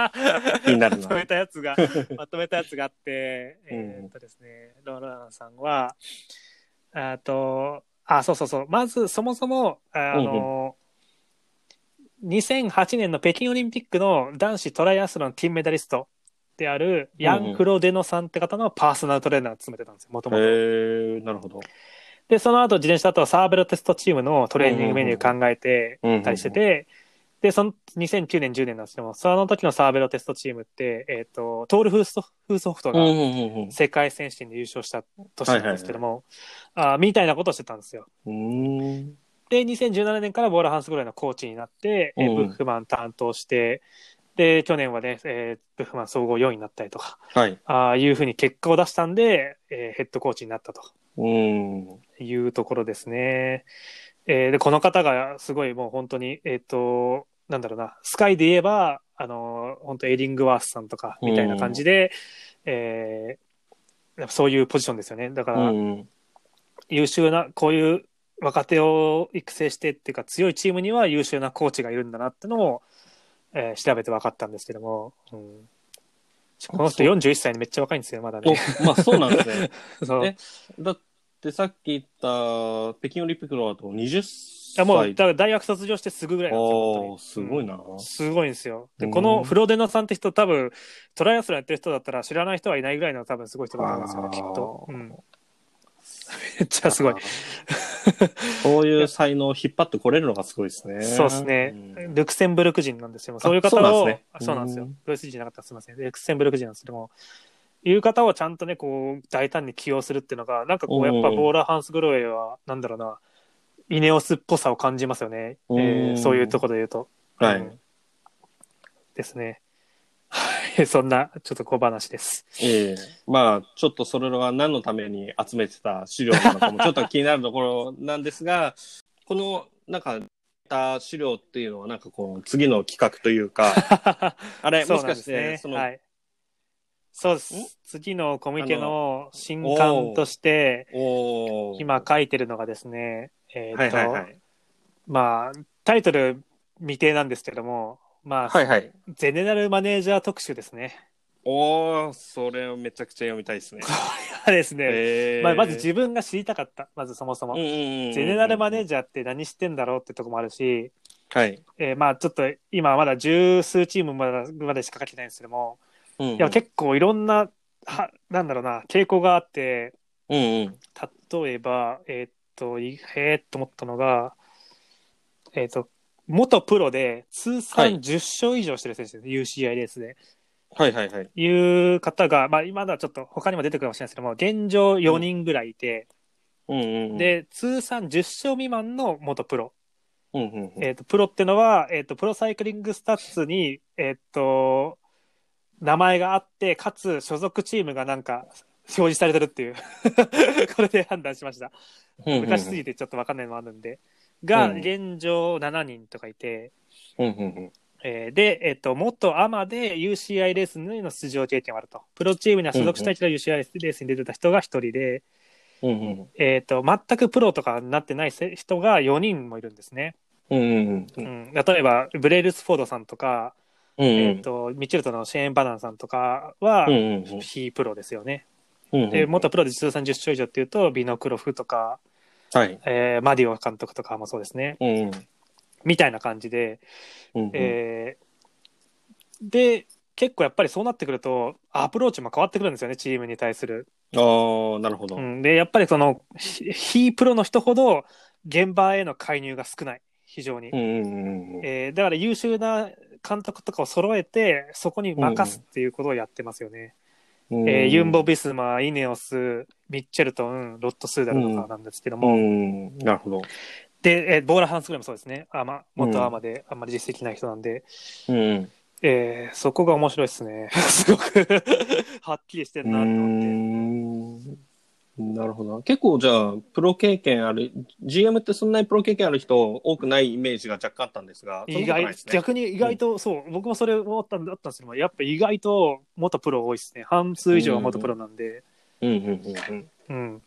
気になるなまとめた やつが、まとめたやつがあって、うんえーっとですね、ローランさんは、あと、あ、そうそうそう、まずそもそも、あの、2008年の北京オリンピックの男子トライアスロン金メダリストであるヤン・クロデノさんって方のパーソナルトレーナーを務めてたんですよ、もともと。へえ、なるほど。で、その後自転車とサーベロテストチームのトレーニングメニュー考えてうんうんうんたりしてて、で、その2009年、10年なんですけども、その時のサーベロテストチームって、えっ、と、トールフーソフーソフトうんうがんうん世界選手権で優勝した年なんですけども、あーみたいなことをしてたんですよ。うん。うん。で、2017年からボーラハンスぐらいのコーチになって、えーうんブッフマン担当して、で、去年はね、えーブッフマン総合4位になったりとか、はい。ああいうふうに結果を出したんで、えーヘッドコーチになったと。うん。いうところですね。えーで、この方がすごいもう本当に、えっ、と、なんだろうな、スカイで言えば、あの、本当エリングワースさんとかみたいな感じで、えーやっぱそういうポジションですよね。だかうら、ん。優秀な、こういう若手を育成してっていうか、強いチームには優秀なコーチがいるんだなってのを、えー調べて分かったんですけども、うんこの人41歳でめっちゃ若いんですよ、まだね。お、まあそうなんですね。 そうえだってさっき言った北京オリンピックの後20いや歳。もう、だから大学卒業してすぐぐらいなんですよあ本当あ、に。すごいな。すごいんですよ。で、うんこのフロデノさんって人、多分、トライアスロンやってる人だったら知らない人はいないぐらいの多分すごい人だと思いますよね、あーきっと。うん。 めっちゃすごい。。そういう才能を引っ張ってこれるのがすごいですね。 そうですねん。ルクセンブルク人なんですよ。そういう方そうなんを、ですねあそうなんですうよん。ドイツ人じゃなかったらすみません。ルクセンブルク人なんですけども、いう方をちゃんとね、こう、大胆に起用するっていうのが、なんかこうんう、やっぱボーラーハンス・グロエは、なんだろうな、イネオスっぽさを感じますよね。えうんーそういうところで言うと。はういん。ですね。はい そんな、ちょっと小 話です。ええまあ、ちょっとそれは何のために集めてた資料なのかも、ちょっと気になるところなんですが、 この、なんか、た資料っていうのは、なんかこの次の企画という か、あれ、そもうしなんかでしすねて、その、はい。そうでんす。次のコミケの新刊として、おー今書いてるのがですね、えはーっいと、はいはい。まあ、タイトル未定なんですけども、まあ、はいはい。ゼネラルマネージャー特集ですね。おー、それをめちゃくちゃ読みたいですね。ですね、ええまあ。まず自分が知りたかった。まずそもそも。ゼゼネラルマネージジャーって何してんだろうってとこもあるし、ャー。はい。えーまあちょっと今まだ十数チームまだまでしか書けてないんですけども、うんうんいや結構いろんなはなんだろうな傾向があってうんうん。例えばえーっといへーっと思ったのがえーっと元プロで通はい算10勝以上してる選手です、UCI レースで。はいはいはい。いう方が、まあ今だちょっと他にも出てくるかもしれないですけども、現状4人ぐらいいて、うんうんうん、で、通算10勝未満の元プロうんうんうん、えっ、と、プロってのは、えっ、と、プロサイクリングスタッツに、えっ、と、名前があって、かつ所属チームがなんか、表示されてるっていう。 これで判断しました。昔すぎて。てちょっとわかんないのもあるんで。が、うん現状7人とかいて、うんうんうんえーで、えっ、と、元アマで UCI レースの出場経験はあると。プロチームには所属したいけど UCI レースに出てた人が1人で、うんえっ、と、全くプロとかになってないせ人が4人もいるんですね。うん。うんううんん、例えば、ブレイルスフォードさんとか、うん。えっ、と、ミッチェルトのシェーン・バナンさんとかは、うんうんうん非プロですよね。うんうんで、元プロで通算10勝以上っていうと、ビノクロフとか、はい。えーマディオ監督とかもそうですね。うんうんみたいな感じで、うんうん。えーで、結構やっぱりそうなってくると、アプローチも変わってくるんですよね、チームに対する。ああ、なるほど。うん、で、やっぱりその、ひ非プロの人ほど、現場への介入が少ない、非常に。うんうんうんうん。えーだから優秀な監督とかを揃えて、そこに任すっていうことをやってますよね。うんえーユンボ・ビスマ、イネオス、ミッチェルトン、ロット・スーダルとかなんですけどうも、ん。なるほど。で、えーボーラ・ハンスグレもそうですね、アマ元アマであんまり実績ない人なんで、うんうん。えーそこが面白いですね、 すごくはっきりしてるなと思って。うーんなるほど。結構じゃあ、プロ経験ある、GM ってそんなにプロ経験ある人多くないイメージが若干あったんですが、そん意なことない外ですね、逆に意外と、そう、僕もそれ思ったんだったんですけども、やっぱ意外と元プロ多いですね、半数以上は元プロなんで。うんうんうんうん。うん。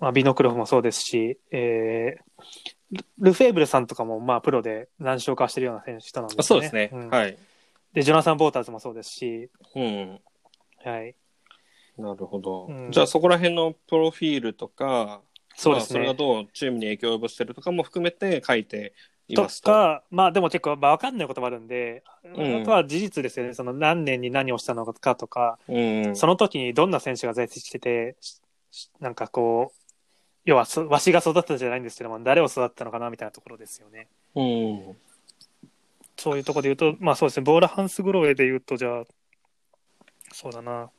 まあ、ビノクロフもそうですし、えールルフェーブルさんとかも、まあ、プロで何勝かしてるような選手人なんですあそね。うですね。んはい。で、ジョナサン・ボーターズもそうですし、うん。はい。なるほど。うんじゃあ、そこら辺のプロフィールとか、そうでまあすそれねが。どうチームに影響を及ぼしてるとかも含めて書いていとますと。か、まあ、でも結構、まあ、わかんないこともあるんで、うんあとは事実ですよね。その何年に何をしたのかとか、うん。その時にどんな選手が在籍してて、ししなんかこう、要はそ、わしが育てたじゃないんですけども、誰を育てたのかなみたいなところですよね。うん。そういうとこで言うと、まあそうですね、ボーラハンス・グローエで言うと、じゃあ、そうだな。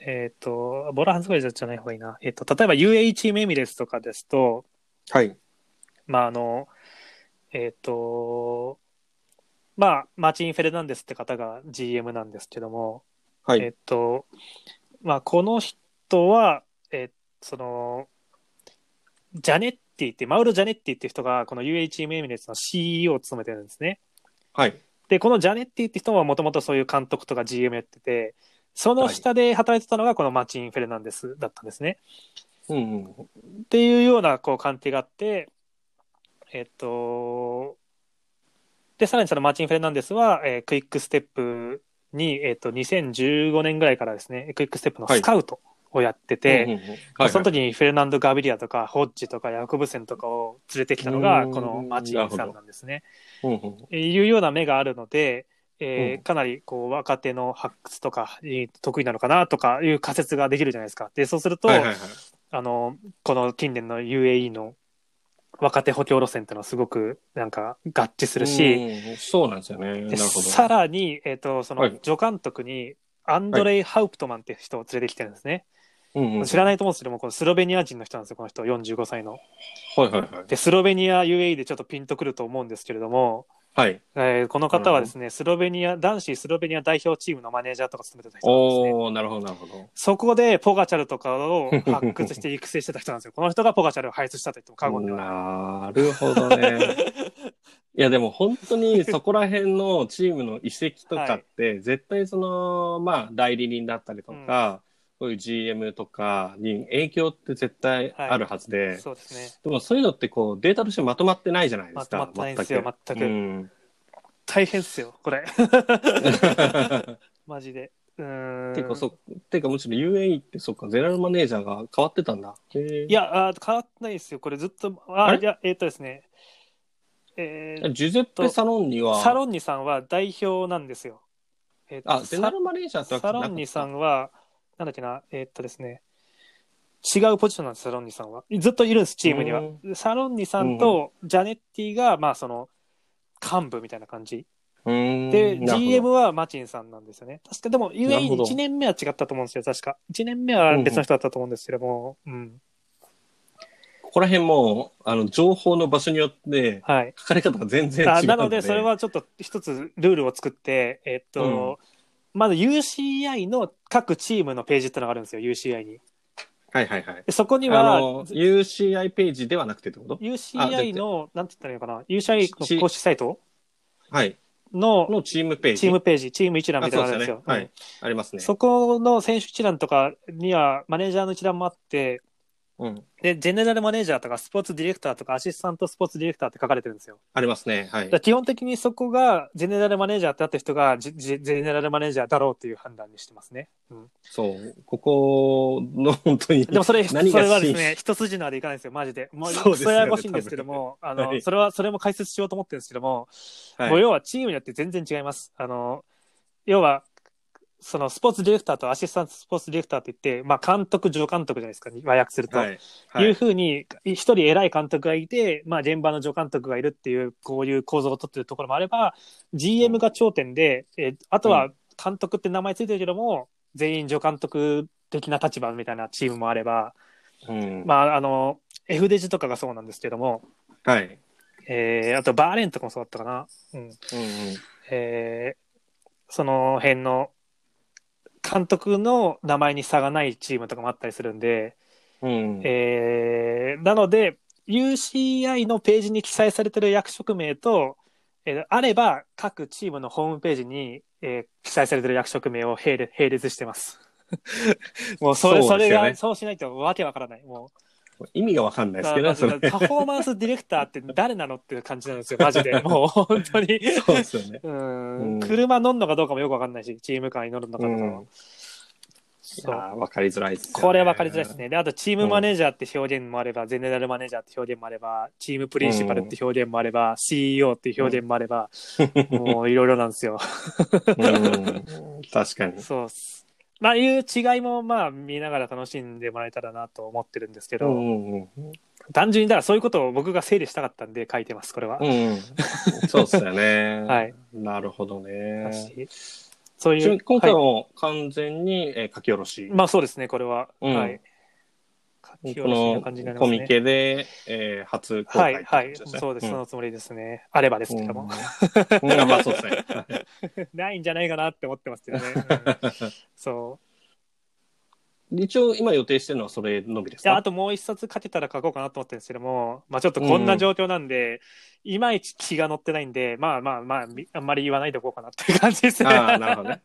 えっ、と、ボーラハンス・グローエじゃない方がいいな。えっ、と、例えば UAE チームエミレスとかですと、はい。まああの、えっ、と、まあ、マーチン・フェルナンデスって方が GM なんですけども、はい。えっ、と、まあこの人は、えーその、ジャネッティって、マウロ・ジャネッティって人が、この UAE チームエミレスの CEO を務めてるんですね。はい。で、このジャネッティって人はもともとそういう監督とか GM やってて、その下で働いてたのがこのマチン・フェルナンデスだったんですね。うんうん。っていうようなこう関係があって、えっと、で、さらにそのマーチン・フェルナンデスは、えークイックステップに、えっと、2015年ぐらいからですね、クイックステップのスカウトをやってて、うんうんうんはいその時にフェルナンド・ガビリアとか、ホッジとか、ヤコブセンとかを連れてきたのが、このマーチンさんなんですね。うんうんいうような目があるので、えーうんかなりこう若手の発掘とかえー得意なのかなとかいう仮説ができるじゃないですか。でそうすると、はいはいはいあのこの近年の UAE の若手補強路線っていうのはすごくなんか合致するし、うんそうなんですよね。なるでほど。さらに、えー、とそはのい助監督にアンドレイ・ハウプトマンって人を連れてきてるんですね。うんうん知らないと思うんですけども、このスロベニア人の人なんですよ、この人、45歳の。はいはいはい。で、スロベニア UAE でちょっとピンとくると思うんですけれども、はい。えーこの方はですね、スロベニア、男子スロベニア代表チームのマネージャーとか務めてた人なんですね。おー、なるほど、なるほど。そこでポガチャルとかを発掘して育成してた人なんですよ。この人がポガチャルを輩出したと言っても過言ではない。なるほど ね。いや、でも本当にそこら辺のチームの移籍とかって、絶対その、まあ、代理人だったりとか、そういう GM とかに影響って絶対あるはずで、そうですね。でもそういうのってこう、データとしてまとまってないじゃないでますとか。まってないんですよ、全く。うん。 大変っすよ、これ。 マジで。うーん。てか、そう、てかむしろ UAE ってそっか、ゼネラルマネージャーが変わってたんだ。へーい、や、あー変わってないですよ。これずっと、ああーれいや、えーっとですね。えージュゼッペ・サロンには、サロンニさんは代表なんですよ。えーっとあ、ゼネラルマネージャーってわけじサゃなロかったンニさんは、なんだっけな、えーっとですね、違うポジションなんです、サロンニさんは。ずっといるんです、チームにはう。サロンニさんとジャネッティが、まあ、その、幹部みたいな感じ。で、で GM はマチンさんなんですよね。確か、でもなるほど UAE1 年目は違ったと思うんですよ、確か。1年目は別の人だったと思うんですけども、うん。ここら辺も、あの、情報の場所によって、はい。書かれ方が全然違うあので。なので、それ、はちょっと一つルールを作って、えっと、まず UCI の各チームのページってのがあるんですよ、UCI に。はいはいはい。でそこにあは、の、UCI ページではなくてってこと UCI の、なんて言ったらいいのかな、UCI しの公式サイトはい。ののチームページ。チームページ、チーム一覧みたいなのがあるんですよ。あそうですよねうんはいありますね。そこの選手一覧とかには、マネージャーの一覧もあって、うん。で、ジェネラルマネージャーとか、スポーツディレクターとか、アシスタントスポーツディレクターって書かれてるんですよ。ありますね。はだいか。ら基本的にそこが、ジェネラルマネージャーってなった人がジ、ジェジェネラルマネージャーだろうっていう判断にしてますね。うん、そう。ここの本当に。でもそれ、そ何がれはですね、一筋縄でいかないんですよ、マジで。もうそうですよねややこしいんですけども、あの、はいそれは、それも解説しようと思ってるんですけども、はいもう要はチームによって全然違います。あの、要は、そのスポーツディレクターとアシスタントスポーツディレクターって言って、まあ監督、助監督じゃないですか、和訳すると。はいい。はうい。ふうに、一人偉い監督がいて、まあ現場の助監督がいるっていう、こういう構造をとってるところもあれば、GM が頂点で、えあとは監督って名前ついてるけども、全員助監督的な立場みたいなチームもあれば、うんまああの、F デジとかがそうなんですけども、はい。えーあとバーレンとかもそうだったかな。うん。うんうんえーその辺の監督の名前に差がないチームとかもあったりするんで、うんえーなので UCI のページに記載されてる役職名と、えーあれば各チームのホームページに、えー記載されてる役職名を並列並列してます。 もうそれそそうですれよねがそうしないとわけわからない。も意味がわかんなういですけどね、そだかられ。パフォーマンスディレクターって誰なのっていう感じなんですよ、マジ で。もう本当に。そうですよね。ううんん車乗るのかどうかもよくわかんないし、チームカーに乗るのかどうかも。うんそうああ、わかりづらいですよね。これは分かりづらいですね。で、あと、チームマネージャーって表現もあれば、ゼネラルマネージャーって表現もあれば、チームプリンシパルって表現もあれば、CEO って表現もあれば、もういろいろなん ですよ。うん。確かに。そうっす。まあ、いう違いも、まあ、見ながら楽しんでもらえたらなと思ってるんですけうど、んうんうん単純に、だからそういうことを僕が整理したかったんで書いてます、これは。うんうん、そうですよね。 はい。なるほどね。そうちいなみうに。今回はも完全に、えー書き下ろし。いまあ、そうですね、これは。うんはい。書き下ころしのな感じになりまコすミね。ケで、えー初公は開い、はい、ってそうです、そこのつもりですね。あればですとけねども。うんうんまあそうですね。ないんじゃないかなって思ってますけど ね。うんそう。 一応今予定してるのはそれのみですいや、かあともう一冊書けたら書こうかなと思ってるんですけども、まあちょっとこんな状況なんで、いまいち気が乗ってないんで、まあまあまあ、みあんまり言わないでおこうかなっていう感じですね。ああ、なるほどね。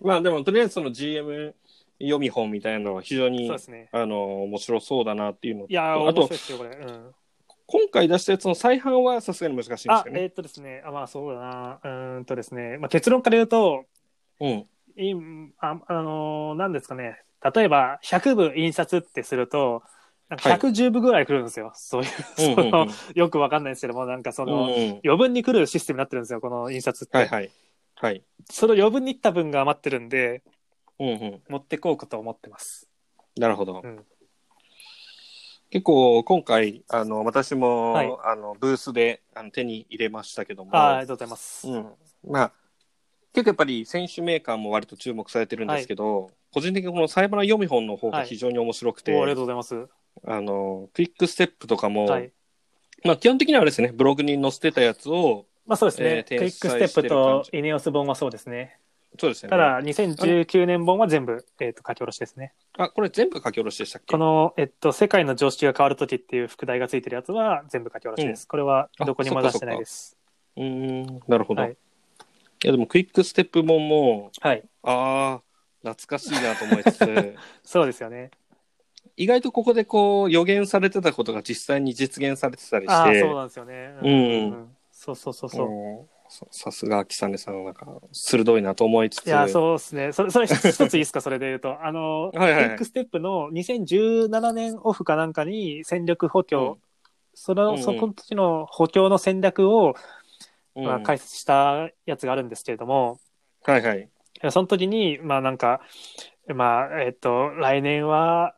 うん。まあでもとりあえずその GM 読み本みたいなのは非常に そうですね。あの面白そうだなっていうのいやー、とあ面白いとですよ、これ。うん、今回出したやつの再販はさすがに難しいんですよあ、ね。えーっとですね、あまあそうだな。うーんとですね、まあ結論から言うと、うん。いああのーなんですかね、例えば100部印刷ってすると、なんか110部ぐらい来るんですよ。そういう、うんうんうんその、よくわかんないですけども、なんかその、うん余分に来るシステムになってるんですよ、この印刷って。はいはい。はい。その余分に来た分が余ってるんで、うんうん。持ってこうかと思ってます。なるほど。うん結構今回、あの、私も、はいあの、ブースであの手に入れましたけども、あーありがとうございます。うん。まあ、結構やっぱり選手メーカーも割と注目されてるんですけど、個人的にこのサイバナ読み本の方が非常に面白くおて、ーありがとうございます。あの、クイックステップとかも、はい。まあ基本的にはあれですね、ブログに載せてたやつを、まあそうですね。えークイックステップとイネオス本はそうですね。そうですよね。ただ、2019年本は全部、えー、と書き下ろしですね。あ、これ全部書き下ろしでしたっけこの、えっと、世界の常識が変わるときっていう副題がついてるやつは全部書き下ろしです。これはどこにも出してないです。うーん、なるほど。はいい、やでもクイックステップももはい。う、ああ、懐かしいなと思いつ つ、そうですよね。意外とここでこう予言されてたことが実際に実現されてたりして、ああ、そうなんですよね。うんそうそうそうそう。うんささすが秋雨さんなんか鋭いなと思いつついや、そうですね。それ、それ一つ一ついい ですか、それで言うと。あはの、いはいはいビッグステップの2017年オフかなんかに戦力補強、その、うんうんそこの時の補強の戦略を、うんまあ、解説したやつがあるんですけれども、はいはいその時に、まあなんか、まあ、えっと、来年は、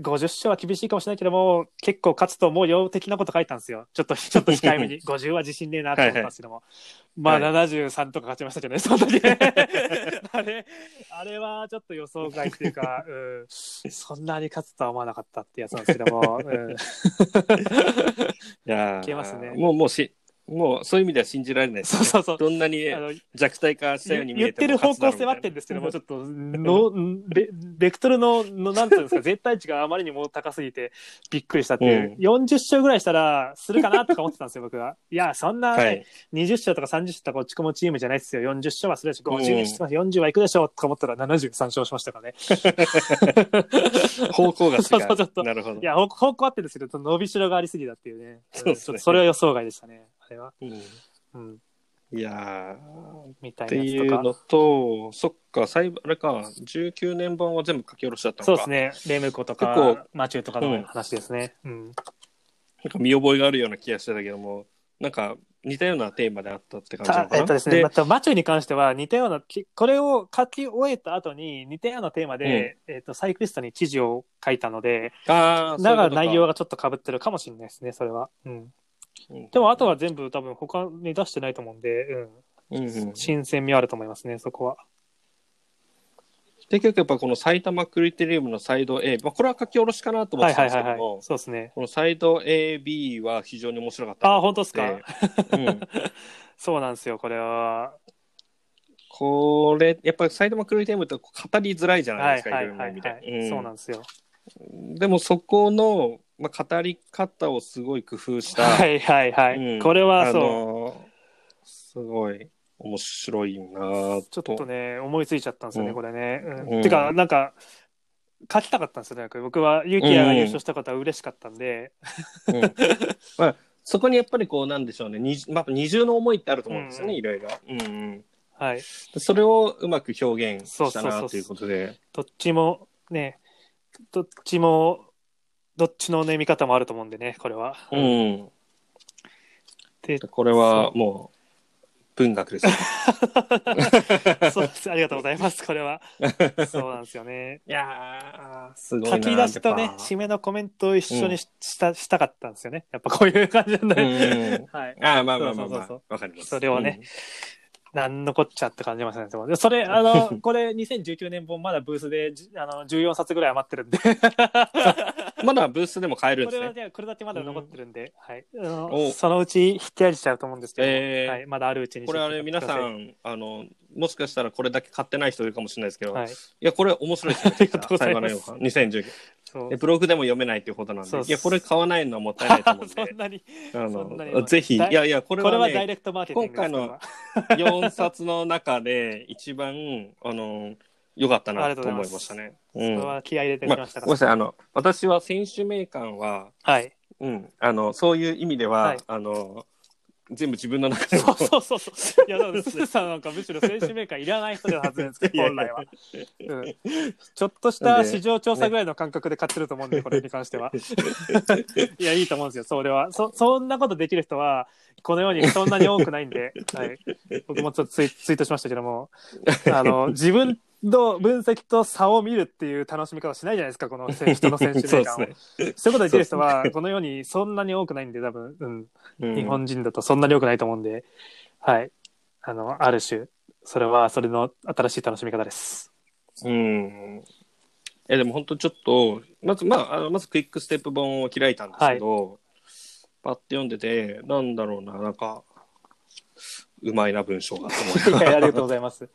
50勝は厳しいかもしれないけども、結構勝つと思うよ的なこと書いたんですよ。ちょ っと、ちょっと控えめに。50は自信ねえなと思ったんですけども。はいまあ、73とか勝ちましたけどね、 その時。あれ、あれはちょっと予想外ってい うか、うん、そんなに勝つとは思わなかったってやつなんですけども。うんいやー消えますねもうもうしもうそういう意味では信じられないですそう そうそう。どんなにあの弱体化したように見言えっててもる方勝つだ向ろう性は合ってるんですけども、ちょっと、の、 ベベクトルの、の、なんていうんですか、絶対値があまりにも高すぎて、びっくりしたっていう。40勝ぐらいしたら、するかなとか思ってたんですよ、僕 は。いや、そんな、はいね20勝とか30勝とか落ち込むチームじゃないですよ。40勝はするでしょ。50勝、40はいくでしょ、とか思ったら73勝しましたからね。方向が違う。 そうそうそうなるほどい。や、方向方向合ってるんですけど、伸びしろがありすぎだっていうね。そうですねちょっとそれは予想外でしたね、あれは。うんうん、いやーみたっいてなやいつとうか。のと、そっか、最後あれか、19年版は全部書き下ろしだったのか。そうですね。レムコと結か構、マチューとかの話ですね。うんなんか見覚えがあるような気がしてたけども、なんか似たようなテーマであったって感じなたのかな。えっとですね、またマチューに関しては似たような、きこれを書き終えた後に似たようなテーマで、えっと、サイクリストに記事を書いたので、あーだかそういらうこと内容がちょっと被ってるかもしれないですね、それは。うん。うんでも、あとは全部多分他に出してないと思うんで、うんううんん。新鮮味はあると思いますね、そこは。結局やっぱこの埼玉クリテリウムのサイド A、まあ、これは書き下ろしかなと思っはいてたはんいですはけいども、はい。そうですね。このサイド AB は非常に面白かったああ、な本当ですと思かっ。て。うんそうなんですよ、これは。これ、やっぱり埼玉クリテリウムって語りづらいじゃないではいすか、はいろはない意味はでい。そううんなんですよ。でもそこの、まあ、語り方をすごい工夫した、はいはいはうんい。これはあそう。のーすごい面白いなぁちょっとね、思いついちゃったんですよね、うんこれね。ううんん、てか、なんか、書きたかったんですよね、これ僕は、ユキヤが優勝したことは嬉しかったんで、うん まあ、そこにやっぱりこうなんでしょうね二,、まあ、二重の思いってあると思うんですよね、うんいろいろ、うんうんはい。それをうまく表現そうしたそうそうなということでどっちも、ね、どっちも、どっちのね、見方もあると思うんでね、これは。うんで、これはもう文学ですねそうです。ありがとうございます、これは。そうなんです よね。 いやーすごいな書き出しとね、締めのコメントを一緒にし,、たしたかったんですよね。やっぱこういう感じなんだうね。ん はい。ああまあまあまあまそうそうそあうわかりますそれはね、なんのこっちゃって感じましたね。でも それ、あの、これ2019年本まだブースでじあの14冊ぐらい余ってるんで。こうんまだブースでも買えるんでれすはねじゃあ、これだけまだ残ってるんで、はいあおの。そのうち引き上げちゃうと思うんですけど、えーはい、まだあるうちに。これあれ皆さはい。んあのもしかしたらこれだけ買ってない人いるかもしれないですけど、はいい、やこれ面白いですよ ありがとうございますサイバーの2019そうでブログでも読めないということなんでそうっすいやこれ買わないのはもったいないと思うん そでんなに、あそんなにのぜひいやいやここれれははダイ ねレクトマーケティングで今す。回のこ4冊の中で一番あの良かったあなりがととう思ごいざいまますしたね。うれはんそれは気合い入れてきままあしたごめんなから。さいあの私は選手名鑑は、はい。うん、あのそういう意味では、はいあの全部自分の中でそもうそうそうそう。いや、だから、すずさんなんかむしろ選手メーカーいらない人ではずなんですけど、本来は。うん ちょっとした市場調査ぐらいの感覚で買ってると思うんで、これに関しては。 いや、いいと思うんですよ、それは。そ、そんなことできる人は、この世にそんなに多くないんで、はい。僕もちょっとツイツイートしましたけども、あの、 自分の分析と差を見るっていう楽しみ方しないじゃないですか、この選人の選手メそうーでカーを。すね、そういうことできる人は、この世にそんなに多くないんで、多分、うん。うん日本人だとそんなに良くないと思うんで、はい。あの、ある種、それはそれの新しい楽しみ方です。うん。え、でも本当ちょっと、まず、まあ、あのまずクイックステップ本を開いたんですけど、パッて読んでて、なんだろうな、なんか、う まいな文章がとい思っや、ありがとうて。 ござい ます。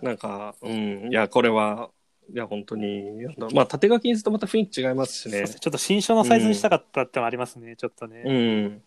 なんか、うん、いや、これは、いや、本当に、なんだろうまあ、縦書きにするとまた雰囲気違いますしそうでねす。ねちょっと新書のサイズにしたかったってのもありますね、ちょっとね。うん。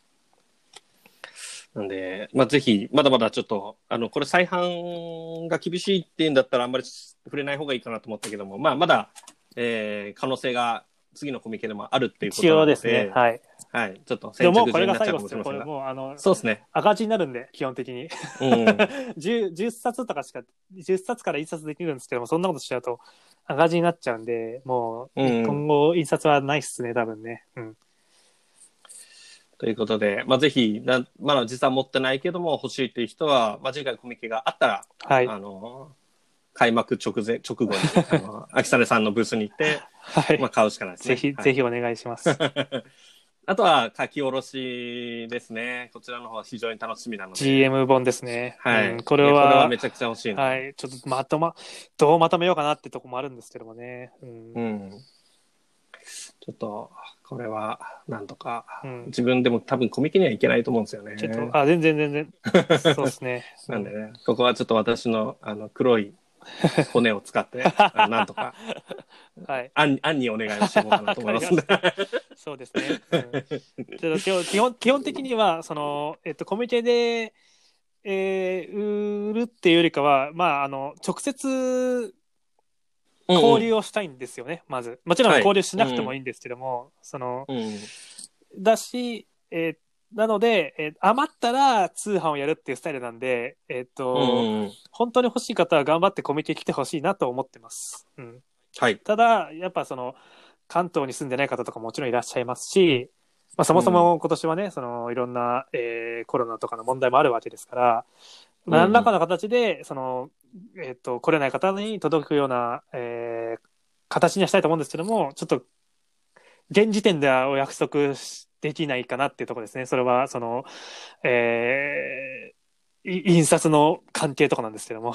なんで、まあ、ぜひ、まだまだちょっと、あの、これ再販が厳しいっていうんだったら、あんまり触れない方がいいかなと思ったけども、まあ、まだ、えー可能性が次のコミケでもあるっていうこと一なの応で、ですね。はい。はい。ちょっとで先も着もうこ順にれながっちゃうか最も後しですれまよ。こせんれが。もう、あの、そうですね。赤字になるんで、基本的に。う ん。 10, 10冊とかしか、10冊から1冊できるんですけども、そんなことしちゃうと赤字になっちゃうんで、もう、うん今後印刷はないっすね、多分ね。うん。ということで、 まあ、ぜひ、なまだ実は持ってないけども、欲しいという人は、まあ、次回コミケがあったら、はい。あの、開幕直前、直後に、あの、 秋雨さんのブースに行って、はい。まあ、買うしかないですね。ぜひ、はいぜひお願いします。あとは書き下ろしですね。こちらの方は非常に楽しみなので。 GM 本ですね。はい、うんこれは、これはめちゃくちゃ欲しいな。はい。ちょっとまとま、どうまとめようかなってとこもあるんですけどもね。うん。うん。ちょっと、これは、なんとか、うん自分でも多分コミケにはいけないと思うんですよね。ちょっと、あ、全然全 然。そうですね。なんでね、ここはちょっと私の、あの、黒い骨を使 って、あのなんとか、はい。あん、あんにお願いをしようかなと思いますんで。そうですね。うん、ちょっと基本基本基本的にはその、えっと、コミケで、えー売るっていうよりかは、まあ、あの直接交流をしたいんですよね、まず。もちろんはい交流しなくてもいいんですけども、そのうんうん。だし、えーなので、えー余ったら通販をやるっていうスタイルなんで、えっとうんうん。本当に欲しい方は頑張ってコミケ来てほしいなと思ってます。うん、はい。ただやっぱその関東に住んでない方とかももちろんいらっしゃいますし、まあ、そもそも今年はね、そのいろんな、えーコロナとかの問題もあるわけですからうん何らかの形でその、えー、と来れない方に届くような、えー形にはしたいと思うんですけどもちょっと現時点ではお約束しできないかなっていうところですねそれはその、えーい印刷の関係とかなんですけども。。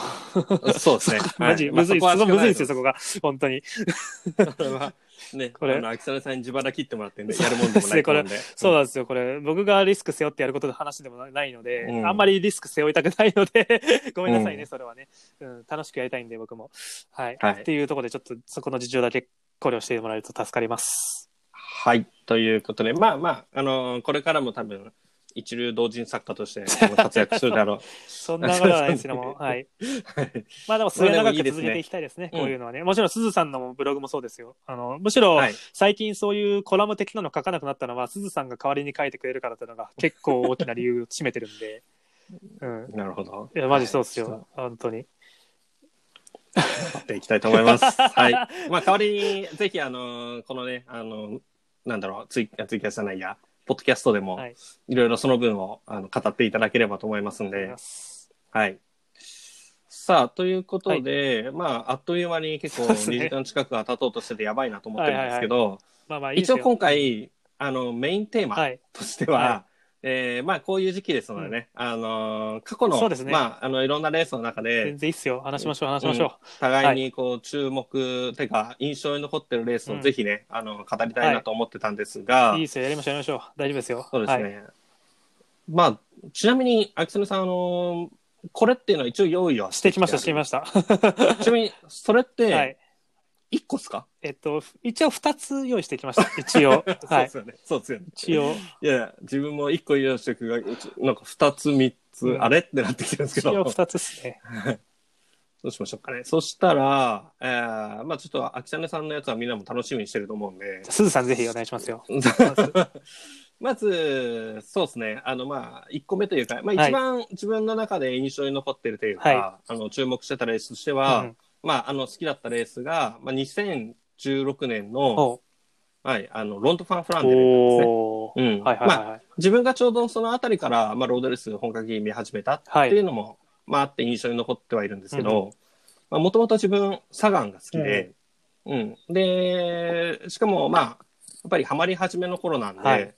そうですね マジ、はむずい、まあすごいむずいんですよ、そそここが。本当に。は仕方ないです。ね、これあの、秋雨さんに自腹切ってもらってんで、やるもんでもそうですなねい ことれ思うんで。そうなんですよ、これ、僕がリスク背負ってやることの話でもないので、うんあんまりリスク背負いたくないので、 ごめんなさいね、うそれはね、うん。楽しくやりたいんで、僕も。はい。はいっていうところで、ちょっとそこの事情だけ考慮してもらえると助かります。はい。ということで、まあまあ、あのこれからも多分、一流同人作家と して活躍するだろう。そんなことはないですけども、はい。はいまあでも、末まあ永でもいいくです続ねけていきたいですね、うんこういうのはね。もちろん、すずさんのブログもそうですよ。あの、むしろ、はい。最近そういうコラム的なの書かなくなったのは、すずさんが代わりに書いてくれるからっていうの が結構大きな理由を占めてるんで。うん。なるほど。いや、マジそうっすよ。はい本当に。ちょっとやっていきたいと思い ます。はい。まあ、代わりに、ぜひ、あのこのね、あのなんだろう、ツイツイキャスじゃないや、ポッドキャストでも、はいい、ろいろその分をあの語っていただければと思いますんありがとうでございま。すはい。さあ、ということで、まあ、あっという間に結構そうですね2時間近くが経とうとしててやばいなと思ってるんですけど、まあまあいいです一よ。応今回、あの、メインテーマ、はい。としては、はえーまあこういう時期ですのでね、あのー過去のそうですねまああのいろんなレースの中で全然いいっすよ。話しましょう、話しましょう。互いにこう注目、てか印象に残ってるレースうんをぜひね、あの語りたいなと思ってたんですが、いいっすよ、やりましょう、やりましょう。大丈夫ですよ。そうですね。はい。まあちなみに秋曽さんあのーこれっていうのは一応用意はしてきました、してきましした。 た。ちなみにそれっはてい。一個ですか？えっと、一応二つ用意してきま した。一応。そはうでいす。よね。そうですよね。一応。いやいや自分も一個用意しておくがうちなんか二つ三つ、うんあれってなってきてるんですけ一ど。応二つっすね。どうしましょうかね。そしたら、えー、まあちょっと、秋雨さんのやつはみんなも楽しみにしてると思うんで。すずさんぜひお願いしますよ。まず、そうですね。あの、まあ1個目というか、まあはい一番自分の中で印象に残ってるというか、はあの、注目してたレースとしてうは、ん。まああの、好きだったレースが、まあ2016年の、おうはい、あの、ロント・ファン・フランデルなんですね。おー。うん。はいはまいはあいはい。自分がちょうどそのあたりから、まあ、ロードレース本格的に見始めたっていうのも、まあ、あって印象に残ってはいるんですけど、まあ、もともと自分、サガンが好きで、うん。で、しかも、まあ、やっぱりハマり始めの頃なんで、はい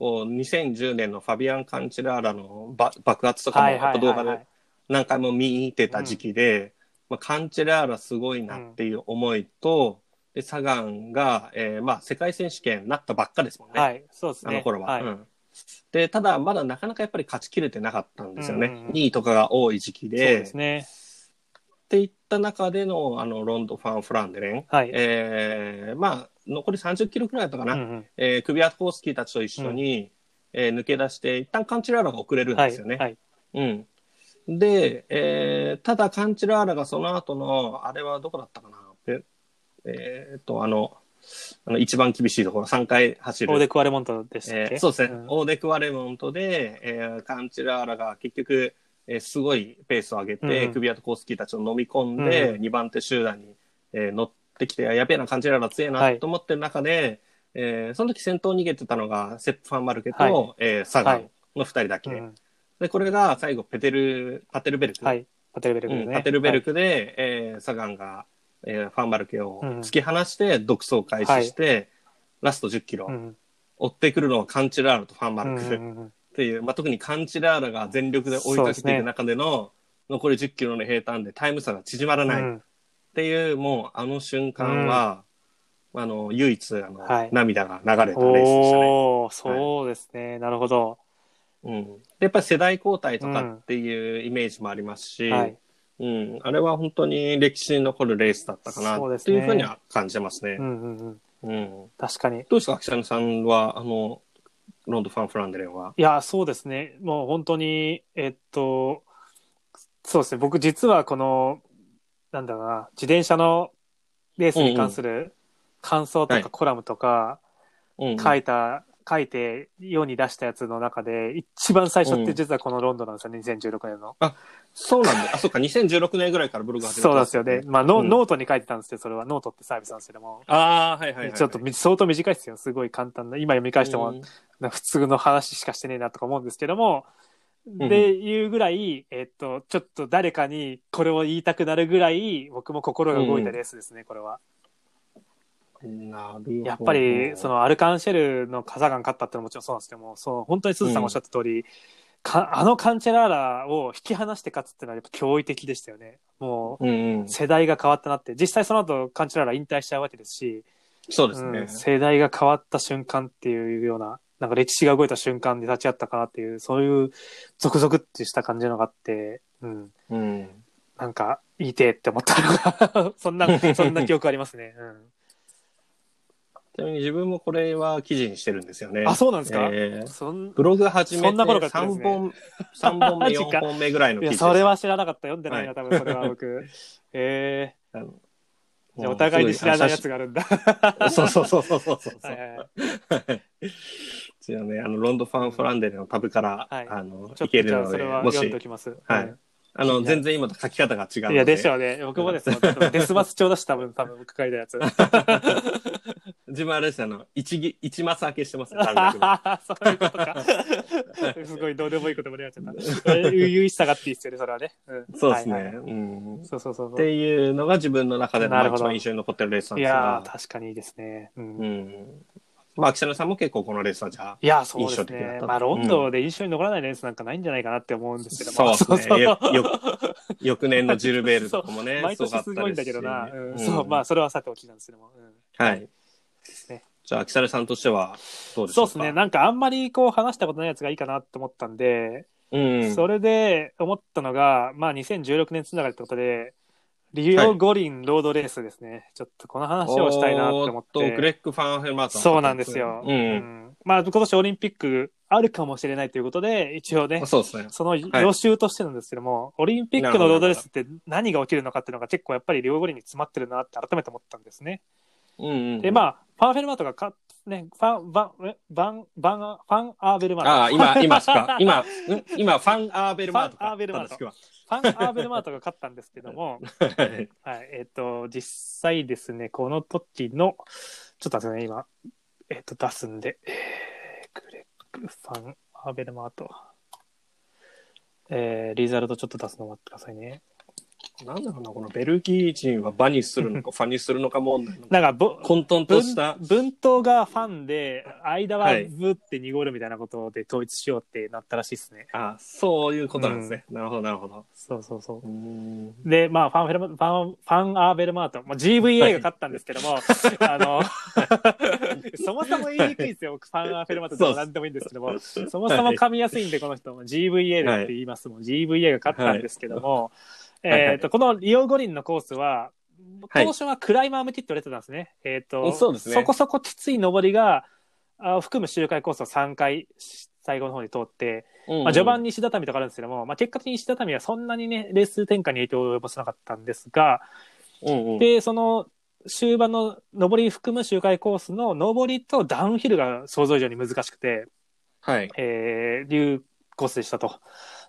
こう2010年のファビアン・カンチラーラのば爆発とかもはいやっはぱいは動い画はでい。何回も見てた時期で、まあ、カンチラーラすごいなっていう思いと、でサガンが、えーまあ、世界選手権なったばっかですもんね。はい。そうですあね。の頃は。いうんで、ただ、まだなかなかやっぱり勝ちきれてなかったんですよね。うんうんうん2位とかが多い時期そうで。ですね。っていった中での、あの、ロンド・ファン・フランデレン。はい。えーまあ、残り30キロくらいだったかな。うんうんえークビア・コースキーたちと一緒に、えー抜け出して、一旦カンチラーラが遅れるんはでいすよね。はい。うん。で、えーただカンチラーラがその後の、あれはどこだったかな。ええーっと、あの、あの一番厳しいところ、3回走るオー。デクワレモントでしたっえーけそうですね、んオーデクワレモントで、えーカンチラーラが結局、えーすごいペースを上げて、うんクビアとコースキーたちを飲み込んで、うん2番手集団に、えー乗ってきて、やべえな、カンチラーラ強えはないと思ってる中で、えーその時先頭逃げてたのが、セップ・ファン・マルケと、はいえーサガはンの2人だけ、うんで、これが最後、ペテル、パテルベルク、はい。パテルベルクうでんすね。パテルベルクで、えーサガンが、えーファン・マルケを突き放して、独走開始して、ラスト10キロ。はいうん追ってくるのはカンチラーラとファンマうルんクうんうんっていう、まあ、特にカンチラーラが全力で追いかけていく中での残り10キロの平坦でタイム差が縮まらうないっんていう、もうあの瞬間は、あの、唯一、あの、はい涙が流れたレースでしたね。おお、そうですね、なるほど。うん。でやっぱり世代交代とかっていうイメージもありますし、はい。うん、あれは本当に歴史に残るレースだったかなそうでっすてねいうふうには感じますねう。んうんうん。うん確かに。どうですか、秋田さんは、あの、ロンドンファン・フランデレンは。いや、そうですね。もう本当に、えっと、そうですね。僕実はこの、なんだろうな、自転車のレースに関する感想とはいかコラムとかうん書いた、書いて世に出したやつの中で、一番最初っうてん実はこのロンドンなんですよ、2016年の。そうなんだ。あ、そうか、2016年ぐらいからブログ始めそうなんですよね。。まあ、ノうんノートに書いてたんですけど、それはノートってサービスなんですけども。ああ、はいはいはい。ちょっとみ相当短いですよ。すごい簡単な。今読み返してもうんな普通の話しかしてねえなとか思うんですけども、で、いうぐらい、えっと、ちょっと誰かにこれを言いたくなるぐらい、僕も心が動いたレースですね、これは。なるほど。やっぱり、そ、のアルカンシェルのカザガン勝ったってのももちろんそうなんですけども、そう、本当にすずさんがおっしゃった通り、かあのカンチェラーラを引き離して勝つってのはやっぱ驚異的でしたよね。もうんうんう、、世代が変わったなって、実際その後カンチェラーラ引退しちゃうわけですし、そうですうんね。世代が変わった瞬間っていうような、なんか歴史が動いた瞬間で立ち会ったかなっていう、そういうゾクゾクってした感じのがあって、うん、うん。なんか、いいてって思ったのが、 そんな、そんな記憶ありますね。ちなみに自分もこれは記事にしてるんですよね。うん、あ、そうなんですか、えーそんブログ始めてそんな頃からやってるん3です本、三本目、 マジか4本目ぐらいのい記事や、です。それは知らなかった。読んでないはな、い多分それは僕。 えあの、ー、じゃあお互いに知らないやつが。があるんだ。 そうそうそうそうそうそう。 はいはいはい じゃあね、あの、ロンドファン・フランデルのタブから、はいあの、ちょいっとけじるゃあのそれで、はも読んでおし、きます。はいうんあの、全然今と書き方が違うので。いや、でしょうね。僕 もですもん。デスマス調だし、多分、多分、僕書いたやつ。自分あれですよあの、一ぎ、一マス明けしてますね、大学の そういうことか。 すごいどうでもいいことも出ちゃ った。初々しさがあっていいっすよね、それはね。うん そうですね。はいはいうん。っそうそうそうそていうのが自分の中でのまあなるほ一ど番印象に残ってるレースなんう。いですやがー、。確かにいいですね。うんうん。まあ、秋野さんも結構このレースはじゃあ、いやー、そうです印象的だっね。たまあ、ロンドンで印象に残らないレースなんかないんじゃないかなって思うんですけどそうですね。まあよよ翌年のジルベールとかもね、 毎年すごいんだけどな。うんそう、まあ、それはさておきなんですけども。うんあ。はい。ですねじゃあ、秋猿さんとしては、どうでしそょううかですね。なんかあんまりこう話したことないやつがいいかなと思ったんで、うん。それで思ったのが、まあ、2016年つながりってことで、リオ五輪ロードレースですね、ちょっとこの話をしたいなって思おーっとグレて、ッグ・ファン・ヘルマートンそうなんですよ、う。うんんまあ、今年オリンピックあるかもしれないということで、一応ね、そうですね。その予習としてなんですけども、オリンピックのロードレースって何が起きるのかっていうのが結構やっぱりリオ五輪に詰まってるなって改めて思ったんですね。うんうんうん。で、まあ、ファンフェルマートがか、ね、ファン、バン、えバン、バン、ファンアーベルマート。ああ、今、今っすか。 今、ん今、ファン・アーベルマートか。ファンアーベルマート正しくはファンアーベルマートが勝ったんですけども、はい はい、えっ、と、実際ですね、この時の、ちょっと待ってくださいね、今、えっ、と、出すんで、えーグレッグ、ファン、アーベルマート。えー、リザルトちょっと出すの待ってくださいね。なんだろうな、このベルギー人はバにするの か、ファにするのか問題のなんか、ぼ混沌と文した。文頭がファンで、間ははいブって濁るみたいなことで統一しようってなったらしいですね。あそういうことなんですね。なるほど、なるほど。そうそうそうう。んで、まあ、ファンフェルマ、ファン、ファンアーベルマートン、まあ、GVA が勝ったんですけども、あの、 そもそも言いにくいですよ、ファンアーベルマートンでも何でもいいんですけども、そもそも噛みやすいんで、この人も GVA だって言いますもん、GVA が勝ったんですけども、はいえっと、このリオ五輪のコースは、はい当初はクライマー向きって言われてたんですね。えっ、と、そうですねそこそこきつい上りが、あ含む周回コースを3回、最後の方に通って、まあ、序盤に石畳とかあるんですけども、まあ、結果的に石畳はそんなにね、レース展開に影響を及ぼさなかったんですが、うんうん、で、その終盤の上り含む周回コースの上りとダウンヒルが想像以上に難しくて、はい。えー、いうコースでしたと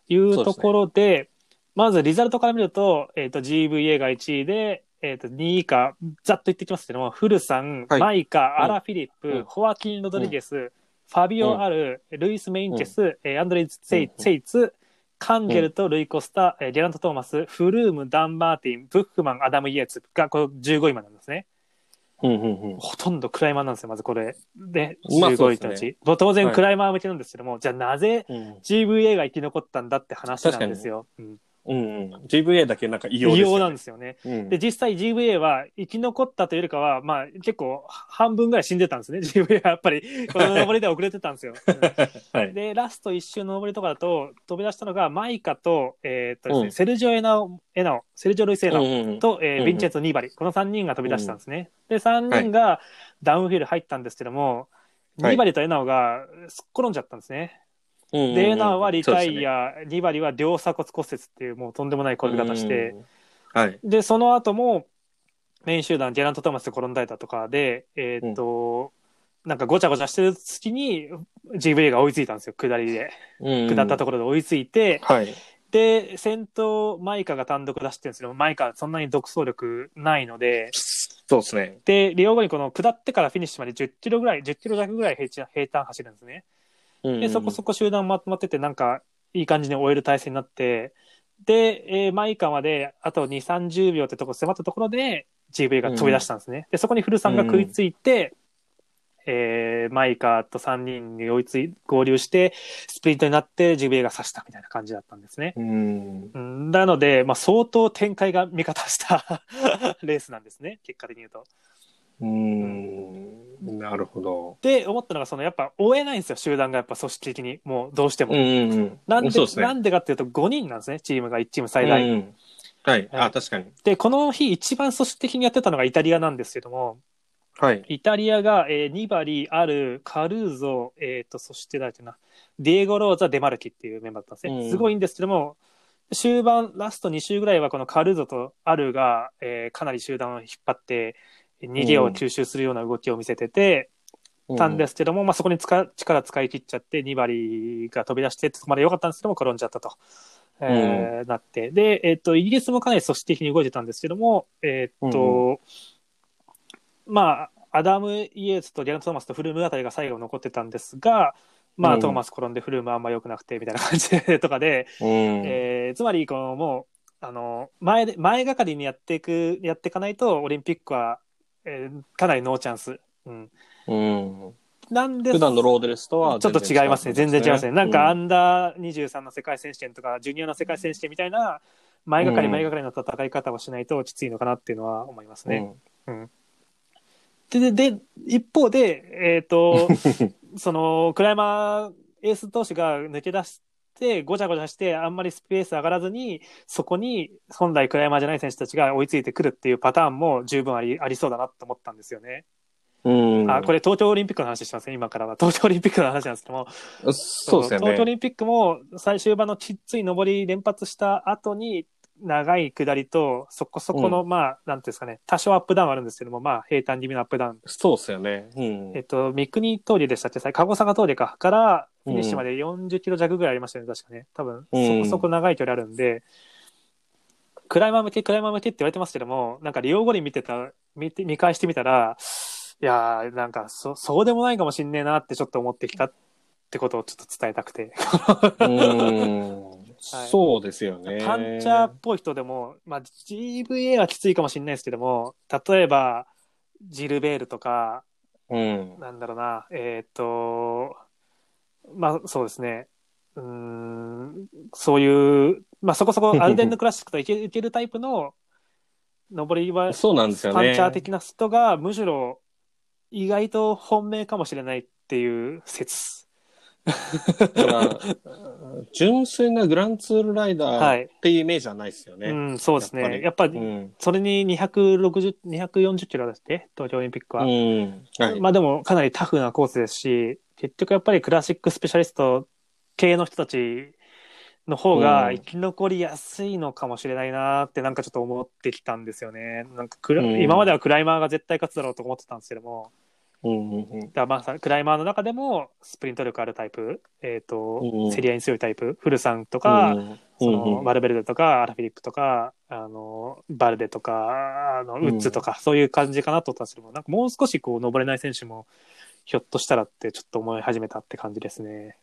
いうところで、まずリザルトから見ると、えっ、と、GVA が1位で、えっ、と、2位以下、ざっと言ってきますけども、フルさん、はいマイカ、うんアラ・フィリップ、うんホアキン・ロドリゲス、ファビうんオ・アル、ルイス・メインケス、えーアンドレイズ・ツェイうんツェイツ、カンゲルとルイ・コスタ、えーゲラント・トーマス、フルーム、ダン・マーティン、ブックマン、アダム・イエーツがこの15位までなんですね。うんうんうんほとんどクライマーなんですよ、まずこれ。で、まあそう15で位すねたち。まあ当然はいクライマー向けなんですけども、じゃあなぜうん GVA が生き残ったんだって話なんですよ。うんうん、GVA だけなんか異様異ですよ、ね。様なんですよね。うんで、実際 GVA は生き残ったというよりかは、まあ結構半分ぐらい死んでたんですね。GVA はやっぱり、この登りでは遅れてたんで すよ。はい。で、ラスト一周の登りとかだと、飛び出したのがマイカと、えーっとですねうんセルジオ・エナオ、エナオ、セルジオ・ルイス・エナオうんうんと、うんうえー、んヴィンチェンツ・ニーバリ、この3人が飛び出したんですね。で、3人がダウンフィール入ったんですけども、はいニーバリとエナオがすっ転んじゃったんですね。うんうんうんで、エナオはリタイ。そうア、ニーバリは両鎖骨骨折っていう、もうとんでもない転ですねび方して、、うんはい。で、その後も、メイン集団、ジェラント・トーマス転んだりだとかで、えーっと、なんかごちゃごちゃしてる隙に GVA が追いついたんですよ、下りで。下ったところで追いついて、ろ。はい。で、先頭、マイカが単独出してるんですけど、マイカはそんなに独走力ないので、そうですね。で、利用後にこの下ってからフィニッシュまで10キロぐらい、10キロ弱ぐらい平地平坦走るんですね。でで、そこそこ集団まとまってて、なんか、いい感じに終える体制になって、で、えーマイカまであと2、30秒ってとこ迫ったところで、GV が飛び出したんですね。で、そこにフルさんが食いついて、えーマイカと3人に追いつい合流して、スプリントになって GV が刺したみたいな感じだったんですね。うん。うんなので、まあ、相当展開が味方した レースなんですね、結果的に言うと。うん。なるほど。で、思ったのが、そのやっぱ追えないんですよ、集団がやっぱ組織的に、もうどうしても。うんうん。なんでそうですね。なんでかっていうと、5人なんですね、チームが、1チーム最大。うんはい。はあ、い確かに。で、この日、一番組織的にやってたのがイタリアなんですけども、はい。イタリアが、えーニバリ、アル、カルーゾ、えー、とそして誰だっけな、ディエゴ・ローザ・デマルキっていうメンバーだったんですうね。ん。すごいんですけども、終盤、ラスト2周ぐらいは、このカルーゾとアルが、えーかなり集団を引っ張って、逃げを吸収するような動きを見せてて、たんですすけども、まあ、そこに使う力使い切っちゃって、2割が飛び出して、そこまで良かったんですけども、転んじゃったと、えーなって。で、えっ、と、イギリスもかなり組織的に動いてたんですけども、えっ、と、まあ、アダム・イエースとリアン・トーマスとフルームあたりが最後残ってたんですが、まうあ、んトーマス転んでフルームあんま良くなくて、みたいな感じでとかで、うん。 えーつまり、このもう、あの、前で、前がかりにやっていく、やっていかないと、オリンピックは、えーかなりノーチャンス。うん。うんなんです普段のロードレスとはちょっと違いますね。全然違いますね。なんか、アの、ンダー23の世界選手権とか、ジュニアの世界選手権みたいな、前がかりうん前がかりの戦い方をしないときついのかなっていうのは思いますうんね。で、で、で、一方で、えっ、と、 その、クライマーエース投手が抜け出して、ごちゃごちゃして、あんまりスペース上がらずに、そこに本来クライマーじゃない選手たちが追いついてくるっていうパターンも十分ありありそうだなと思ったんですよね。うん。あ、これ東京オリンピックの話してますね、今からは。東京オリンピックの話なんですけども、れ、そうですよね。東京オリンピックも最終盤のきっつい上り連発した後に、長い下りと、そこそこの、まあ、なんていうんですかね、多少アップダウンはあるんですけども、まあ、平坦気味のアップダウン。そうですよね。うんえっと、三国峠でしたっけ鹿児坂峠か。から、フィニッシュまで40キロ弱ぐらいありましたよね、確かね。多分、うんそこそこ長い距離あるんで、クライマー向け、クライマー向けって言われてますけども、なんか利用後に見てた、見て、見返してみたら、いやー、なんか、そ、そうでもないかもしんねえなってちょっと思ってきたってことをちょっと伝えたくて。うんそうですよね。パンチャーっぽい人でも、まあ、GVA はきついかもしれないですけども、例えば、ジルベールとか、うん。なんだろうな、えーっと、まあ、そうですね、うーん、そういう、まあ、そ こそこアルデンヌクラシックといけいけるタイプの、上りは、そうなんですよね。パンチャー的な人が、むしろ、意外と本命かもしれないっていう説。だから純粋なグランツールライダはーいっていうイメージはないですようね。ん、そうですね。やっぱり、うん。それに260、240キロだって、東京オリンピックは。うんはいまあでもかなりタフなコースですし、結局やっぱりクラシックスペシャリスト系の人たちの方うがん生き残りやすいのかもしれないなーってなんかちょっと思ってきたんですよね。なんかクラうん今まではクライマーが絶対勝つだろうと思ってたんですけども、うんうんうんだからまあさクライマーの中でもスプリント力あるタイプ、えっ、と、うん競り合いに強いタイプ、フルさんとか、うんそうんのバルベルデとかアラフィリップとかあのバルデとかあのウッズとか、そういう感じかなと思ったんですけどもなんかもう少しこう登れない選手もひょっとしたらってちょっと思い始めたって感じですね。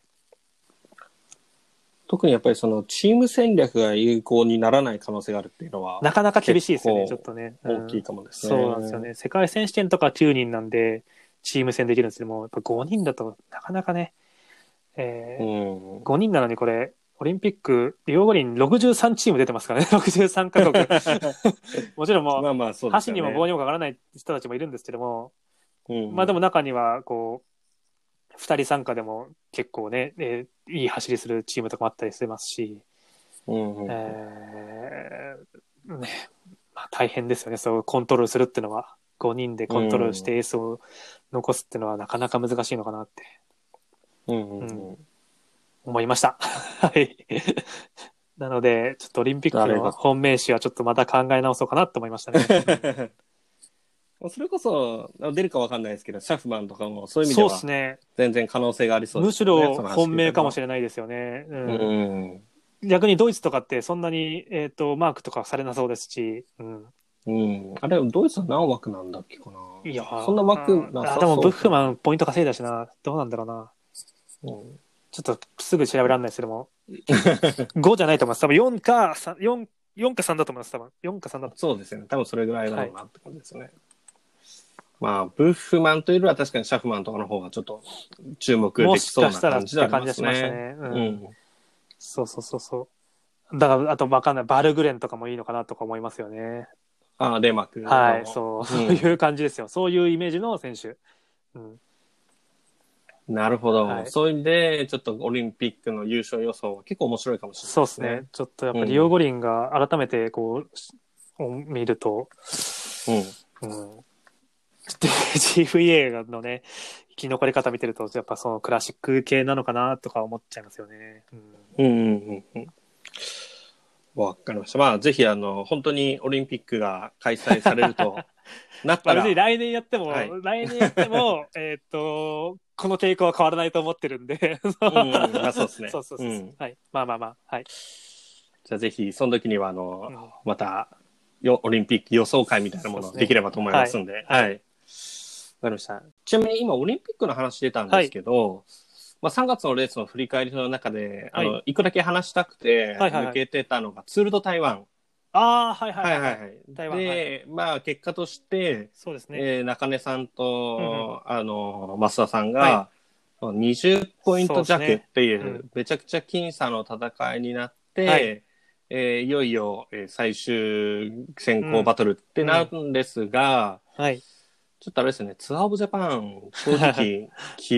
特にやっぱりそのチーム戦略が有効にならない可能性があるっていうのはなかなか厳しいですよねち結ょ構っとね。うん大きいかもですね。そうなんですよね。世界選手権とか9人なんでチーム戦できるんですけどもやっぱ5人だとなかなかね、えーうん。 5人なのにこれオリンピック、リオ五輪63チーム出てますからね、63カ 国。もちろんもう、まあまあ、そうです箸よにね。も棒にもかからない人たちもいるんですけども、うんまあでも中には、こう、二人参加でも結構ね、えーいい走りするチームとかもあったりしますし、うんうんえーね、まあ大変ですよね、そうコントロールするってのは。5人でコントロールしてエースを残すってのはなかなか難しいのかなってうんうんう思いました。 はい。なので、ちょっとオリンピックの本命誌はちょっとまた考え直そうかなと思いま したね。うんそれこそ、出るかわかんないですけど、シャフマンとかもそういう意味でそうはですね。全然可能性がありそうむですしよね、ろ本命かもしれれないですよね。うない。んうん。逆にドイツとかってそんなに、えっとマークとかされなそうですし、うん、うん。あれ、ドイツは何枠なんだっけかな。いやーそんな枠なさそう。あでもブッフマンポイント稼いだしなどうなんだろうなうんちょっとすぐ調べられないですけど も5じゃないと思います多分4か3 4, 4か3だと思います多分4か3だと思いまそうですよね。多分それぐらいだろうなって感じですよね。まあ、ブッフマンというよりは確かにシャフマンとかの方がちょっと注目すもできしそうかなしたらっ感てじではあ感りじまがすしましたね。ね、ううんん。そうそうそうそうだからあとわかんないバルグレンとかもいいのかなとか思いますよねああ、デマク。はいそう、そううんいう感じですよそういうイメージの選手、うん、なるほど、はいそういう意味で、ちょっとオリンピックの優勝予想は結構面白いかもしれないそうですね。ちょっとやっぱりリオ五輪が改めてこう、見るとうんで GVA がのね、生き残り方見てると、やっぱそのクラシック系なのかなとか思っちゃいますよね。うんうん。うんうんうんうん。わかりました。まあ、ぜひ、あの、本当にオリンピックが開催されるとなっ またあ、ら別に、来年やっても、はい来年やっても、 えーっと、この抵抗は変わらないと思ってるんで。うんうんまあそうですね そうそうそうそううんはい。まあまあまあ。はい。じゃあぜひ、その時には、あの、うんまたよ、オリンピック予想会みたいなものそうですねできればと思いますんで。はい。わ、かりました。ちなみに今、オリンピックの話出たんですけど、まあ、3月のレースの振り返りの中で、あはの、一個だけ話したくて、はいはいはい抜けてたのがツールド台湾。ああ、はいははいいは。はいいはい。台湾で、まあ、結果として、そうですね。えー中根さんと、あの、増田さんはが、20ポイントそうです弱っねていう、うんめちゃくちゃ僅差の戦いになって、はいえーいよいよ、えー最終選う考んバトルってなるんですが、はい。ちょっとあれですね、ツアーオブジャパン、正 直、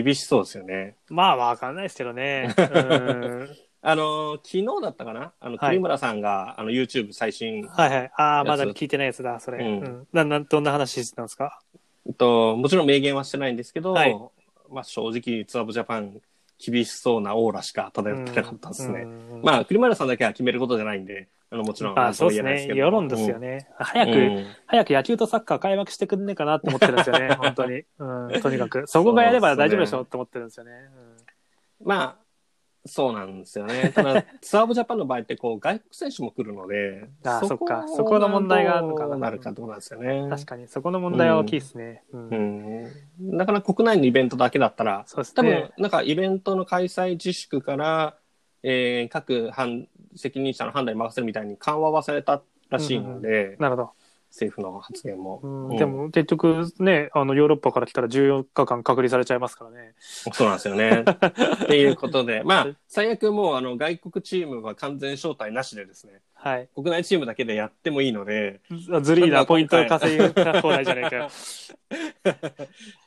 厳しそうですよね。まあ、わかんないですけど ね。うんあの、昨日だったかなあの、はい栗村さんが、あの、YouTube 最新、はいはい。ああ、つまだ聞いてないやつだ、それ。うんうんななんどんな話してたんですかえっと、もちろん明言はしてないんですけど、はいまあ正直、ツアーブジャパン厳しそうなオーラしか漂ってなかったですね。うんまあ、栗原さんだけは決めることじゃないんで、あのもちろん、まあ、なんとそもうです言えないね。世論ですよ。ね。う早んく、早く野球とサッカー開幕してくんねえかなって思ってるんです よね。本当に。うん、とにかく。そこがやれば大丈夫でしょって思ってるんですよね。うんまあ、そうなんですよね。ただ、ツアーブジャパンの場合って、こう、外国選手も来るので、 あーそっかをそこの問題があるのかなどうなるかってことなんですよね。うん確かに、そこの問題は大きいですね。うんうん。なかなか国内のイベントだけだったら、そうです多分ね。、なんかイベントの開催自粛から、えー各判責任者の判断に任せるみたいに緩和はされたらしいので、なるほ政府の発言も。ど。うんうんでも、結局ね、あの、ヨーロッパから来たら14日間隔離されちゃいますからね。そうなんですよ ね。っていうことで、まあ、最悪もうあの外国チームは完全招待なしでですね、はい。国内チームだけでやってもいいので、ずずりーなポイントを稼いだ放題じゃないかよ。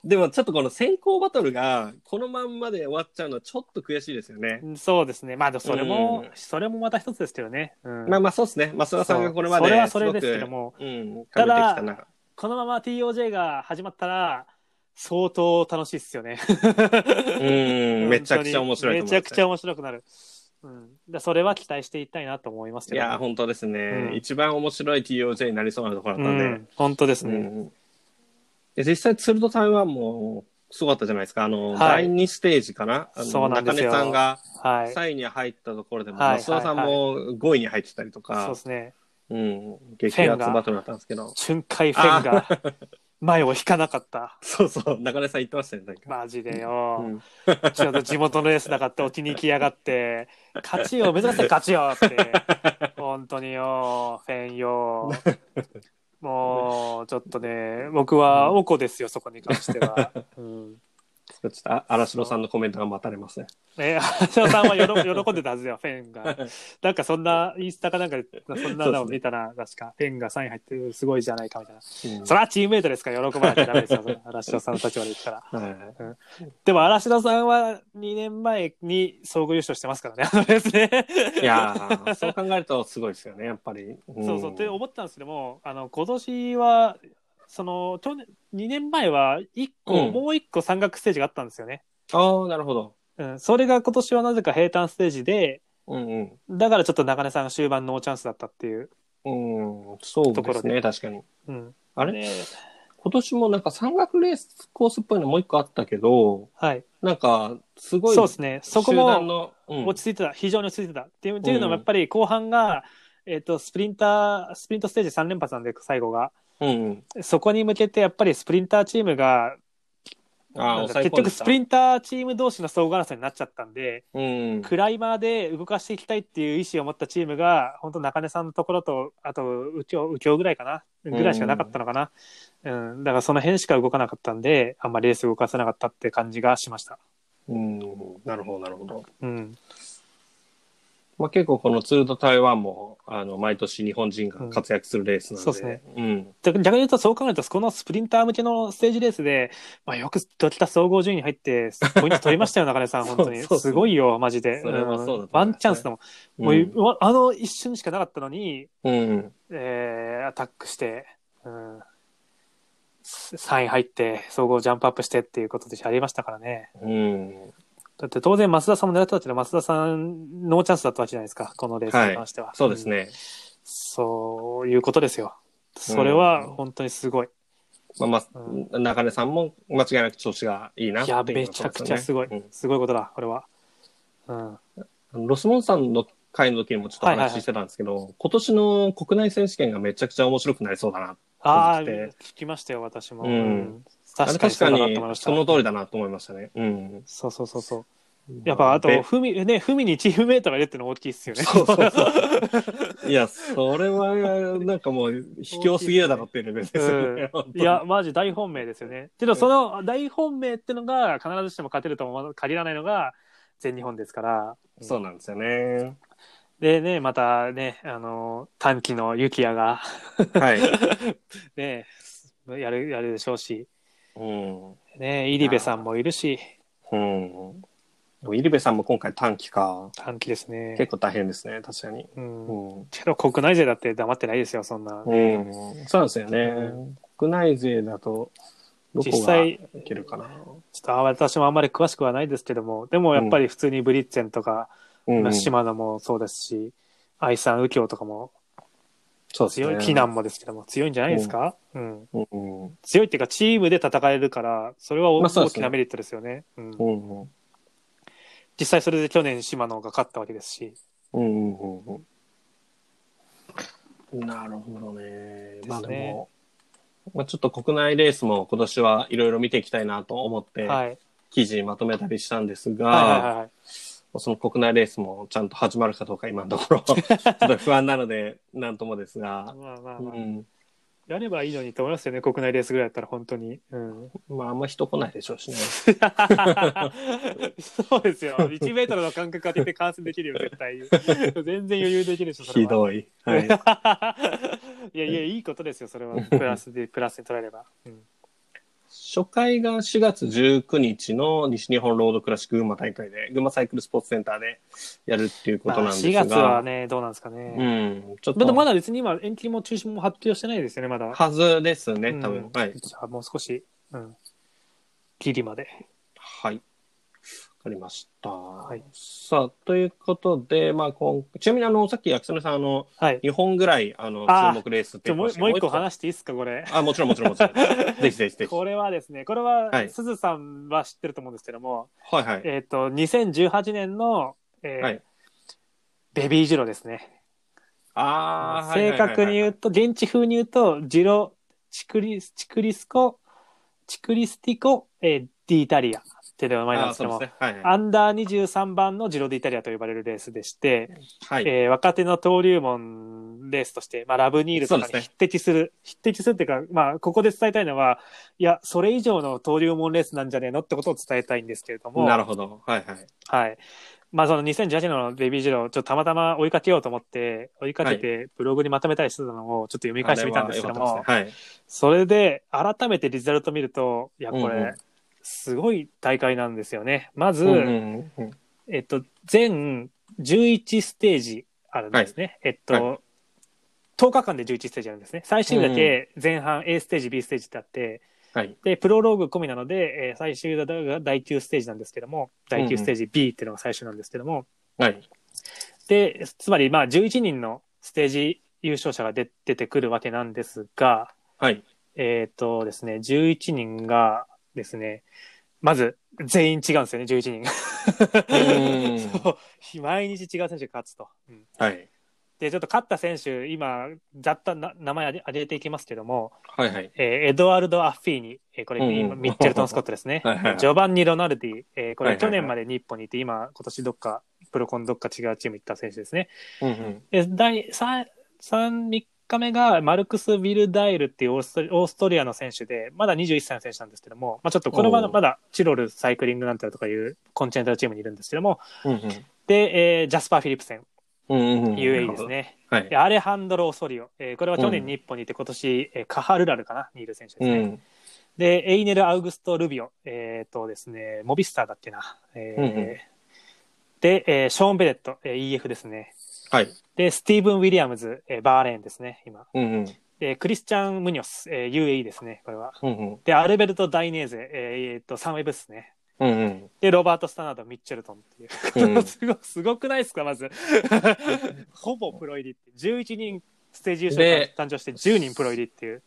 でもちょっとこの先行バトルがこのまんまで終わっちゃうのはちょっと悔しいですよね。そうですね。まあ、でもそれもうん、それもまた一つですけどね。うんまあまあそうですね。増田さんがこれまでそうそれはすそごく。れですけどもうん、たただだ、なこのまま TOJ が始まったら、相当楽しいっすよね。 うん、めちゃくちゃ面白いと思いめますちゃくちゃ面白くなる。うん、だそれは期待していきたいなと思いますけいどね、や、本当ですね、うん一番面白い TOJ になりそうなところだうったんで。ん、本当ですうね。んで実際、ツールド台湾もすごかったじゃないですか。あの、はい第2ステージかなあのそうなんですよ中根さんがはい。 3位に入ったところでも、はい増田さんも5位に入ってたりとか、そうですね。うん、激アツバトルだったんですけど。 瞬間フェンが前を引かなかった。そうそう、中根さん言ってましたね、なんか。マジでうよ。んちょっと地元のレースなかった、置きに行きやがって、勝ちよ、目指せ勝ちよって。本当によ、フェンよ。 もう、ちょっとね、僕はおこですよ、そこに関しては。うんちょっとあ荒城さんのコメントが待たれますね。えー、橋尾さんはよろ喜んでたはずだよ、フェンが。なんかそんな、インスタかなんかで、そんなのを見たら、確か、フェンが3位入ってる、すごいじゃないかみたいな。うん それはチームメイトですから、喜ばなきゃダメですよ、それ荒城さんの立場で言ったら。はいでも、荒城さんは2年前に総合優勝してますからね、あのレースね。いやーそう考えるとすごいですよね、やっぱり。ん そうそう、って思ったんですけども、あの、今年は、その、去年、2年前は、1個、うんもう1個山岳ステージがあったんですよね。ああ、なるほど。うん、それが今年はなぜか平坦ステージで、うんうん。だからちょっと中根さんが終盤ノーチャンスだったっていう。うん、そうとこでろすでね、確かに。うん。あれ、ね今年もなんか山岳レースコースっぽいのもう一個あったけど、はい。なんか、すごい、そうですね。そこ集団もの、うん落ち着いてた。非常に落ち着いてた。っていうっていうのもうんやっぱり後半が、えっ、と、スプリンター、スプリントステージ3連発なんで、最後が。うんうん。そこに向けてやっぱりスプリンターチームが、ああ、なんか抑え込結ん局でスたプリンターチーム同士の総合争いになっちゃったんで、うん。クライマーで動かしていきたいっていう意思を持ったチームが、本当中根さんのところと、あと右京、右京ぐらいかなぐらいしかなかったのかな。うん、だからその辺しか動かなかったんで、あんまりレース動かせなかったって感じがしました。うん。なるほど、なるほど。うん。まあ、結構このツールド台湾も、あの、毎年日本人が活躍するレースなんで。うんそうですね。うん。だから逆に言うと、そう考えると、このスプリンター向けのステージレースで、まあ、よく時田総合順位に入って、ポイント取りましたよ、中根さん、本当に。 そうそうそうすごいよ、マジで。それはそうだと思いますねんワンチャンスでも、もううんうわあの一瞬しかなかったのに、うん。えーアタックして、うん、3位入って、総合ジャンプアップしてっていうことでありましたからね。うん。だって当然、増田さんも狙ってたってのは、増田さん、ノーチャンスだったわけじゃないですか、このレースに関しては。そうですね。そういうことですよ。それは本当にすごい。まあ、まうあ、中根さんも間違いなく調子がいいなっいていうや、ことでめすちよねゃくちゃすごい。うんすごいことだ、これは。うん。ロスモンさんの回の時にもちょっとおはいはいは話いししてたんですけど、今年の国内選手権がめちゃくちゃ面白くなりそうだな。ああ、そうですね聞きましたよ、私も。うんうんあ確れかに確そうかだなにと思いましたそ。の通りだなと思いましたね。うん。そうそうそうそう。やっぱ、あと、べふみ、ね、ふみにチームメイトがいるってのは大きいっすよね。そうそう そう。いや、それは、なんかもう、卑怯すぎるだろっていうレベルですよね。本当にいや、、マジ大本命ですよね。けど、その大本命ってのが、必ずしも勝てるとも限らないのが、全日本ですから。そうなんですよね。でね、またね、あの、短期の雪也が、はい。ね、やる、やるでしょうし、うん。ね、入部さんもいるし、うん。でも入部さんも今回短期か。短期ですね結。構大変ですね、確かに。うんう。ん。けど国内勢だって黙ってないですよ、そんな。うん。そうなんですよね。国内勢だと、ど実こがい際、けるかな。ちょっとあ私もあんまり詳しくはないですけども、でもやっぱり普通にブリッツェンとか、うんうん島野もそうですし、愛さん、右京とかもそうですね強い、避難もですけども、強いんじゃないですか、うんうんうん強いっていうか、チームで戦えるから、それは大まあそうで大すきねなメリットですよね。うんうんうん実際それで去年、島野が勝ったわけですし、うんうんうんうんなるほどね。まあでですねも、まあ、ちょっと国内レースも今年はいろいろ見ていきたいなと思って、はい。記事まとめたりしたんですが、はいはいはい。その国内レースもちゃんと始まるかどうか今のところ、ちょっと不安なので、なんともですが、まあまあうまあん、やればいいのにと思いますよね、国内レースぐらいだったら、本当に。うん まああんま人来ないでしょうしね。そうですよ。1メートルの間隔当てて観戦できるよ、絶対。全然余裕できるでしょ、それひは。どい。はい。 い。やいや、いいことですよ、それは。プラスで、プラスに取られれば。うん初回が4月19日の西日本ロードクラシック群馬大会で、群馬サイクルスポーツセンターでやるっていうこまとなんあ、ですが。 4月はね、どうなんですかうね。ん。ちょっまだと、まだ別に今、延期も中止も発表してないですよね、まだ。はずですね、多う分ん。はい。じゃあもう少し、うん。ギリまで。はい。わかりました。いさあ、ということで、まあ、今ちなみに、あの、さっき、焼きそばさん、あの、はい。 2本ぐらい、あの、あー注目レースってちょもう話もう一個話していいですか、これ。あ、もちろん、もちろん、も ちろん。ぜひぜひぜひ。こはれはですね、これはは、いすずさんは知ってると思うんですけども、いはい。えっ、と、2018年の、えーはいベビージロですね。ああ、正確に言うう。と、現地風に言うと、ジロ、チクリ、チクリスコ、チクリスティコ、えーディイタリアっテレの前なんですけども、あーそうですね。はいはい。アンダー23番のジロディイタリアと呼ばれるレースでして、はい。えー若手の登竜門レースとして、まあ、ラブニールとかそうでにす匹敵する、匹敵するっていうか、まあ、ここで伝えたいのは、いや、それ以上の登竜門レースなんじゃねえのってことを伝えたいんですけれども、なるほど。はいはい。はい。まあ、その2018年のベビージロー、ちょっとたまたま追いかけようと思って、追いかけてブログにまとめたりしてたのをちょっと読み返してみたんですけども、あれは良かったですねそれで改めてリザルト見ると、いや、これ、うんうんすごい大会なんですよね。まず、はい。うんうんうんえっと、全11ステージあるんですね。えっと、は10日間で11ステージあるんですね。最終日だけ前半 A ステージ、B ステージってあって、はい。で、プロローグ込みなので、えー最終が第9ステージなんですけども、第9ステージ B っていうのが最終なんですけども、はい。で、つまりまあ11人のステージ優勝者が出出てくるわけなんですが、はい。えっ、とですね、11人がですね、まず全員違うんですよね、11人。ーん そう毎日違う選手が勝つと。うんはい。で、ちょっと勝った選手、今、ざっとな名前挙げていきますけども、はいはい。えーエドワルド・アッフィーニ、えーこれ、うんうん。ミッチェルトン・スコットですねはいはいはいジョバンニ・ロナルディ、えーこはれ、いはいは去い年まで日本にいて、今、今年どっか、プロコンどっか違うチーム行った選手ですね。うんうん。で第 3, 三3日目がマルクス・ウィルダイルっていうオーストリオーストリアの選手で、まだ21歳の選手なんですけども、まあ、ちょっとこれおはうまだチロルサイクリングなんたらとかいうコンチネンタルチームにいるんですけども、うんうんで、えージャスパー・フィリプセン、うんうん。 UAE です。ね。はいで。アレハンドロ・オソリオ、えーこれは去う年ん日本にいて、今年、えーカハルラルかな、にいる選手ですうね。ん。で、エイネル・アウグスト・ルビオ、えっ、とですね、モビスターだっけな。えうーんうんで、えーショーン・ベレット、えー EF ですね。はい。で、スティーブン・ウィリアムズ、えーバーレーンですね、今。うんうん。えークリスチャン・ムニョス、えー UAE ですね、これは。うんうん。で、アルベルト・ダイネーゼ、えーえーっと、サンウェブスね。うんうん。で、ロバート・スタナード、ミッチェルトンっていう。うん すごすごくないですか、まず。 ほぼプロ入りって。11人ステージ優で勝が誕生して10人プロ入りっていう。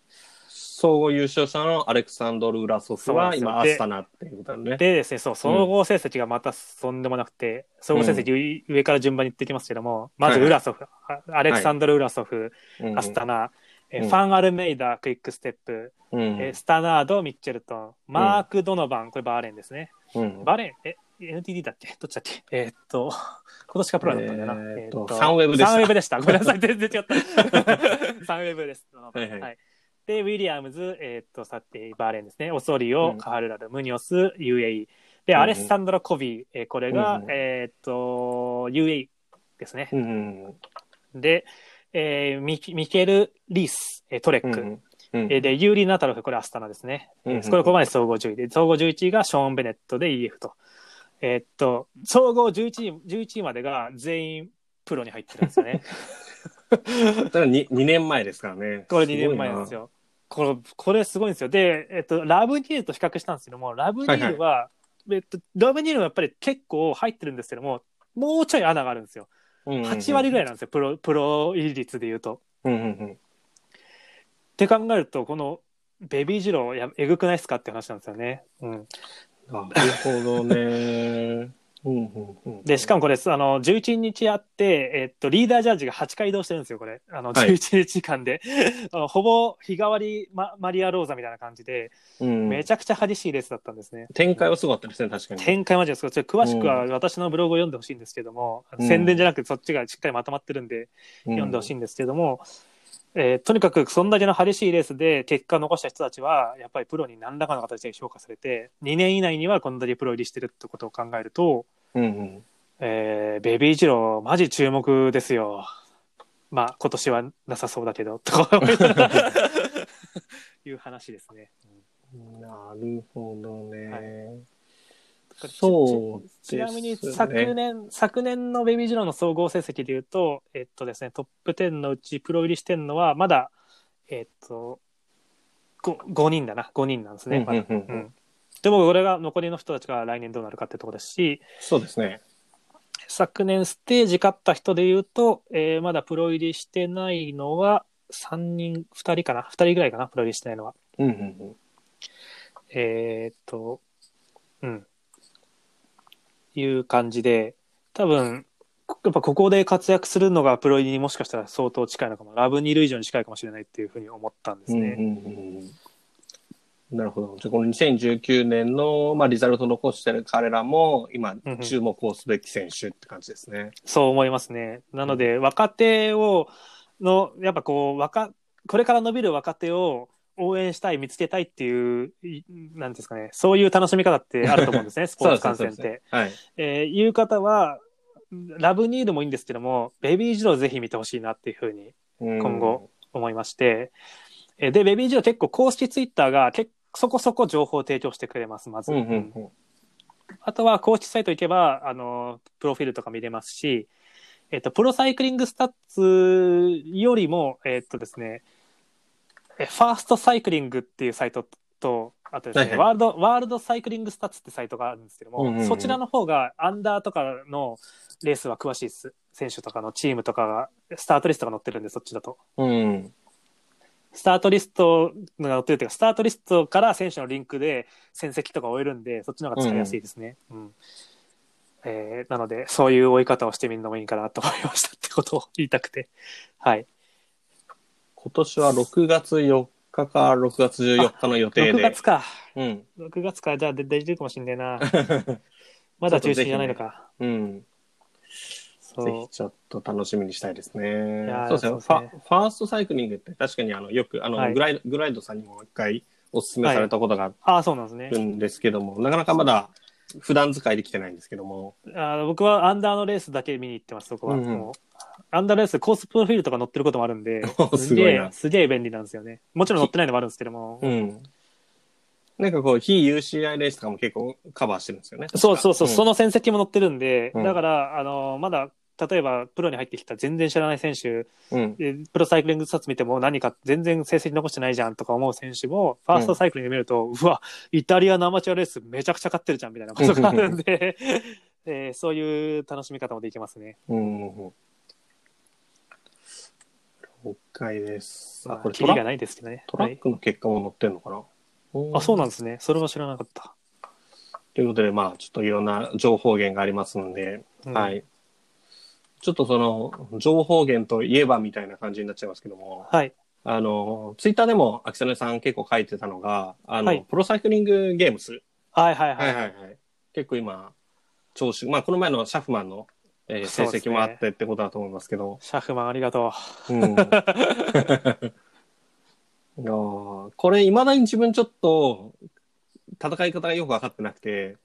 総合優勝者のアレクサンドル・ウラソフそうなんはですよ今、アスタナっていうことだね。でですね、そう、総合成績がまたとんでもなくて、総合成績上から順番にいってきますけども、まずウラソフ、あアレクサンドル・ウラソフ、アスタナ、えうーんファン・アルメイダー、クイックステップ、うんうんえースタナード、ミッチェルトン、マーク・ドノバン、これバーレンですね。うんバーレン、え、NTD だっけどっちだっけえーっと、今年かプロだったんだよな。えーっとえーサンウェブでしたサンウェブでした。ごめんなさい、全然 違った。 サンウェブです。はいはいで、ウィリアムズ、えーっと、さて、バーレンですね。オソリオ、うんカハルラル、ムニョス、UAE。で、うんうんアレッサンドロ・コビー、えーこれが、うんうんえーっと、UAE ですねう。んうんで、えーミキミケル・リース、えートレッうク。ん うんえーで、ユーリー・ナタロフ、これアスタナですね。えうんうんーこれここまで総合10位で、総合11位がショーン・ベネットで EF と。えーっと、総合11位、11位までが全員プロに入ってるんです よね。 だから 2, 2年前ですからね。これ2年前なんですよ。これ、これすごいんですよ。で、えーっと、ラブニールと比較したんですけども、ラブニールは、えーっと、ラブニールはやっぱり結構入ってるんですけども、もうちょい穴があるんですよ。すごいな。 8割ぐらい。らいなんですよ、プロ、プロ入り率で言うと。うんうんって考えると、この、ベビージロー、いや、えぐくないですかって話なんですよね。うん。うんなるほどね。うんうんうんで、しかもこれ、あの、11日あって、えっと、リーダージャッジが8回移動してるんですよ、これ。あの、はい11日間で。 あのほぼ日替わり、ま、マリア・ローザみたいな感じで、うんめちゃくちゃ激しいレースだったんですね。展開はすごかったですね、確かに。展開までですけど、ちょっと詳しくは私のブログを読んでほしいんですけども、あのうん宣伝じゃなくてそっちがしっかりまとまってるんで、読んでほしいんですけども、えーとにかくそんだけの激しいレースで結果を残した人たちは、やっぱりプロに何らかの形で評価されて、2年以内にはこんだけプロ入りしてるってことを考えると、うんうんえーベビージロー、マジ注目ですよ。まあ、今年はなさそうだけど、 とか思いながらいう話ですね。なるほどね。はそうですちねなみに昨年、昨年のベビージローの総合成績で言うと、えっとですね、トップ10のうちプロ入りしてるのは、まだ、えっと、5, 5人だな、5人なんですね。まだうんうんうんうんでも、これが残りの人たちが来年どうなるかってとこですし、そうですね。昨年ステージ勝った人で言うと、えーまだプロ入りしてないのは3人、2人かな ?2 人ぐらいかなプロ入りしてないのは。うんうんえーっと、うん。いう感じで、多分、こやっぱここで活躍するのがプロ入りにもしかしたら相当近いのかも。ラブニール以上に近いかもしれないっていうふうに思ったんでうすんね。うんうんうんなるほど。じゃあこの2019年の、まあ、リザルト残してる彼らも、今うんうん、注目をすべき選手って感じですね。そう思いますね。なので、若手を、の、やっぱこう、若、これから伸びる若手を応援したい、見つけたいっていう、いなんですかね、そういう楽しみ方ってあると思う んですね、スポーツ観戦っそうでて。すね。はい。えーいう方は、ラブニードもいいんですけども、ベビージローぜひ見てほしいなっていうふうに今今後。思いまして、えーで、ベビージロー結構公式ツイッターが結そこそこ情報を提供してくれます、まず。うんうんうん。あとは公式サイト行けば、あの、プロフィールとか見れますし、えっと、プロサイクリングスタッツよりも、えっとですね、えファーストサイクリングっていうサイトと、あとですはいはね、いワールド、ワールドサイクリングスタッツってサイトがあるんですけども、うんうんうんそちらの方がアンダーとかのレースは詳しいです。選手とかのチームとかが、スタートリストが載ってるんで、そっちだと。うん。スタートリストが載ってるというか、スタートリストから選手のリンクで戦績とか追えるんで、そっちの方が使いやすいですね。うんえーなので、そういう追い方をしてみるのもいいかなと思いましたってことを言いたくて。はい。今年は6月4日か6月14日の予定6で。月か。うん。 6月か。じゃあ、でできるかもしんね えな。まだ中止じゃないのか。うん。そうぜひちょっと楽しみにしたいですいねやー。そうですねそうでフすねァ。ファーストサイクリングって確かにあのよくあの、はいグライドグライドさんにも一回お勧めされたことがああ、そうなんですねあ。るんですけども、なかなかまだ普段使いできてないんですけども。あー僕はアンダーのレースだけ見に行ってます、そこは。うんうんもうアンダーレース、コースプロフィールとか載ってることもあるんで お、すごいなげえすげえ便利なんですよね。もちろん載ってないのもあるんですけども。うん。なんかこう、非 UCI レースとかも結構カバーしてるんですよね。そうそうそう、んその戦績も載ってるんで、うんだから、あの、まだ、例えば、プロに入ってきた全然知らない選手、うん。でプロサイクリングスタッツ見ても何か全然成績残してないじゃんとか思う選手も、ファーストサイクリング見ると、うわ、イタリアのアマチュアレースめちゃくちゃ勝ってるじゃんみたいなことがあるんで、 えーそういう楽しみ方もできますね。うんうんうん。了解です。あ、まこあ、れキトリラがないですけどね。トラッはいクの結果も載ってるのかな、あ、そうなんんですね。それは知らなかった。ということで、まあ、ちょっといろんな情報源がありますので、うんはい。ちょっとその、情報源といえばみたいな感じになっちゃいますけども、はい。あの、ツイッターでも、秋雨さん結構書いてたのが、あの、はいプロサイクリングゲームス。はいはいはい。はいはいはい。結構今、調子、まあ、この前のシャフマンの、えー成そうです績ねもあってってことだと思いますけど、シャフマンありがとうん。 いやーこれ、未だに自分ちょっと、戦い方がよく分かってなくて、う。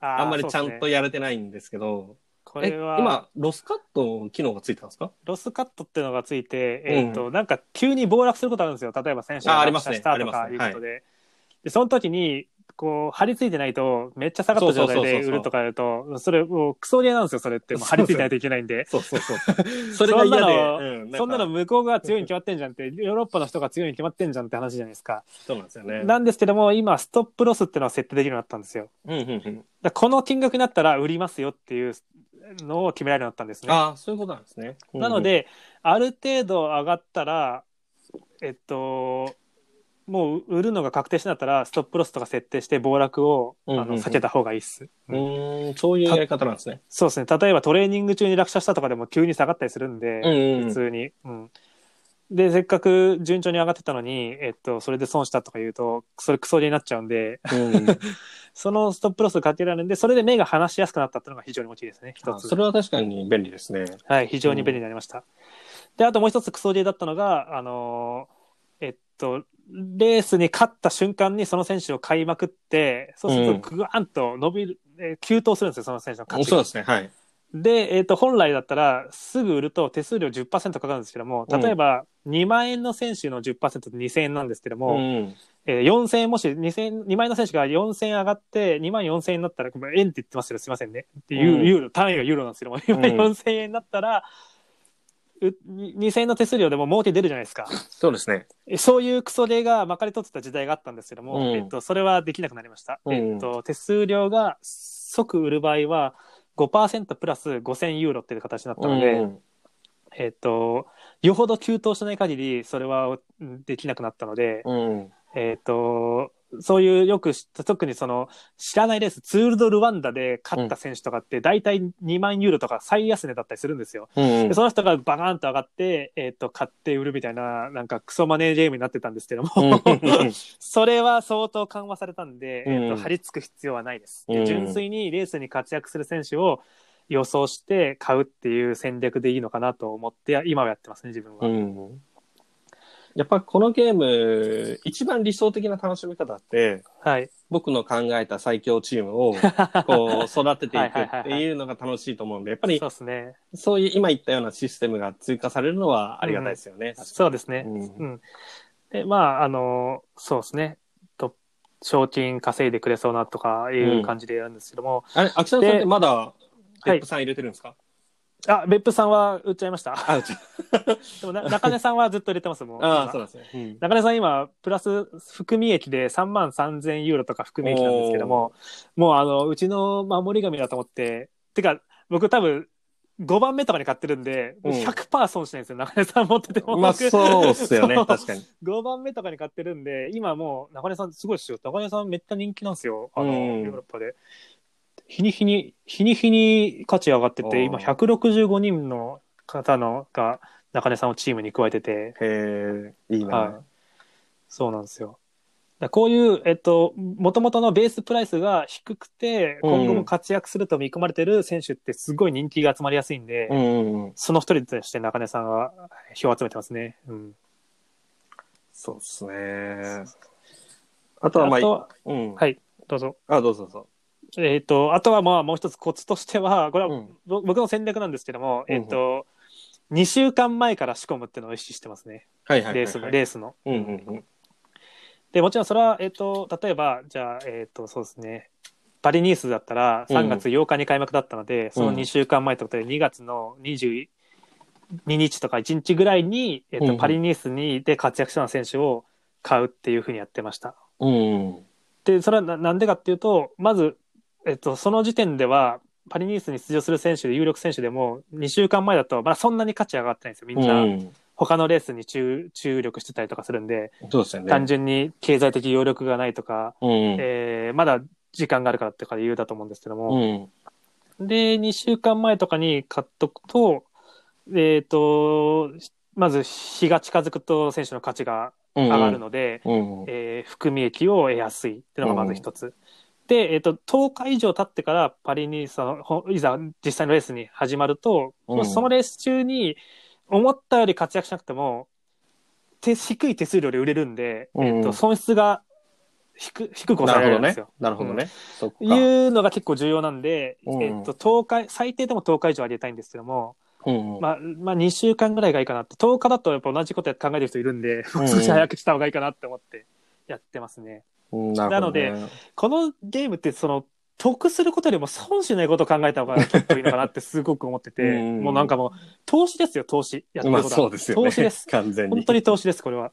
ああーんまりちゃそうでんすとねやれてないんですけど、こえれは、今、ロスカット機能がついてたんですかロスカットっていうのがついて、うんえっ、と、なんか急に暴落することあるんですよ。例えば選手あがあり落ます車ねしたありまとすかねいうことで。で、その時に、こう、張り付いてないと、めっちゃ下がった状態そうそうそうでそう売るとかやると、それ、もう、クソゲーなんですよ、それって。もう張り付いてないといけないんで。そうそう そう。そそんなの、うんかそんなの向こうが強いに決まってんじゃんって、ヨーロッパの人が強いに決まってんじゃんって話じゃないですか。そうなんですよね。なんですけども、今、ストップロスっていうのは設定できるようになったんですよ。うんうんうん。だからこの金額になったら売りますよっていうのを決められるようになったんですね。ああ、そういうことなんですね。なので、ある程度上がったら、えっと、もう売るのが確定してなったら、ストップロスとか設定して暴落を、あうんうんのうん避けた方がいいっす、うん、うーん、そういうやり方なんですね。そうですね。例えばトレーニング中に落車したとかでも急に下がったりするんうんで、うん普通に、うん。で、せっかく順調に上がってたのに、えっと、それで損したとか言うと、それクソゲーになっちゃうんで、うん。そのストップロスかけられるんで、それで目が離しやすくなったっていうのが非常に大きいですね、一あつ そ。れは確かに便利ですね。はい、非常に便利になりました。で、あともう一つクソゲーだったのが、あのーえっと、レースに勝った瞬間にその選手を買いまくって、そうするとグワーンと伸びる、えー急騰するんですよ、その選手の価値そうがですね、はい。で、えっと、本来だったらすぐ売ると手数料10%かかるんですけども、例えば2万円の選手の10%って2000円なんですけどうも、ん。えー4000円、もし2000、2万円の選手が4000円上がって、2万4000円になったら、ごめん、円って言ってますけど、すいませんね。でユーうんユーロ、単位がユーロなんですけども、2万4000円になったら、う2000円の手数料でも儲け出るじゃないですか。そうですね。えそういうクソ例がまかり取ってた時代があったんですけども、うんえっと、それはできなくなりました。うんえっと、手数料が即売る場合は、5%プラス5000ユーロっていう形になったので、うんえっと、よほど急騰しない限り、それはうんできなくなったので、うん。えっ、と、そういうよく知った、特にその、知らないレース、ツールドルワンダで勝った選手とかって、大体2万ユーロとか最安値だったりするんですよ。うんでその人がバカーンと上がって、えっ、と、買って売るみたいな、なんかクソマネーゲームになってたんですけども、 それは相当緩和されたんで、えっ、うんと、張り付く必要はないです。うでん純粋にレースに活躍する選手を予想して買うっていう戦略でいいのかなと思って、今はやってますね、自分は。うんやっぱこのゲーム、一番理想的な楽しみ方って、はい。僕の考えた最強チームを、 こう、育てていくっていうのが楽しいと思うんで、やっぱりそうですね。そういう今言ったようなシステムが追加されるのはありがたいですよね。そうですね。うんで、まあ、あの、そうですね。と、賞金稼いでくれそうなとかいう感じでやるんですけども、あれ、秋田さんってまだ、でペップさん入れてるんですか、あ、別府さんは売っちゃい ました。あうちでもな、中根さんはずっと入れてますもん。あ今そうなんですね。中根さん今、プラス含み益で3万3000ユーロとか含み益なんですけども、もうあの、うちの守り神だと思って、てか、僕多分、5番目とかに買ってるんで、うん100%損しないんですよ、中根さん持ってても。まあ、僕そうっすよね そ、う確かに。 5番目とかに買ってるんで、今もう、中根さんすごいですよ。中根さんめっちゃ人気なんですよ。あの、うんヨーロッパで。日に日に、日に日に価値上がっておーて、今165人の方のが中根さんをチームに加えてて、へえ、いいな。はいそうなんですよ。だからこういう、えっと、もともとのベースプライスが低くて、うん今後も活躍すると見込まれてる選手ってすごい人気が集まりやすいんで、うんうんうん。その一人として中根さんは票を集めてますね。うん。そうっすね。あとは、まあ、あとはうん。はい、どうぞ。あ、どうぞどうぞ。えっ、と、あとはまあもう一つコツとしては、これはうんぼ僕の戦略なんですけども、うんえっ、と、2週間前から仕込むっていうのを意識してますね。はいはいはいはい。レースの、レースの。うんうんで、もちろんそれは、えっ、と、例えば、じゃあ、えっ、と、そうですね。パリニースだったらうん3月8日に開幕だったので、その2週間前ってことで2月の22日とか1日ぐらいに、えっ、うんうと、んパリニースにで活躍した選手を買うっていうふうにやってました。うん。うん。で、それはななんでかっていうと、まず、えっと、その時点では、パリニースに出場する選手で、有力選手でも、2週間前だと、まだそんなに価値上がってないんですよ。みんうな、ん。他のレースに注注力してたりとかするんで、そうですよね。単純に経済的余力がないとか、うん。えーまだ時間があるからとか理由だと思うんですけども、うん。で、2週間前とかに買っとくと、えっ、と、まず日が近づくと選手の価値が上上がるので、うん。えー含み益を得やすいっていうのがまず一つ。で、えっ、と、10日以上経ってからパリに、その、ほいざ実際のレースに始まると、うんそのレース中に思ったより活躍しなくても、手、低い手数料で売れるんで、うんえっ、と、損失が低低くな抑えらるほどれるんでねすよ。。なるほどね。そっか。いうのが結構重要なんで、うんえっと、10日、最低でも10日以上上げたいんですけども、うん。まあ、まあ、2週間ぐらいがいいかなって、10日だとやっぱ同じことやって考えてる人いるんで、うん 少し早くした方がいいかなって思ってやってますね。うんなるほどねなこのゲームってその得することよりも損しないことを考えた方がきっといいのかなってすごく思ってて、うんもうなんかもう投資ですよ、投資。やってるまこあ、とはそうですよね。投資です。完全に。本当に投資です、これは。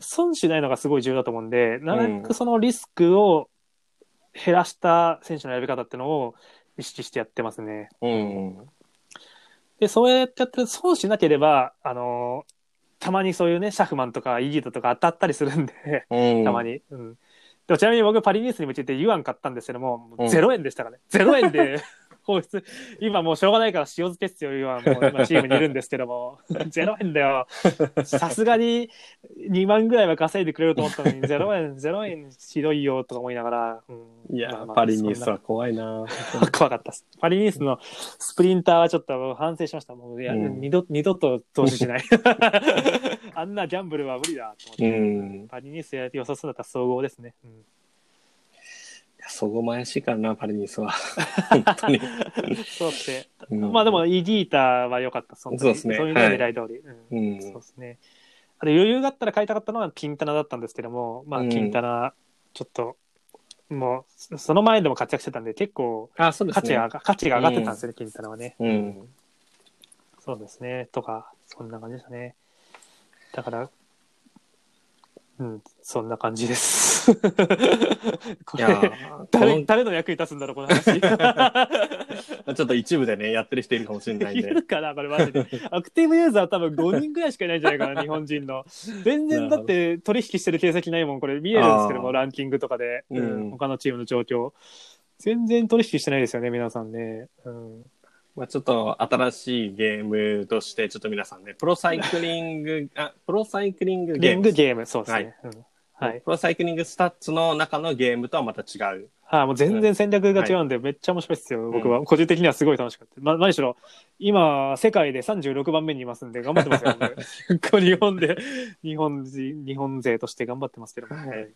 損しないのがすごい重要だと思うんで、なるべうんくそのリスクを減らした選手の選び方っていうのを意識してやってますね。うん。で、そうやってやって損しなければ、あのたまにそういうね、シャフマンとかイギートとか当たったりするんで、うん。たまに。うん。でもちなみに僕、パリニースに向けてユアン買ったんですけども、もううん0円でしたからね。0円 で放出。今もうしょうがないから塩漬けっすよ、ユアンも。今チームにいるんですけども。0円だ よ。さすがに2万ぐらいは稼いでくれると思ったのに、0円、0円 ひどいよとか思いながら。うんいや、まあまあパリニースそんは怖いな。な 怖かったっす。パリニースのスプリンターはちょっともう反省しました。もういや、うん二度、二度と投資しない。 あんなギャンブルは無理だと思って。うん。パリニースや良さそうだったら総合ですね。うんそこまやしいからな、パリニースは。本当に。 そうって。うんまあでも、イギーターは良かった。そんなにそうですねそういうのは狙い通り。ううんん。そうですね。あと余裕があったら買いたかったのはピンタナだったんですけども、まあ、うんピンタナ、ちょっと、もう、その前でも活躍してたんで、結構、あ、そうです価ね。値が、価値が上がってたんですよね、ピンタナはね。うん。そうですね。とか、そんな感じでしたね。だから、うん、そんな感じです。 こい やれ、ーこ誰、の誰の役に立つんだろう、この話。ちょっと一部でね、やってる人いるかもしれないいんで。るかな、これマジで。アクティブユーザー多分5人ぐらいしかいないんじゃないかな、日本人の。全然だって取引してる形跡ないもん、これ見えるんですけどあも、ーランキングとかで、うんうん他のチームの状況。全然取引してないですよね、皆さんね。うん、まあ、ちょっと新しいゲームとして、ちょっと皆さんね、プロサイクリン グ、あ、プロサイクリングゲリーンム。グゲーム、そうですね。うんはい。プロサイクリングスタッツの中のゲームとはまた違う。はあ、もう全然戦略が違うんで、めっちゃ面白いですよ、僕は。個人的にはすごい楽しかった。ま、何しろ、今、世界で36番目にいますんで、頑張ってますよ、 僕日本で、日本人、日本勢として頑張ってますけども。はい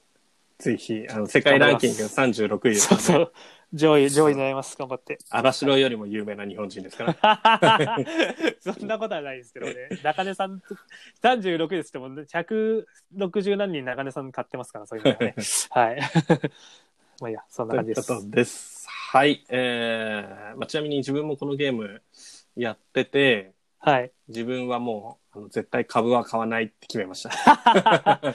ぜひ、あの、世界ランキング36位です、そうそう。上位、上位狙います。頑張 って。荒城よりも有名な日本人ですから。そんなことはないですけどね。中根さん、36ですっても、160何人中根さん買ってますから、そういうのは ね。はい。まあいいや、そんなと感じいうこです。とです。はい。えーまあ、ちなみに自分もこのゲームやってて、はい。自分はもう、あの絶対株は買わないって決めました。 だか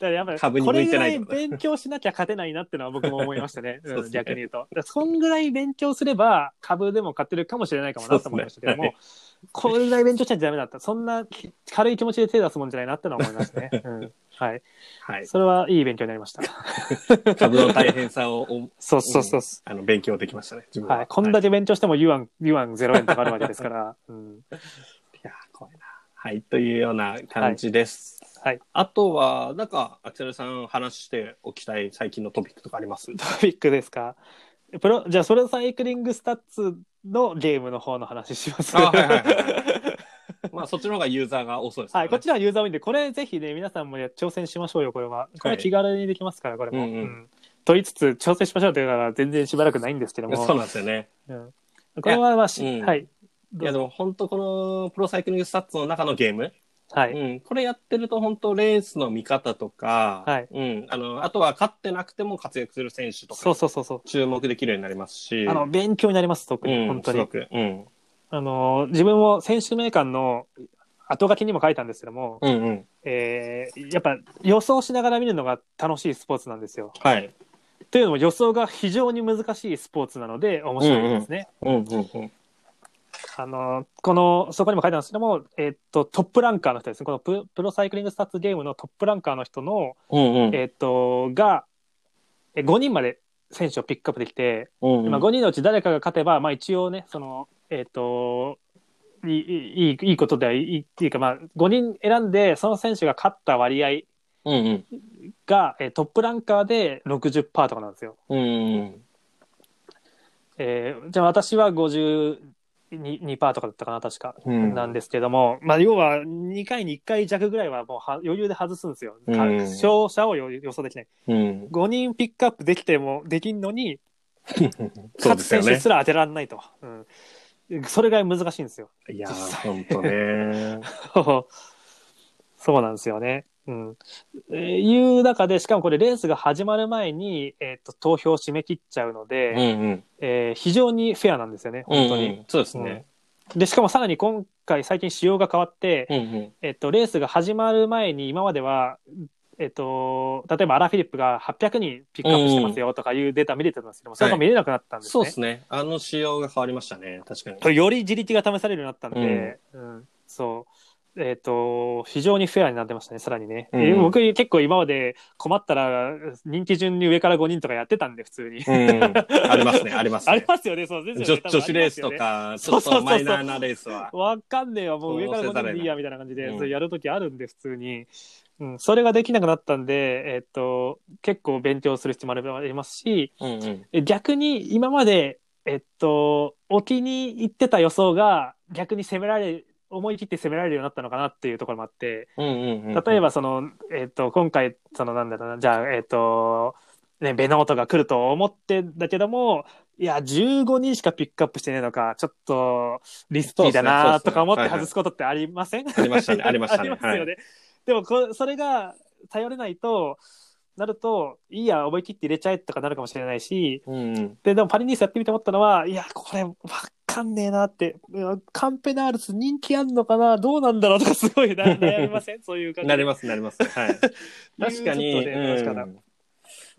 らやっぱり株にこ向れいぐてらないい勉強しなきゃ勝てないなってのは僕も思いましたね。そうですうんね逆に言うと。だからそんぐらい勉強すれば株でも勝てるかもしれないかもなと思いましたけども、そうでこれぐらい勉強しちゃダメだった。そんなき軽い気持ちで手出すもんじゃないなってのは思いましたね。うん、はい。はい。それはいい勉強になりました。株の大変さをお、そうそうそうそあの、勉強できましたね、自う。分は。はい。こんだけ勉強してもユアン、ユアン0円とかあるわけです から。うん。いやー、怖いな。はい、というような感じです。はい。あとは、なんか、アクセルさん話しておきたい最近のトピックとかありますトピックですか。プロ、じゃあ、それサイクリングスタッツのゲームの方の話します。あはいはいはい まあ、そっちの方がユーザーが多そうですかはらい、ねこっちらはユーザー多いんで、これぜひね、皆さんもや挑戦しましょうよ、これは。これはい気軽にできますから、これも。うんうんうんと言いつつ、挑戦しましょうというのは全然しばらくないんですけども。そうなんですよね。うんこれは、まあ、しうんはい。いどうや、ぞでも本当このプロサイクリングスタッツの中のゲーム、はうい。ん、これやってると本当レースの見方とか、はいうん、あの、あとは勝ってなくても活躍する選手とそうか、そうそうそう。注目できるようになりますし、あの、勉強になります、特うに、ん、本当すごに。く、うん、あの、自分も選手名鑑の後書きにも書いたんですけども、うん、うん、えーやっぱ予想しながら見るのが楽しいスポーツなんですよ。はい、というのも予想が非常に難しいスポーツなので面白いですね。うん、うん、うん、あの、この、そこにも書いてあるんですけども、えっと、トップランカーの人ですね。このププロサイクリングスタッツゲームのトップランカーの人の、うん、うん、えっと、が、え5人まで選手をピックアップできて、うん、まあ、5人のうち誰かが勝てば、まあ一応ね、その、えっと、いいいいいいことではいいっていうか、まあ、5人選んで、その選手が勝った割合うん、うん、が、えートップランカーで60%とかなんですよ。うん。えーじゃあ私は52%とかだったかな、確か。うんなんですけども、まあ、要は2回に1回弱ぐらいはもうは余裕で外すんですよ。かうん勝者を予予想できない。うん。 5人ピックアップできても、できんのに、そう勝でつすよ選手ねす。ら当てられないと。うん、それぐらい難しいんですよ。 いや実ー、際ほんと ね。そうなんですよね。うん。えーいう中で、しかもこれレースが始まる前に、えっと、投票を締め切っちゃうので、うんうん。えー非常にフェアなんですよね、本当に。うんうん。そうですね。で、しかもさらに今回最近仕様が変わって、うんうん。えっと、レースが始まる前に今までは、えっと、例えばアラ・フィリップが800人ピックアップしてますよとかいうデータ見れてたんですけども、それが見れなくなったんですね。そうですね。あの仕様が変わりましたね。確かに。これより自力が試されるようになったんで、うんそう。えっ、と、非常にフェアになってましたね、さらにね。うんえー僕結構今まで困ったら、人気順に上から5人とかやってたんで、普通に。うん。ありますね、あります ありね。ますよね、そうです女よね。多分女子レースとか、ちそょうっそうそうとマイナーなレースは。わかんねえわ、もう上からそうせざ5るを人得ないでいいや、みたいな感じで、うんそれやるときあるんで、普通に。うん、それができなくなったんで、えっと、結構勉強する必要もあればありますし、うんうん。え逆に今まで、えっと、置きに行ってた予想が、逆に攻められ、思い切って攻められるようになったのかなっていうところもあって、うんうんうん。例えばその、えっと、今回、そのなんだろうな、じゃあ、えっと、ね、ベノートが来ると思ってんだけども、いや、15人しかピックアップしてねえのか、ちょっとリスキーそうですねそだなうですねとか思ってはいはい外すことってありません、ありました ねありましたねありますよね。でもこ、それが頼れないと、なると、いいや、思い切って入れちゃえとかなるかもしれないし、うんうん。で、でもパリニースやってみて思ったのは、いや、これ、わかんねえなって、うんカンペナールス人気あんのかなどうなんだろうとかすごいな悩みません そういう感じ。なります、なります。 はい。確かいうに、ちょっとね楽しかったうん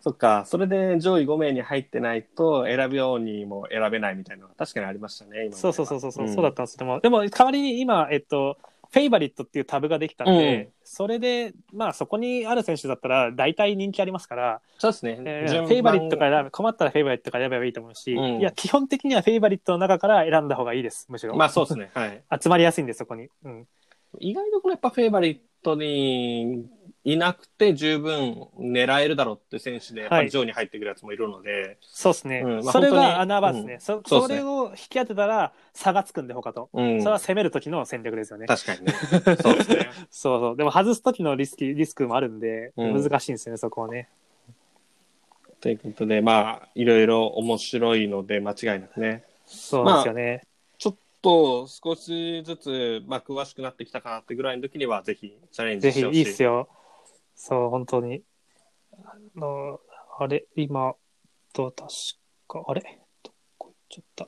そっか、それで上位5名に入ってないと選ぶようにも選べないみたいなのが確かにありましたね、今。そうそうそうそうそう、うんそうだったんですけども、でも代わりに今、えっと、フェイバリットっていうタブができたんで、うんそれで、まあそこにある選手だったら大体人気ありますから、そうですね。えー順番フェイバリットから選ぶ、困ったらフェイバリットから選べばいいと思うし、うんいや、基本的にはフェイバリットの中から選んだ方がいいです、むしろ。まあそうですね。はい。集まりやすいんで、そこに。うん。意外とこのやっぱフェイバリットにいなくて十分狙えるだろうって選手で、やっぱり上位に入ってくるやつもいるので、そうですね、うんまあそれ本当にが穴場ですね、うんそ。そうそっすねれを引き当てたら差がつくんで、他と。うん。それは攻める時の戦略ですよね。確かにね。そうですね。 そうそう。でも外す時のリスキリスクもあるんで、うん難しいんですよね、そこはね。ということで、まあ、いろいろ面白いので間違いなくね。そうなんですよね。ちょっと少しずつ、まあ、詳しくなってきたかなってぐらいの時には、ぜひチャレンジぜしひ、いてほしいい。っすよ。そう、本当に。あの、あれ、今、と、確か、あれどこ行っちゃった。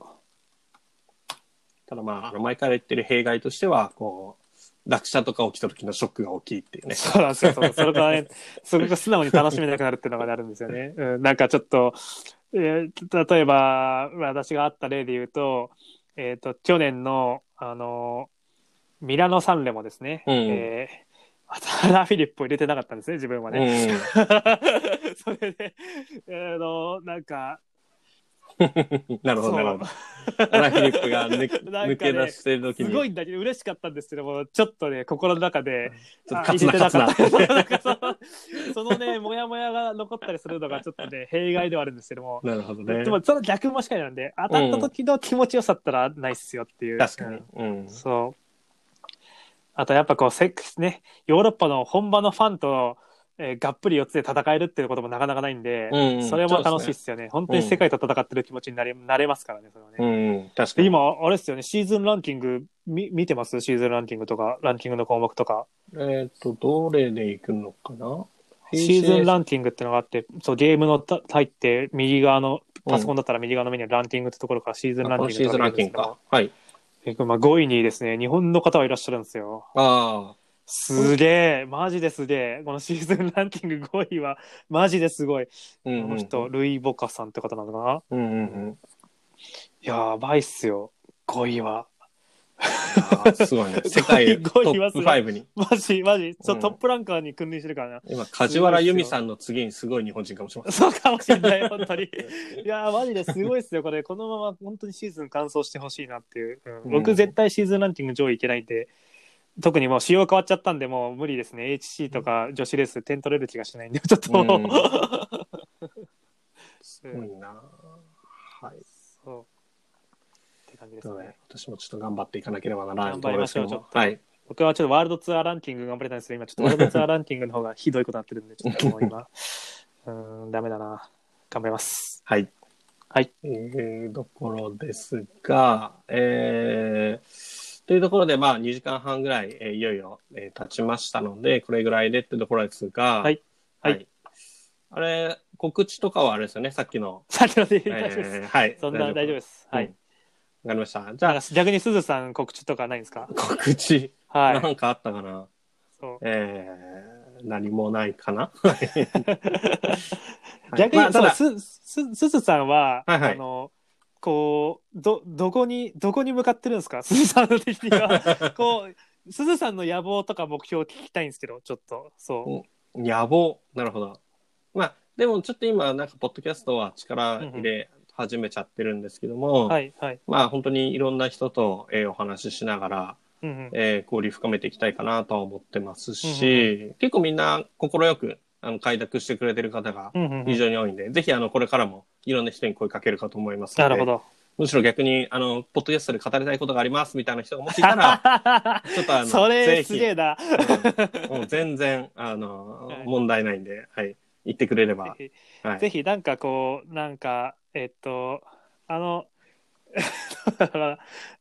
ただまあ、あの前から言ってる弊害としては、こう、落車とか起きた時のショックが大きいっていう ね。そうなんですよ。そうそれからね、そこが素直に楽しめなくなるっていうのがあるんですよね。うん、なんかちょっと、えー例えば、私があった例で言うと、えっ、と、去年の、あの、ミラノサンレもですね、うんえー渡辺フィリップを入れてなかったんですね、自分はね。 それで、あの、なんか、うん。なるほど、そうなるほど。アラフィリップが抜け なんかね抜け出してる時すに。ごいんだけど、嬉しかったんですけども、ちょっとね、心の中で、ちょっあと勝つな、入れて勝つな。 なかったそうなんかそのそのね、もやもやが残ったりするのが、ちょっとね、弊害ではあるんですけども、 なるほどね。でも、その逆もしかりなんで、当たった時の気持ちよさったらないっすよっていう。確かうにん。うん。そう。あと、やっぱこう、セックスね、ヨーロッパの本場のファンと、えーがっぷり四つで戦えるっていうこともなかなかないんで、うんそれも楽しいっすよね。本当に世界と戦ってる気持ちになれ,、なれますからね、それはうね。ん、確かでに。今、あれですよね、シーズンランキング、み見てますシーズンランキングとか、ランキングの項目とか。えっ、と、どれで行くのかなシーズンランンキングってのがあって、そう、ゲームのた入って、右側の、パソコンだったら右側のメニューランキングってところからシーズンランキングシーズンランキングか。はい。えまあ、5位にですね、日本の方はいらっしゃるんですよ。ああ。すげえ、マジですげえ。このシーズンランキング5位は、マジですごい。うんこうんの人、ルイ・ボカさんって方なのかなうんうんうん。やばいっすよ、5位は。ああす ごいね。世界トごいごいップ5に。マジ、マジ、ちょうんトップランカーに君臨してるからな。今、梶原由美さんの次にすごい日本人かもしれません。そうかもしれない、本当 に。いやー、マジですごいっすよ、これ。このまま本当にシーズン完走してほしいなっていう。うんうん僕、絶対シーズンランキング上位いけないんで、特にもう仕様変わっちゃったんで、もう無理ですね。HC とか女子レース点取れる気がしないんで、ちょっともう、うんすごいな。はい。そう。って感じですそうねね。私もちょっと頑張っていかなければならない頑張りましょうところですけどもちょっとはい。僕はちょっとワールドツアーランキング頑張りたいんですけど、今ちょっとワールドツアーランキングの方がひどいことになってるんで、ちょっともう 今、うーん、ダメだな。頑張ります。はい。はい。えー、ところですが、えー、というところで、まあ、2時間半ぐらい、えーいよいよ、えー経ちましたので、これぐらいでってところですが、はい。は。はいいあれ、告知とかはあれですよね、さっきの。さあ、ということでえ大丈夫です。 ーはい。そんな大丈夫です。はい。わかりました。じなんゃかあ、逆にすずさん告知とかないんですか告知、はいな。んかあったかな、そうえー、何もないか な逆に、まあただそうすすすずさんは、はいはいあのこうどどこにどこに向かってるんですかす ずさんの的に はこうすずさんの野望とか目標を聞きたいんですけどちょっとそう、野望。なるほど。まあ、でもちょっと今、なんか、ポッドキャストは力入れ始めちゃってるんですけども、はいはい、まあ、本当にいろんな人と、えーお話ししながら、うんうん、えー交流深めていきたいかなとは思ってますし、結構みんな快く、あの、開拓してくれてる方がうんうんうん非常に多いんで、ぜひ、あの、これからもいろんな人に声かけるかと思いますのなで、るほどむしろ逆に、あの、ポッドキャストで語りたいことがありますみたいな人がもしいたら、ちょっ とあの、 そぜれひすげえなうんもう全然、あのは、い問題ないんで、はい、言ってくれれば。ぜはひいぜひなんかこうなんかえっとあの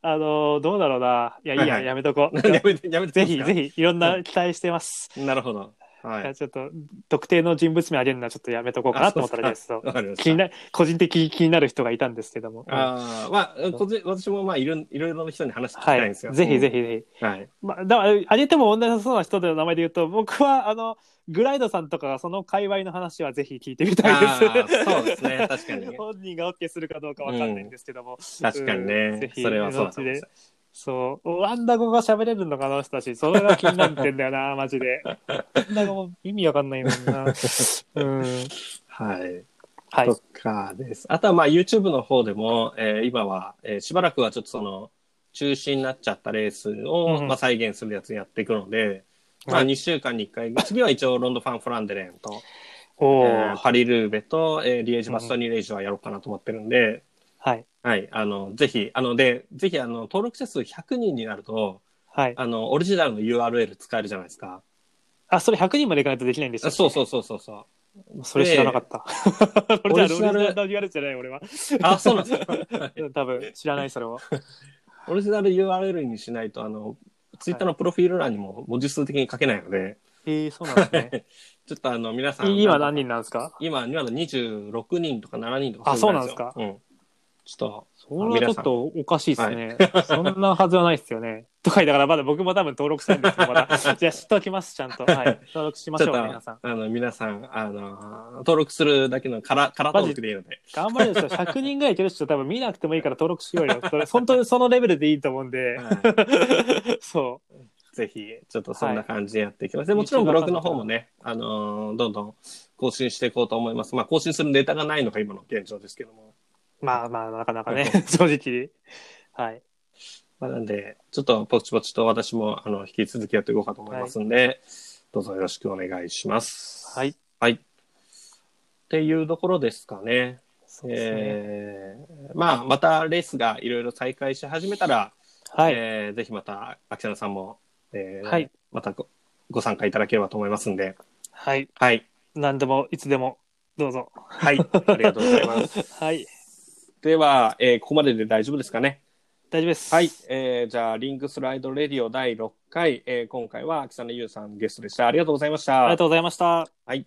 あのどうだろうないやいいや、はいはいやめとこう やめて、やめて。ぜひぜひいろんな期待してますひ。なるほど。はだからい。ちょっと特定の人物名あげるのはちょっとやめとこうかなと思っただけですそうわかりました。気にな個人的に気になる人がいたんですけども、うんああ、まあ、こっち私もまあ、いろ、いろいろな人に話聞きはたいんい、ですよ。ぜひぜひぜひ、ひ。はい。まあ、だからあげても問題なさそうな人の名前で言うと僕はあのグライドさんとかがその界隈の話はぜひ聞いてみたあいであ、そうですね。確かにす。 本人が OK するかどうかわかんないんですけども、確かにうんぜね。ひそれはそうだと思います。そうオランダ語が喋れるのかなあの人たちそれが気になってんだよなマジ でオランダ語も意味わかんないもんなうんはい。はいとかです。あとはまあ YouTube の方でも、えー今は、えーしばらくはちょっとその中止になっちゃったレースを、うんまあ、再現するやつやっていくので、まはあい2週間に1回、次は一応ロンドファン・フランデレンと、えおお、ーハリルーベと、えーリエージュ・バストニー・レージュはやろうかなと思ってるんで、はいはい、あの、ぜひ、あの、で、ぜひ、あの、登録者数100人になると、はいあの、オリジナルの URL 使えるじゃないですか。あそれ100人までいかないとできないんでしあたっけそうそうそうそうそう。それ知らなかった 俺オリジナルじゃあオリジナル URL じゃない俺はあ、そうなんですか。うん多分知らないそれはオリジナル URL にしないと、あの、ツイッターのプロフィール欄にも文字数的に書けないので、えー、そうなんですねちょっとあの、皆さん。 い今何人なんですか今、今の26人とか7人とかあぐらいよそううん。ちょっと、それはちょっとおかしいですね。 そんなはずはないですよね。とか言いながら、まだ僕も多分登録したいんですけど、ま だ。じゃあ知っておきます、ちゃんと。はい。登録しましちょょう、っと皆さん。あの、皆さん、あの、登録するだけのカラ、カラ登録でいいので。頑張れるでしょ。100人ぐらいいける人多分見なくてもいいから登録しようよ。それ、本当にそのレベルでいいと思うんで。 はそいぜひ、ちょっとそんな感じでやっていきます。でもちろんブログの方もね、あの、どんどん更新していこうと思います。まあ、更新するネタがないのが今の現状ですけども。う。まあまあ、なかなかね、 正直。はい。まあ、なんで、ちょっとポチポチと私もあの引き続きやっていこうかと思いますんで、どうぞよろしくお願いします。。はいい。はい。っていうところですかね。そうですね。えーまあ、またレースがいろいろ再開し始めたら、はい。えーぜひまた、秋田さんも、えーはいまたごご参加いただければと思いますんで、はい。はい。何でも、いつでも、どう ぞ。はい。ありがとうございます。 はい。では、えーここまでで大丈夫ですかね。大丈夫です。はい。。えーじゃあ、リンクスライドレディオ第6回、えー今回は、秋雨優さんゲストでした。ありがとうございました。ありがとうございました。はい。